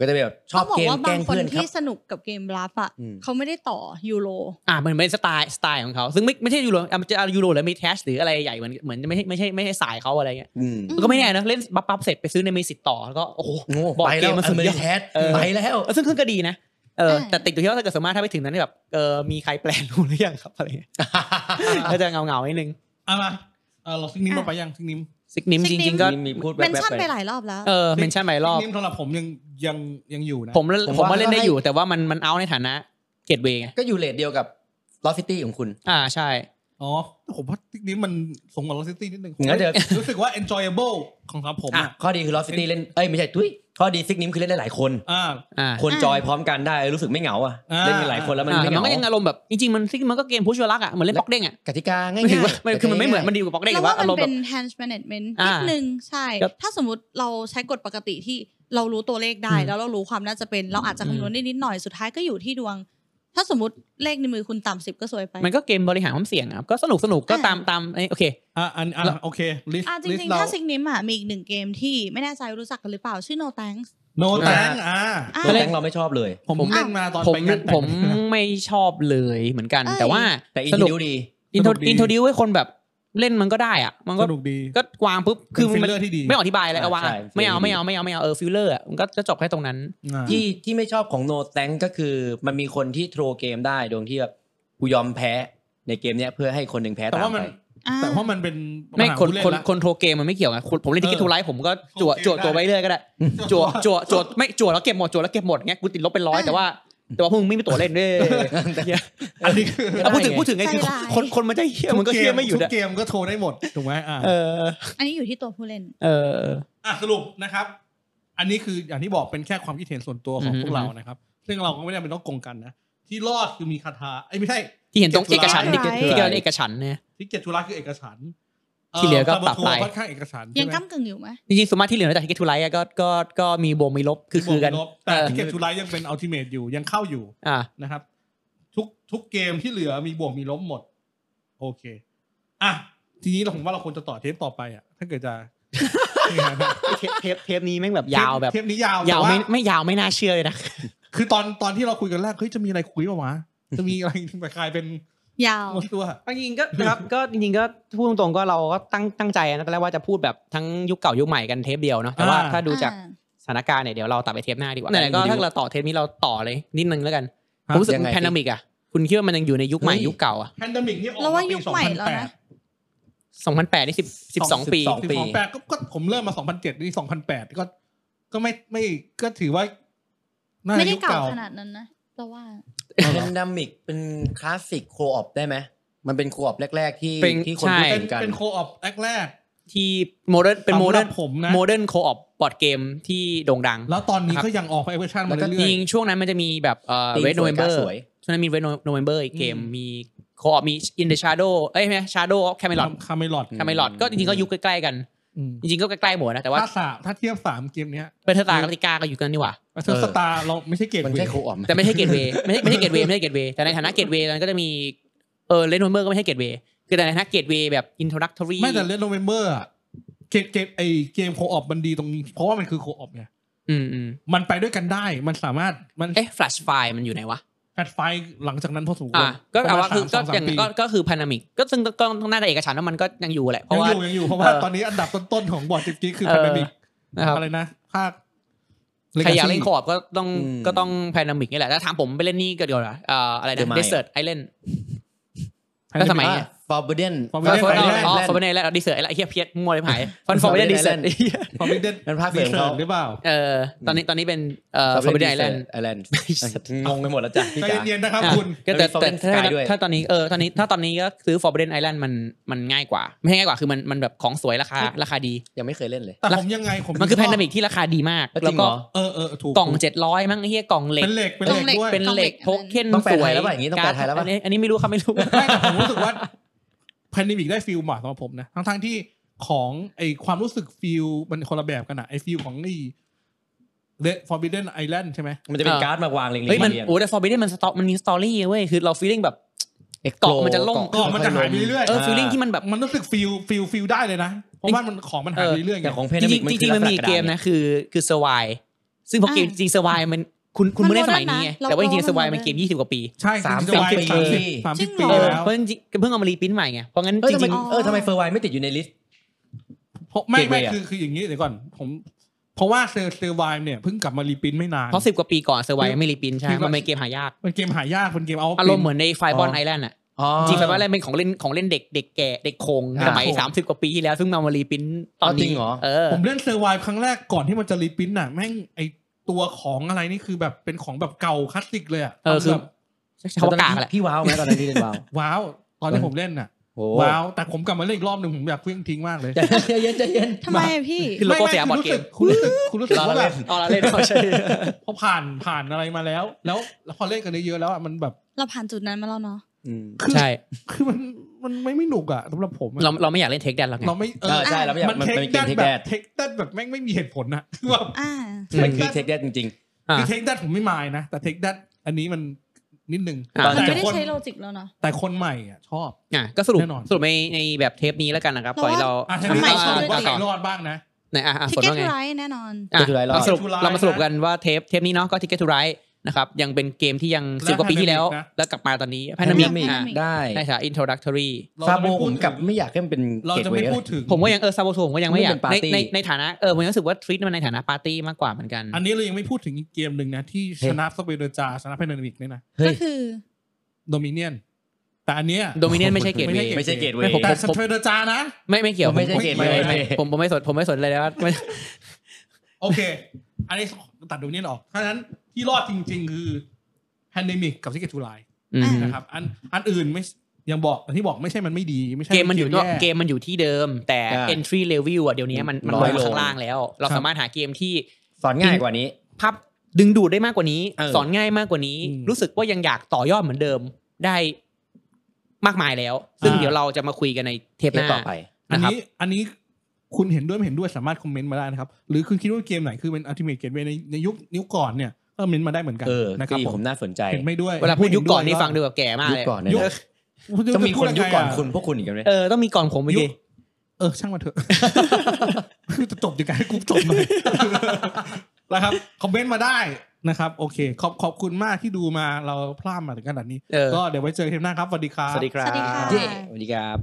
Speaker 3: ก็จะเป็นแบบชอบ
Speaker 2: ต้ง
Speaker 3: เกม
Speaker 2: ว่า
Speaker 3: แก
Speaker 2: บา
Speaker 3: ล้
Speaker 2: ง
Speaker 3: ง
Speaker 2: คน
Speaker 3: เพื่อนครั
Speaker 2: ที่
Speaker 3: บ
Speaker 2: สนุกกับเกมรับอ่ะ
Speaker 3: อืม
Speaker 2: เขาไม่ได้ต่อยูโร
Speaker 4: อ่ามันเป็นสไตล์สไตล์ของเขาซึ่งไม่ไม่ใช่ยูโรอ่ะมันจะเอายูโรหรือมีแทชหรืออะไรใหญ่เหมือนเหมือนไม่ใช่ไม่ใช่ไม่ใช่สายเขาอะไรเงี้ย
Speaker 3: อืม
Speaker 4: ก็ไม่แน่นะเล่นบับบับเสร็จไปซื้อในเมสิตต่อแล้วก็โอ้โห
Speaker 3: โง่
Speaker 4: บอร์
Speaker 3: ไป
Speaker 4: ดเก
Speaker 3: แล้
Speaker 4: ม
Speaker 3: ว
Speaker 4: มัน
Speaker 3: อ
Speaker 4: สุด
Speaker 3: เม
Speaker 4: ย
Speaker 3: ริ
Speaker 4: อด
Speaker 3: แทสไปแล้ว
Speaker 4: เออซึ่งก็ดีนะเออ
Speaker 2: อ่า
Speaker 4: แต่ติดอยู่ที่ว่าถ้าเกิดสมมติถ้าไปถึงนั้นแบบเออมีใครแปลรู้หรือยังครับอะไรเงี้ยก็จะเงาเงาๆนิดนึง
Speaker 1: อ่ะมาเออเราซิกนิมเราไปยังซิกนิม
Speaker 4: ซิกนิมจริง ๆ ก็
Speaker 3: มีมีพูดแบ
Speaker 2: เม
Speaker 3: บ
Speaker 2: น
Speaker 3: ๆ
Speaker 2: ชั่น
Speaker 3: ไป
Speaker 2: ไปหลายรอบแล้ว
Speaker 4: เออเมนชั่นไปรอบ
Speaker 1: ซิกนิมสำหรับผมยังยังยังอยู่นะ
Speaker 4: ผมเล่น
Speaker 3: ผม
Speaker 4: ผมว่า
Speaker 3: ว่า
Speaker 4: เล่นได้
Speaker 3: ให้
Speaker 4: อยู่แต่ว่ามันมันเอาในฐานะเกตเวย์
Speaker 3: ก็อยู่เลทเดียวกับลอสซิตี้ของคุณ
Speaker 4: อ่าใช่
Speaker 1: อ๋อแต่ผมว่าทิกนี้มันสงกับลอสซิตี้นิดนึง
Speaker 3: งั้นเดี๋ยว
Speaker 1: รู้สึกว่า enjoyable ของครับผม
Speaker 3: อ่ะ
Speaker 1: อะ
Speaker 3: ข้อดีคือลอสซิตี้เล่นเอ้ยไม่ใช่ทุยข้อดีซิกนิมคือเล่นได้หลายคน
Speaker 1: อ่า
Speaker 4: อ่า
Speaker 3: คน
Speaker 2: อ่า
Speaker 3: จอยพร้อมกันได้รู้สึกไม่เหงาอ่ะ
Speaker 1: อ่า
Speaker 3: เล่นกันหลายคนแล้วมัน
Speaker 4: อ่า
Speaker 3: ไม่
Speaker 4: แต่
Speaker 3: เหงา
Speaker 4: มันก็ยังอารมณ์แบบจริงๆมันซิกมันก็เกมพุชวลักอ่ะเหมือนเล่นป๊อกเด้งอ่ะ
Speaker 3: กติกาง่าย
Speaker 4: ไม่ถึงว่า
Speaker 3: ๆ
Speaker 4: มันคือมันไม่เหมือนมันดีกว่าป๊อกเด้ง
Speaker 2: แล้
Speaker 4: แต่
Speaker 2: ว
Speaker 4: ว่า
Speaker 2: ว่า
Speaker 4: อา
Speaker 2: มัน
Speaker 4: รมณ์
Speaker 2: เป็
Speaker 4: แบบ
Speaker 2: น hand management
Speaker 4: อ่า
Speaker 2: นิดนึงใช่
Speaker 4: ครับ
Speaker 2: ถ้าสมมติเราใช้กฎปกติที่เรารู้ตัวเลขได้
Speaker 4: อืม
Speaker 2: แล้วเรารู้ความน่าจะเป็น เราอาจจะ
Speaker 4: อืม
Speaker 2: คำนวณได้นิดหน่อยสุดท้ายก็อยู่ที่ดวง ถ้าสมมติเลขในมือคุณต่ำสิบก็สวยไป
Speaker 4: มันก็เกมบริหารความเสี่ยงอ่ะก็สนุกสนุกก็
Speaker 2: อ่า
Speaker 4: ตามตามไอ้โอเค
Speaker 1: อ่าอันอ่า
Speaker 4: แล้ว
Speaker 1: โอเค ลิส
Speaker 2: อ่ะจ
Speaker 1: ลิส
Speaker 2: ริงๆ
Speaker 1: เรา
Speaker 2: ถ้าซิกนิมอ่ะมีอีกหนึ่งเกมที่ไม่แน่ใจรู้จักกันหรือเปล่าชื่อ No Thanks
Speaker 1: โนแตงอ่า
Speaker 2: อ่ะ
Speaker 3: ตัวแรงเราไม่ชอบเลย
Speaker 1: ผมเล่นมาตอน
Speaker 4: ผม
Speaker 1: ไปงานแต่ง
Speaker 4: ผมไม่ชอบเลยเหมือนกัน
Speaker 2: เอ้ย
Speaker 4: แต่ว่า
Speaker 3: แต่อิน
Speaker 4: ส
Speaker 3: ทิ
Speaker 4: รุป
Speaker 3: วดี
Speaker 4: อินโทร
Speaker 1: สนุกดี
Speaker 4: อินโทรดิวให้คนแบบเล่นมันก็ได้อ่ะ มันก็
Speaker 1: สนุกดี
Speaker 4: ก็วางปุ๊บ
Speaker 1: คื
Speaker 4: คืออ
Speaker 1: ฟิล
Speaker 4: มั
Speaker 1: เล
Speaker 4: น
Speaker 1: อร์ที่ดี
Speaker 4: ไม่อธิบายอะไรก็วางอะ
Speaker 3: ใช่
Speaker 4: ไม่เอาไม่เอาไม่เอาไม่เอาเออฟิลเลอร์อ่ะมันก็จะจบแค่ตรงนั้น
Speaker 1: อ่า
Speaker 3: ที่ที่ไม่ชอบของโนแตงก็คือมันมีคนที่โทรเกมได้โดยที่แบบกูยอมแพ้ในเกมเนี้ยเพื่อให้คนหนึ่งแพ้
Speaker 1: แต่
Speaker 3: ตาม
Speaker 1: ว่ามัน
Speaker 3: ไป
Speaker 2: อ่า
Speaker 1: แต่ว่ามันเป็นปั
Speaker 4: ไม่
Speaker 1: ญหา
Speaker 4: คน
Speaker 1: ผู้เล่
Speaker 4: คน
Speaker 1: ละ
Speaker 4: คนโทรเกมมันไม่เกี่ยวไงคนผมเล่น
Speaker 1: เอ
Speaker 4: ที่
Speaker 1: อ
Speaker 4: คิดทูไลท์ผมก็จั่ว
Speaker 1: โทรเกม
Speaker 4: จั่วจั่ว
Speaker 1: ได้
Speaker 4: ไปเรื่อยก็ได้ จั่วจั่วจั่วไม่จั่วแล้วเก็บหมดจั่วแล้วเก็บหมดเงี้ยกูติดลบเป็นร้อย
Speaker 2: อ่ะ
Speaker 4: แต่ว่า แต่ว่าพวกมึงไม่มีตั๋วเล่นด้วย
Speaker 1: อันนี้คือ
Speaker 4: เอาพูดถึงพูดถึงไง
Speaker 2: ใจ
Speaker 4: คือ
Speaker 2: ร้าย
Speaker 4: คนคนมันจะเฮี้ยมันก็เฮี้ยไม่หยุด
Speaker 1: ทุ
Speaker 4: อะ
Speaker 1: กเกมก็โทรได้หมดถูกไหมอ่า
Speaker 4: เออ
Speaker 2: อันนี้อยู่ที่ตัวผู้เล่น
Speaker 4: เออ
Speaker 1: อ่ะสรุปนะครับ อันนี้คืออย่างที่บอกเป็นแค่ความคิดเห็นส่วนตัวของ
Speaker 4: อืม
Speaker 1: พวกเรานะครับ ซึ่งเราก็ไม่ได้เป็นต้องโกงกันนะที่รอดคือมีคาถาไอ้ยไม่ใช่
Speaker 4: ที่เห็นตรงเอกฉันท์ที่
Speaker 2: ใจร้าย
Speaker 4: ที่เกี่ยวกับเอกฉันท์เนี่ย
Speaker 1: ที่เกียรติธุระคือเอกสาร
Speaker 4: ที่เหลือก็ปรับไป
Speaker 1: ซาโทัวร์ค่อนข้างเอกสาร
Speaker 2: ยัง
Speaker 1: ใช่ไหม
Speaker 2: ก้ากึ่งอยู่ไหม
Speaker 4: จริงๆสมมติที่เหลือจากที่เกทูไลท์ก็ก็ก็มีบวกมีลบคือคือกัน
Speaker 1: บวลบ
Speaker 4: เอ
Speaker 1: แต่
Speaker 4: อ
Speaker 1: ที่เกียรติธุระยังเป็นอัลติเมทอยู่ยังเข้าอยู่
Speaker 4: อ่า
Speaker 1: นะครับ ทุกทุกเกมที่เหลือมีบวกมีลบหมด โอเค อ่ะ ทีนี้เราผมว่าเราควรจะต่อเทปต่อไปอ่ะ ถ้าเกิดจะ
Speaker 4: เทปเทปเทปนี้แม่ง แบบยาวแบบ
Speaker 1: เทปนี้ยาวย
Speaker 4: าว
Speaker 1: แต่
Speaker 4: ไม่ไม่ยาวไม่น่าเชื่อเลยนะ
Speaker 1: คือตอนตอนที่เราคุยกันแรกเฮ้ยจะมีอะไรคุยเปล่าวะจะมีอะไร แบบกลายเป็น
Speaker 2: ยาว
Speaker 1: หมดตัว
Speaker 4: จริงๆก็นะครับก็จริงๆก็พูดตรงๆก็เราก็ตั้งตั้งใจนะตอนแรกว่าจะพูดแบบทั้งยุคเก่ายุคใหม่กันเทปเดียวเนาะแต่ว่า
Speaker 1: อ่า
Speaker 4: ถ้าดูจาก
Speaker 2: อ่
Speaker 4: สถานการณ์เนี่ยเดี๋ยวเราตัดไปเทปหน้าดีกว่าไหนๆก็ถ้าเราต่อเทปนี้เราต่อเลยนิดนึงแล้วกัน
Speaker 3: ครับ
Speaker 4: ผมรู้สึก
Speaker 3: ยังไง
Speaker 4: แพนดามิกอะคุณคิดว่ามันยังอยู่ในยุคใหม่
Speaker 3: เฮ้ย
Speaker 4: ยุคเก่าอะ
Speaker 1: แพนดมิกนี่ออก
Speaker 2: เราว่า
Speaker 1: มาปี
Speaker 2: ยุค
Speaker 1: สอง
Speaker 2: ใหม่
Speaker 1: พัน
Speaker 2: แล้ว
Speaker 1: แปด
Speaker 2: นะ
Speaker 4: 2008นี่10 12 ปี
Speaker 3: 12
Speaker 1: สิบสองแปดก็ก็ผมเริ่มมาสองพันเจ็ดนี่สองพันแปดก็ ก็ไม่ไม่ก็ถือว่าน่จะ
Speaker 2: ไม่ได้
Speaker 1: ยุค
Speaker 2: เก่าขนาดนั้นนะเราว่า
Speaker 1: เอาเห
Speaker 3: แพ
Speaker 1: รอน
Speaker 3: ดามิกเป็นคลาสสิกโคออปได้ไหม มันเป็นโคออปแรก ๆ ที่
Speaker 4: เป็น
Speaker 3: ที่คน
Speaker 4: ใช่
Speaker 3: พูด
Speaker 1: เป็น
Speaker 3: ถึงกัน
Speaker 1: เป็นโคออปแรก
Speaker 4: ที่โมเดิร์น
Speaker 1: ๆ
Speaker 4: เป็นโมเดิร์น
Speaker 1: สำหบผมนะ
Speaker 4: โมเดิร์นโคออฟบอร์ดเกมที่โด่งดัง
Speaker 1: แล้วตอนนี้
Speaker 4: ครับ
Speaker 1: ก็ยังออกเวอร์ชันมา
Speaker 3: แล้วก็
Speaker 1: เรื่
Speaker 4: จ
Speaker 1: อย
Speaker 4: ริงๆช่วงนั้นมันจะมีแบบเอ่อ
Speaker 3: ตีน
Speaker 4: เวท
Speaker 3: ส
Speaker 4: โน
Speaker 3: ว
Speaker 4: เวย มเบ
Speaker 3: กา
Speaker 4: อร์
Speaker 3: สวย
Speaker 4: ช่วงนั้นมีเวทโนเวมเบอร์อีกเกม
Speaker 1: อืม
Speaker 4: มีโคออฟมีอินเดชาร์โดเอ้ยไม่ชาร์โดแคมเมลอด
Speaker 1: ๆคาเมลอด
Speaker 4: แคมเมลอดก็จริงๆก็ยุคใกล้ๆกัน
Speaker 1: อืม
Speaker 4: จริงๆก็ใกล้ๆหมดนะแต่ว่า
Speaker 1: ถ้าสามถ้าเทียบสามเกมเนี้ย
Speaker 4: เป็นเทอร์ตากับติกาก็อยู่กันนี่หว่า
Speaker 1: เธอสตาร์เราไม่ใช่เกต
Speaker 3: มัน
Speaker 1: เว
Speaker 3: ใช่
Speaker 1: ย์
Speaker 3: โคออปไหม
Speaker 4: แต่ไม่ใช่เกตเวย์ไม่ใช่ไม่ใช่เกตเวย์ไม่ใช่เกตเวย์แต่ในฐานะเกตเวย์มันก็จะมีเออเลนโนเมอร์ก็ไม่ใช่เกตเวย์คือแต่ในฐานะเกตเวย์แบบอินโทรดักทอรี่
Speaker 1: ไม่แต่เล่นโนเวมเบอร์อะเกมเกมไอเกมโคออปมันดีตรงนี้ เพราะว่ามันคือโคออปไง
Speaker 4: อืมอืม
Speaker 1: มันไปด้วยกันได้มันสามารถมัน
Speaker 4: เอ๊ะแฟลชไฟมันอยู่ไหนวะ
Speaker 1: แพลตไฟล์หลังจากนั้นพอสมควร
Speaker 4: อ่ะก็เอาว่า
Speaker 1: ประมณ
Speaker 4: คือ
Speaker 1: ส
Speaker 4: ก็
Speaker 1: มสม
Speaker 4: อย่าง
Speaker 1: ปี
Speaker 4: ก็ก็คือพานามิกก็ซึ่งก็ต้องน่าจะเอกฉันท์ว่ามันก็ยังอยู่แหละเพ
Speaker 1: ยัง
Speaker 4: ราะ
Speaker 1: อ
Speaker 4: ว่า
Speaker 1: ยู่ยังอยู่เพราะว่า
Speaker 4: เออ
Speaker 1: ตอนนี้อันดับต้นๆของบอร์ดจิกกี้คือ
Speaker 4: เออ
Speaker 1: พารามิก
Speaker 4: นะครับ
Speaker 1: อะไรนะ ภาค
Speaker 4: ใครอยากเล่นโคออฟก็ต้อง
Speaker 3: อืม
Speaker 4: ก็ต้องพานามิกนี่แหละแล้วถามผมไปเล่นนี่ก็ดีกว่าเอ่ออะไรนะ
Speaker 3: The Mine
Speaker 4: เดสเซิร์ตไอเลน แล้วสมัย
Speaker 3: อ่ะ Forbidden
Speaker 1: Forbidden
Speaker 4: ฟอร์เบเน
Speaker 1: Island
Speaker 4: อ๋อ
Speaker 3: Island
Speaker 4: ฟอร์เบเนแล้วดิเซิร์ตไอ้เฮียเพี้ยนมั่วเลย หายฟันฟอร์เบเน
Speaker 3: Forbidden
Speaker 4: ดิเซิร์ต
Speaker 3: Island
Speaker 1: พอมิเดน
Speaker 3: นั่นภาคเสริมเขา
Speaker 1: หรือเปล่า
Speaker 4: เออตอนนี้ตอนนี้เป็นเอ่อฟอร์เบเนไอแลน
Speaker 3: ไอแลนด์ งงไปหมดแล้วจ้ะพี่
Speaker 1: ใจ
Speaker 3: จ๋า
Speaker 1: เย็นๆนะครับ
Speaker 4: อ่ะ
Speaker 1: คุณ
Speaker 4: ก็แต่
Speaker 3: แล้วมี Forbidden
Speaker 4: แต่ถ้า
Speaker 3: Sky ด้วย
Speaker 4: ถ้าตอนนี้เออตอนนี้ถ้าตอนนี้ก็ซื้อ Forbidden Island มันมันง่ายกว่า ไม่ใช่ง่ายกว่าคือมันมันแบบของสวยราคาราคาดี
Speaker 3: ยังไม่เคยเล่นเลย
Speaker 1: แต่ผมยังไงผม
Speaker 4: มันคือ
Speaker 1: ช
Speaker 4: แพ
Speaker 1: บ
Speaker 4: นดามิกที่ราคาดีมาก
Speaker 3: แล้วจ
Speaker 4: แล้
Speaker 3: ริง
Speaker 4: วก็
Speaker 3: เหรอ
Speaker 1: เออเออถูก
Speaker 4: กล่องเจ็ดร้อยมั้งไอ้เฮียกล่องเหล็ก
Speaker 1: เป็นเหล็กเป็นเหล็กด้วย
Speaker 4: เป็นเหล็ก
Speaker 2: กล่
Speaker 4: โท
Speaker 2: องเหล็ก
Speaker 4: เค็น
Speaker 3: ต้องแปล
Speaker 4: สวย
Speaker 3: ไทยแล้วป่ะอย่างงี้ต้องแปลไทยแล้วป่ะ
Speaker 4: อันนี้อันนี้ไม่รู้ครั บไม่รู้
Speaker 1: ไม่แต่ผมรู้สึกว่าแพนด m มิกได้ฟิลหมาสำหรับผมนะ ทั้งทั้งๆที่ของไอความรู้สึกฟิลมันคนละแบบกันอะไอฟิลของนี่ The Forbidden Island ใช่ไหม
Speaker 3: มันจะเป็น
Speaker 4: เออ
Speaker 3: การ์ดมาวางเรียงๆ
Speaker 4: เฮ้ยมัน
Speaker 3: เรียง
Speaker 4: โอ้แต่ Forbidden มันสต็อกมันมีสตอรี่เว้ยคือเราฟีลลิ่งแบบ
Speaker 3: ๆ
Speaker 4: เกาะมันจะล่ม
Speaker 1: เกาะมันจะหายไปเรื่อย
Speaker 4: เออฟีลลิ่งที่มันแบบ
Speaker 1: มันรู้สึกฟิลฟิลฟิลได้เลยนะ เพราะว่ามันของมันหายไปเรื่อยๆไง
Speaker 3: แต่ของเพน
Speaker 4: จ
Speaker 3: นิ
Speaker 4: ริ
Speaker 3: ก
Speaker 4: งๆ
Speaker 3: มัน
Speaker 4: จ
Speaker 3: คือ
Speaker 4: ริงๆมันมี
Speaker 3: ลักษณะ
Speaker 4: เกมนะคือคือ survive ซึ่งพอเกม
Speaker 2: อ่า
Speaker 4: จริง survive มันคุณคุณเพิ่งเล่นสมัย
Speaker 2: มันโมเดิร์น
Speaker 4: นี้ไง
Speaker 2: นะเรา
Speaker 4: แต่ว่าจริง
Speaker 2: เรา
Speaker 4: ๆ survive
Speaker 2: ว่ามั
Speaker 4: มัน นเกม20กว่าปี
Speaker 1: ใช่
Speaker 3: สาม
Speaker 1: คุณ
Speaker 3: สิบ
Speaker 1: จะวาย
Speaker 3: ปี
Speaker 1: สามสิบสามสิบปี
Speaker 4: เออ
Speaker 1: แล้ว
Speaker 4: เพราะจริงๆเพิ่งเอามารีพิมพ์ใหม่ไงเพราะงั้น
Speaker 3: เออ
Speaker 4: จ
Speaker 3: ทำไม
Speaker 4: ริง
Speaker 3: เออทำไมเฟอร์ไวไม่ติดอยู่ในลิสต์
Speaker 1: เพราะไม่ไม่
Speaker 3: เกมเวย์อะ
Speaker 1: คือคืออย่างนี้เดี๋ยวก่อน ผม เพราะว่าเซอร์เซอร์วายเนี่ยเพิ่งกลับมารีพินไม่นา
Speaker 4: ๆ
Speaker 1: น
Speaker 4: เพราะสิบกว่าปีก่อน survive ยังไม่รีพิมพ์ใช่ไหม
Speaker 1: คือ
Speaker 4: มันเป็นเกมหายาก
Speaker 1: มันเกมหายากเป็นเกมเอา
Speaker 4: อารมณ์เหมือนในไฟบอล
Speaker 3: อ๋อ
Speaker 4: ไอแลนด์อ่ะ
Speaker 3: อ๋อ
Speaker 4: จริงไฟบอลไอแลนด์เป็นของเล่นของเล่นเด็กเด็กแก่เด็กโคง
Speaker 3: อ่า
Speaker 4: สมัยสามสิบกว่าปีที่แล้วซึ่งมามารีพิมพ์ตอน
Speaker 3: อ๋อจริ
Speaker 4: นี้
Speaker 3: งเหรอ
Speaker 4: เออ
Speaker 1: ผมเล่นเซอร์ไวายครั้งแรกก่อนที่มันจะรีปรินท์น่ะแม่งไอตัวของอะไรนี่คือแบบเป็นของแบบเก่าคลาสสิกเลยอ่ะ
Speaker 4: เออคือ
Speaker 1: แบบ
Speaker 4: เขาว่ากาก
Speaker 3: ตอนนั้น
Speaker 4: แหละ
Speaker 3: พี่ว้าวไหมตอนนั้นพี่เล่นว้าว
Speaker 1: ว้าวตอนที่ผมเล่นน่ะ
Speaker 3: โอ้
Speaker 1: ว้าวแต่ผมกลับมาเล่นอีกรอบหนึ่งผมอยากเคลื่องทิ้งมากเลย
Speaker 3: ใจเย็นใจเย็น
Speaker 2: ทำไมอะพี่
Speaker 4: คือโลโก้สยามบอร์ดเกม
Speaker 1: คุณรู้สึกคุณรู้สึกว่าแบบ
Speaker 4: เอาละเล่นเอาใช่
Speaker 1: พอผ่านผ่านอะไรมาแล้ว แล้วแล้วพอเล่นกันเยอะๆแล้วอ่ะมันแบบ
Speaker 2: เราผ่านจุดนั้นมาแล้วเนาะ
Speaker 1: คือ
Speaker 4: ใช่
Speaker 1: คือมันมันไม่ไม่หนุกอ่ะสำหรับผมอะ
Speaker 4: เราเราไม่อยากเล่นเทคแดนแล้วไง
Speaker 1: เราไม่เอ
Speaker 3: เอ
Speaker 1: อ
Speaker 3: อใช่เราไม่อยาก
Speaker 1: มัน
Speaker 3: มัน
Speaker 1: เทค
Speaker 3: เป็นเก
Speaker 1: ดัด
Speaker 3: ม take
Speaker 1: แบบ
Speaker 3: that
Speaker 1: เทคดัดแบบแม่งไม่มีเหตุผลนะ คือแบบ
Speaker 2: อ่า
Speaker 3: มันคือเทคเดดจริง
Speaker 4: อ่ะ
Speaker 1: คือเทคดัดผมไม่มายนะ แต่เทคดัดอันนี้มันนิดนึง
Speaker 4: อ่ะ
Speaker 2: มัน
Speaker 1: แต่
Speaker 2: ไม่ได้
Speaker 1: คน
Speaker 2: ใช้โลจิกแล้วเนาะ
Speaker 1: แต่คนใหม่อ่ะชอบ
Speaker 4: อ่ะก็สรุป
Speaker 1: แน่นอน
Speaker 4: สรุปในในแบบเทปนี้แล้วกันนะครับปล่อยเรา
Speaker 1: อ่ะที
Speaker 2: ทำ
Speaker 1: นี้
Speaker 2: ไม
Speaker 1: เรา
Speaker 2: ชอบ
Speaker 1: ถือน
Speaker 2: เล่
Speaker 1: ว่า
Speaker 4: ต่อ
Speaker 1: ใส่รอดบ้างนะ
Speaker 4: ไหนอ่ะอ่ะ
Speaker 2: ทิ
Speaker 4: ฝน
Speaker 2: เก็ต
Speaker 4: ว่าไง
Speaker 2: ไรแน่นอน
Speaker 4: อ่ะ
Speaker 3: Ticket to Ride
Speaker 4: เราสรุป
Speaker 1: Ticket to Ride
Speaker 4: เรามาสรุปกันว่าเทปเทปนี้เนาะก็ Ticket to Ride นะครับยังเป็นเกมที่ยัง
Speaker 1: และ
Speaker 4: สิบกว่าปีที่แล้ว
Speaker 1: Pandemic นะ
Speaker 4: แล้วกลับมาตอนนี้
Speaker 3: ๆ
Speaker 4: พนมิก
Speaker 2: Pandemic
Speaker 4: อ่ะ
Speaker 3: ได้
Speaker 4: ใช่ค่ะ introductory
Speaker 1: จะ
Speaker 3: ซา
Speaker 1: ไ
Speaker 3: โบผมกลับไม่อยากให้มันเป็น
Speaker 1: เรา
Speaker 3: เกต
Speaker 1: จะ
Speaker 3: เว
Speaker 1: ไม่
Speaker 3: ย์
Speaker 1: พูดถึง
Speaker 4: ผมก็ยังเออซาโบโซผมก็ยังไม่อยา
Speaker 3: มั
Speaker 4: ก
Speaker 3: นเป็น
Speaker 4: ใน
Speaker 3: party
Speaker 4: ในในฐานะเออผมยังรู้สึกว่าทริตมันในฐานะปาร์ตี้มากกว่าเหมือนกัน
Speaker 1: อันนี้เรายังไม่พูดถึงอีกเกมหนึ่งนะ ที่
Speaker 3: เฮ้ย
Speaker 1: ชนะสเปนเดอร์จาชนะแพนดามิกเนี่ยนะ
Speaker 3: เฮ้
Speaker 2: ก็
Speaker 3: ย
Speaker 2: คือ
Speaker 1: โดมิเนียนแต่อันเนี้ย
Speaker 4: Dominion ไม่ใช่
Speaker 1: ไม่
Speaker 4: Gateway
Speaker 1: ใช่
Speaker 3: ไม่ใช่เกตเว
Speaker 4: ไม่
Speaker 3: ย์
Speaker 4: ผม
Speaker 1: แต่สเปนเดอร์จานะ
Speaker 4: ไม่ไม่เกี่ยว
Speaker 3: ไม่ใช่
Speaker 1: Gateway
Speaker 4: ไม่ผมผมไม่สนผมไม่สนเลยนะว่าไม่
Speaker 1: โอเค อันนี้ตัดโดมิเนียนออกเพราะฉะนั้นที่รอดจริงๆ คือแพนด m มิกกับซิกเกตทูไล
Speaker 4: อืม
Speaker 1: นะครับอันอันอื่นไม่ยังบอกอย่างที่บอกไม่ใช่มันไม่ดี ไม่ใช่
Speaker 4: เกมมันอยู่
Speaker 1: แย่
Speaker 4: เกมมันอยู่ที่เดิม แต่
Speaker 3: อ่ะ
Speaker 4: entry level อ่ะเดี๋ยวนี้มันมันล
Speaker 3: น้
Speaker 4: อ
Speaker 3: อย ย
Speaker 4: มา
Speaker 3: ลง
Speaker 4: ข้างล่างแล้ว เรา
Speaker 1: ครับ
Speaker 4: สามารถหาเกมที่
Speaker 3: สอนง่ายกว่านี้
Speaker 4: ภาพดึงดูดได้มากกว่านี้
Speaker 3: เออ
Speaker 4: สอนง่ายมากกว่านี้
Speaker 1: อืม
Speaker 4: รู้สึกว่ายังอยากต่อยอดเหมือนเดิมได้มากมายแล้ว ซึ่ง
Speaker 1: อ่า
Speaker 4: เดี๋ยวเราจะมาคุยกันในเทป
Speaker 3: เทป
Speaker 4: หน้า
Speaker 3: ต่อไป
Speaker 1: อัน
Speaker 4: นะครับ
Speaker 1: นี้อันนี้คุณเห็นด้วยไม่เห็นด้วยสามารถคอมเมนต์มาได้นะครับ หรือคุณคิดว่าเกมไหนคือเป็นอัลติเมทเกมในในยุคนิ้วก่อนเนี่ยก็เมนต์มาได้เหมือนกัน
Speaker 3: เออ
Speaker 1: นะค
Speaker 3: ก็
Speaker 1: รับ
Speaker 3: ดี
Speaker 1: ผ
Speaker 3: ผม มน่าสนใจ
Speaker 1: เห็นไม่ด้วย
Speaker 4: เวลาพูดยุคก่อนนี่
Speaker 1: ไม่เห็ด้วย
Speaker 4: ฟังดูแบบแก่มาก
Speaker 3: ยุค
Speaker 4: เลย
Speaker 3: ก่อนเนี่ย
Speaker 1: ยุค
Speaker 3: นะจะมีคนยุคก่อนคุณพวกคุณอีกกันไหม
Speaker 4: เออต้องมีก่อนผมไป
Speaker 1: ยุ
Speaker 4: ดิ
Speaker 1: คเออช่างมาเถอะ จบจากการให้กูจบเลย นะครับคอมเมนต์มาได้นะครับ โอเค ขอบขอบคุณมากที่ดูมาเราพลาดมาถึงขนาดนี้
Speaker 4: เออ
Speaker 1: ก็เดี๋ยวไว้เจอกันเทปหน้าครับสวัสดีครับ
Speaker 4: สวัสดีครับ
Speaker 2: สวัสดีค่ะ
Speaker 3: เย้สวัสดีครับ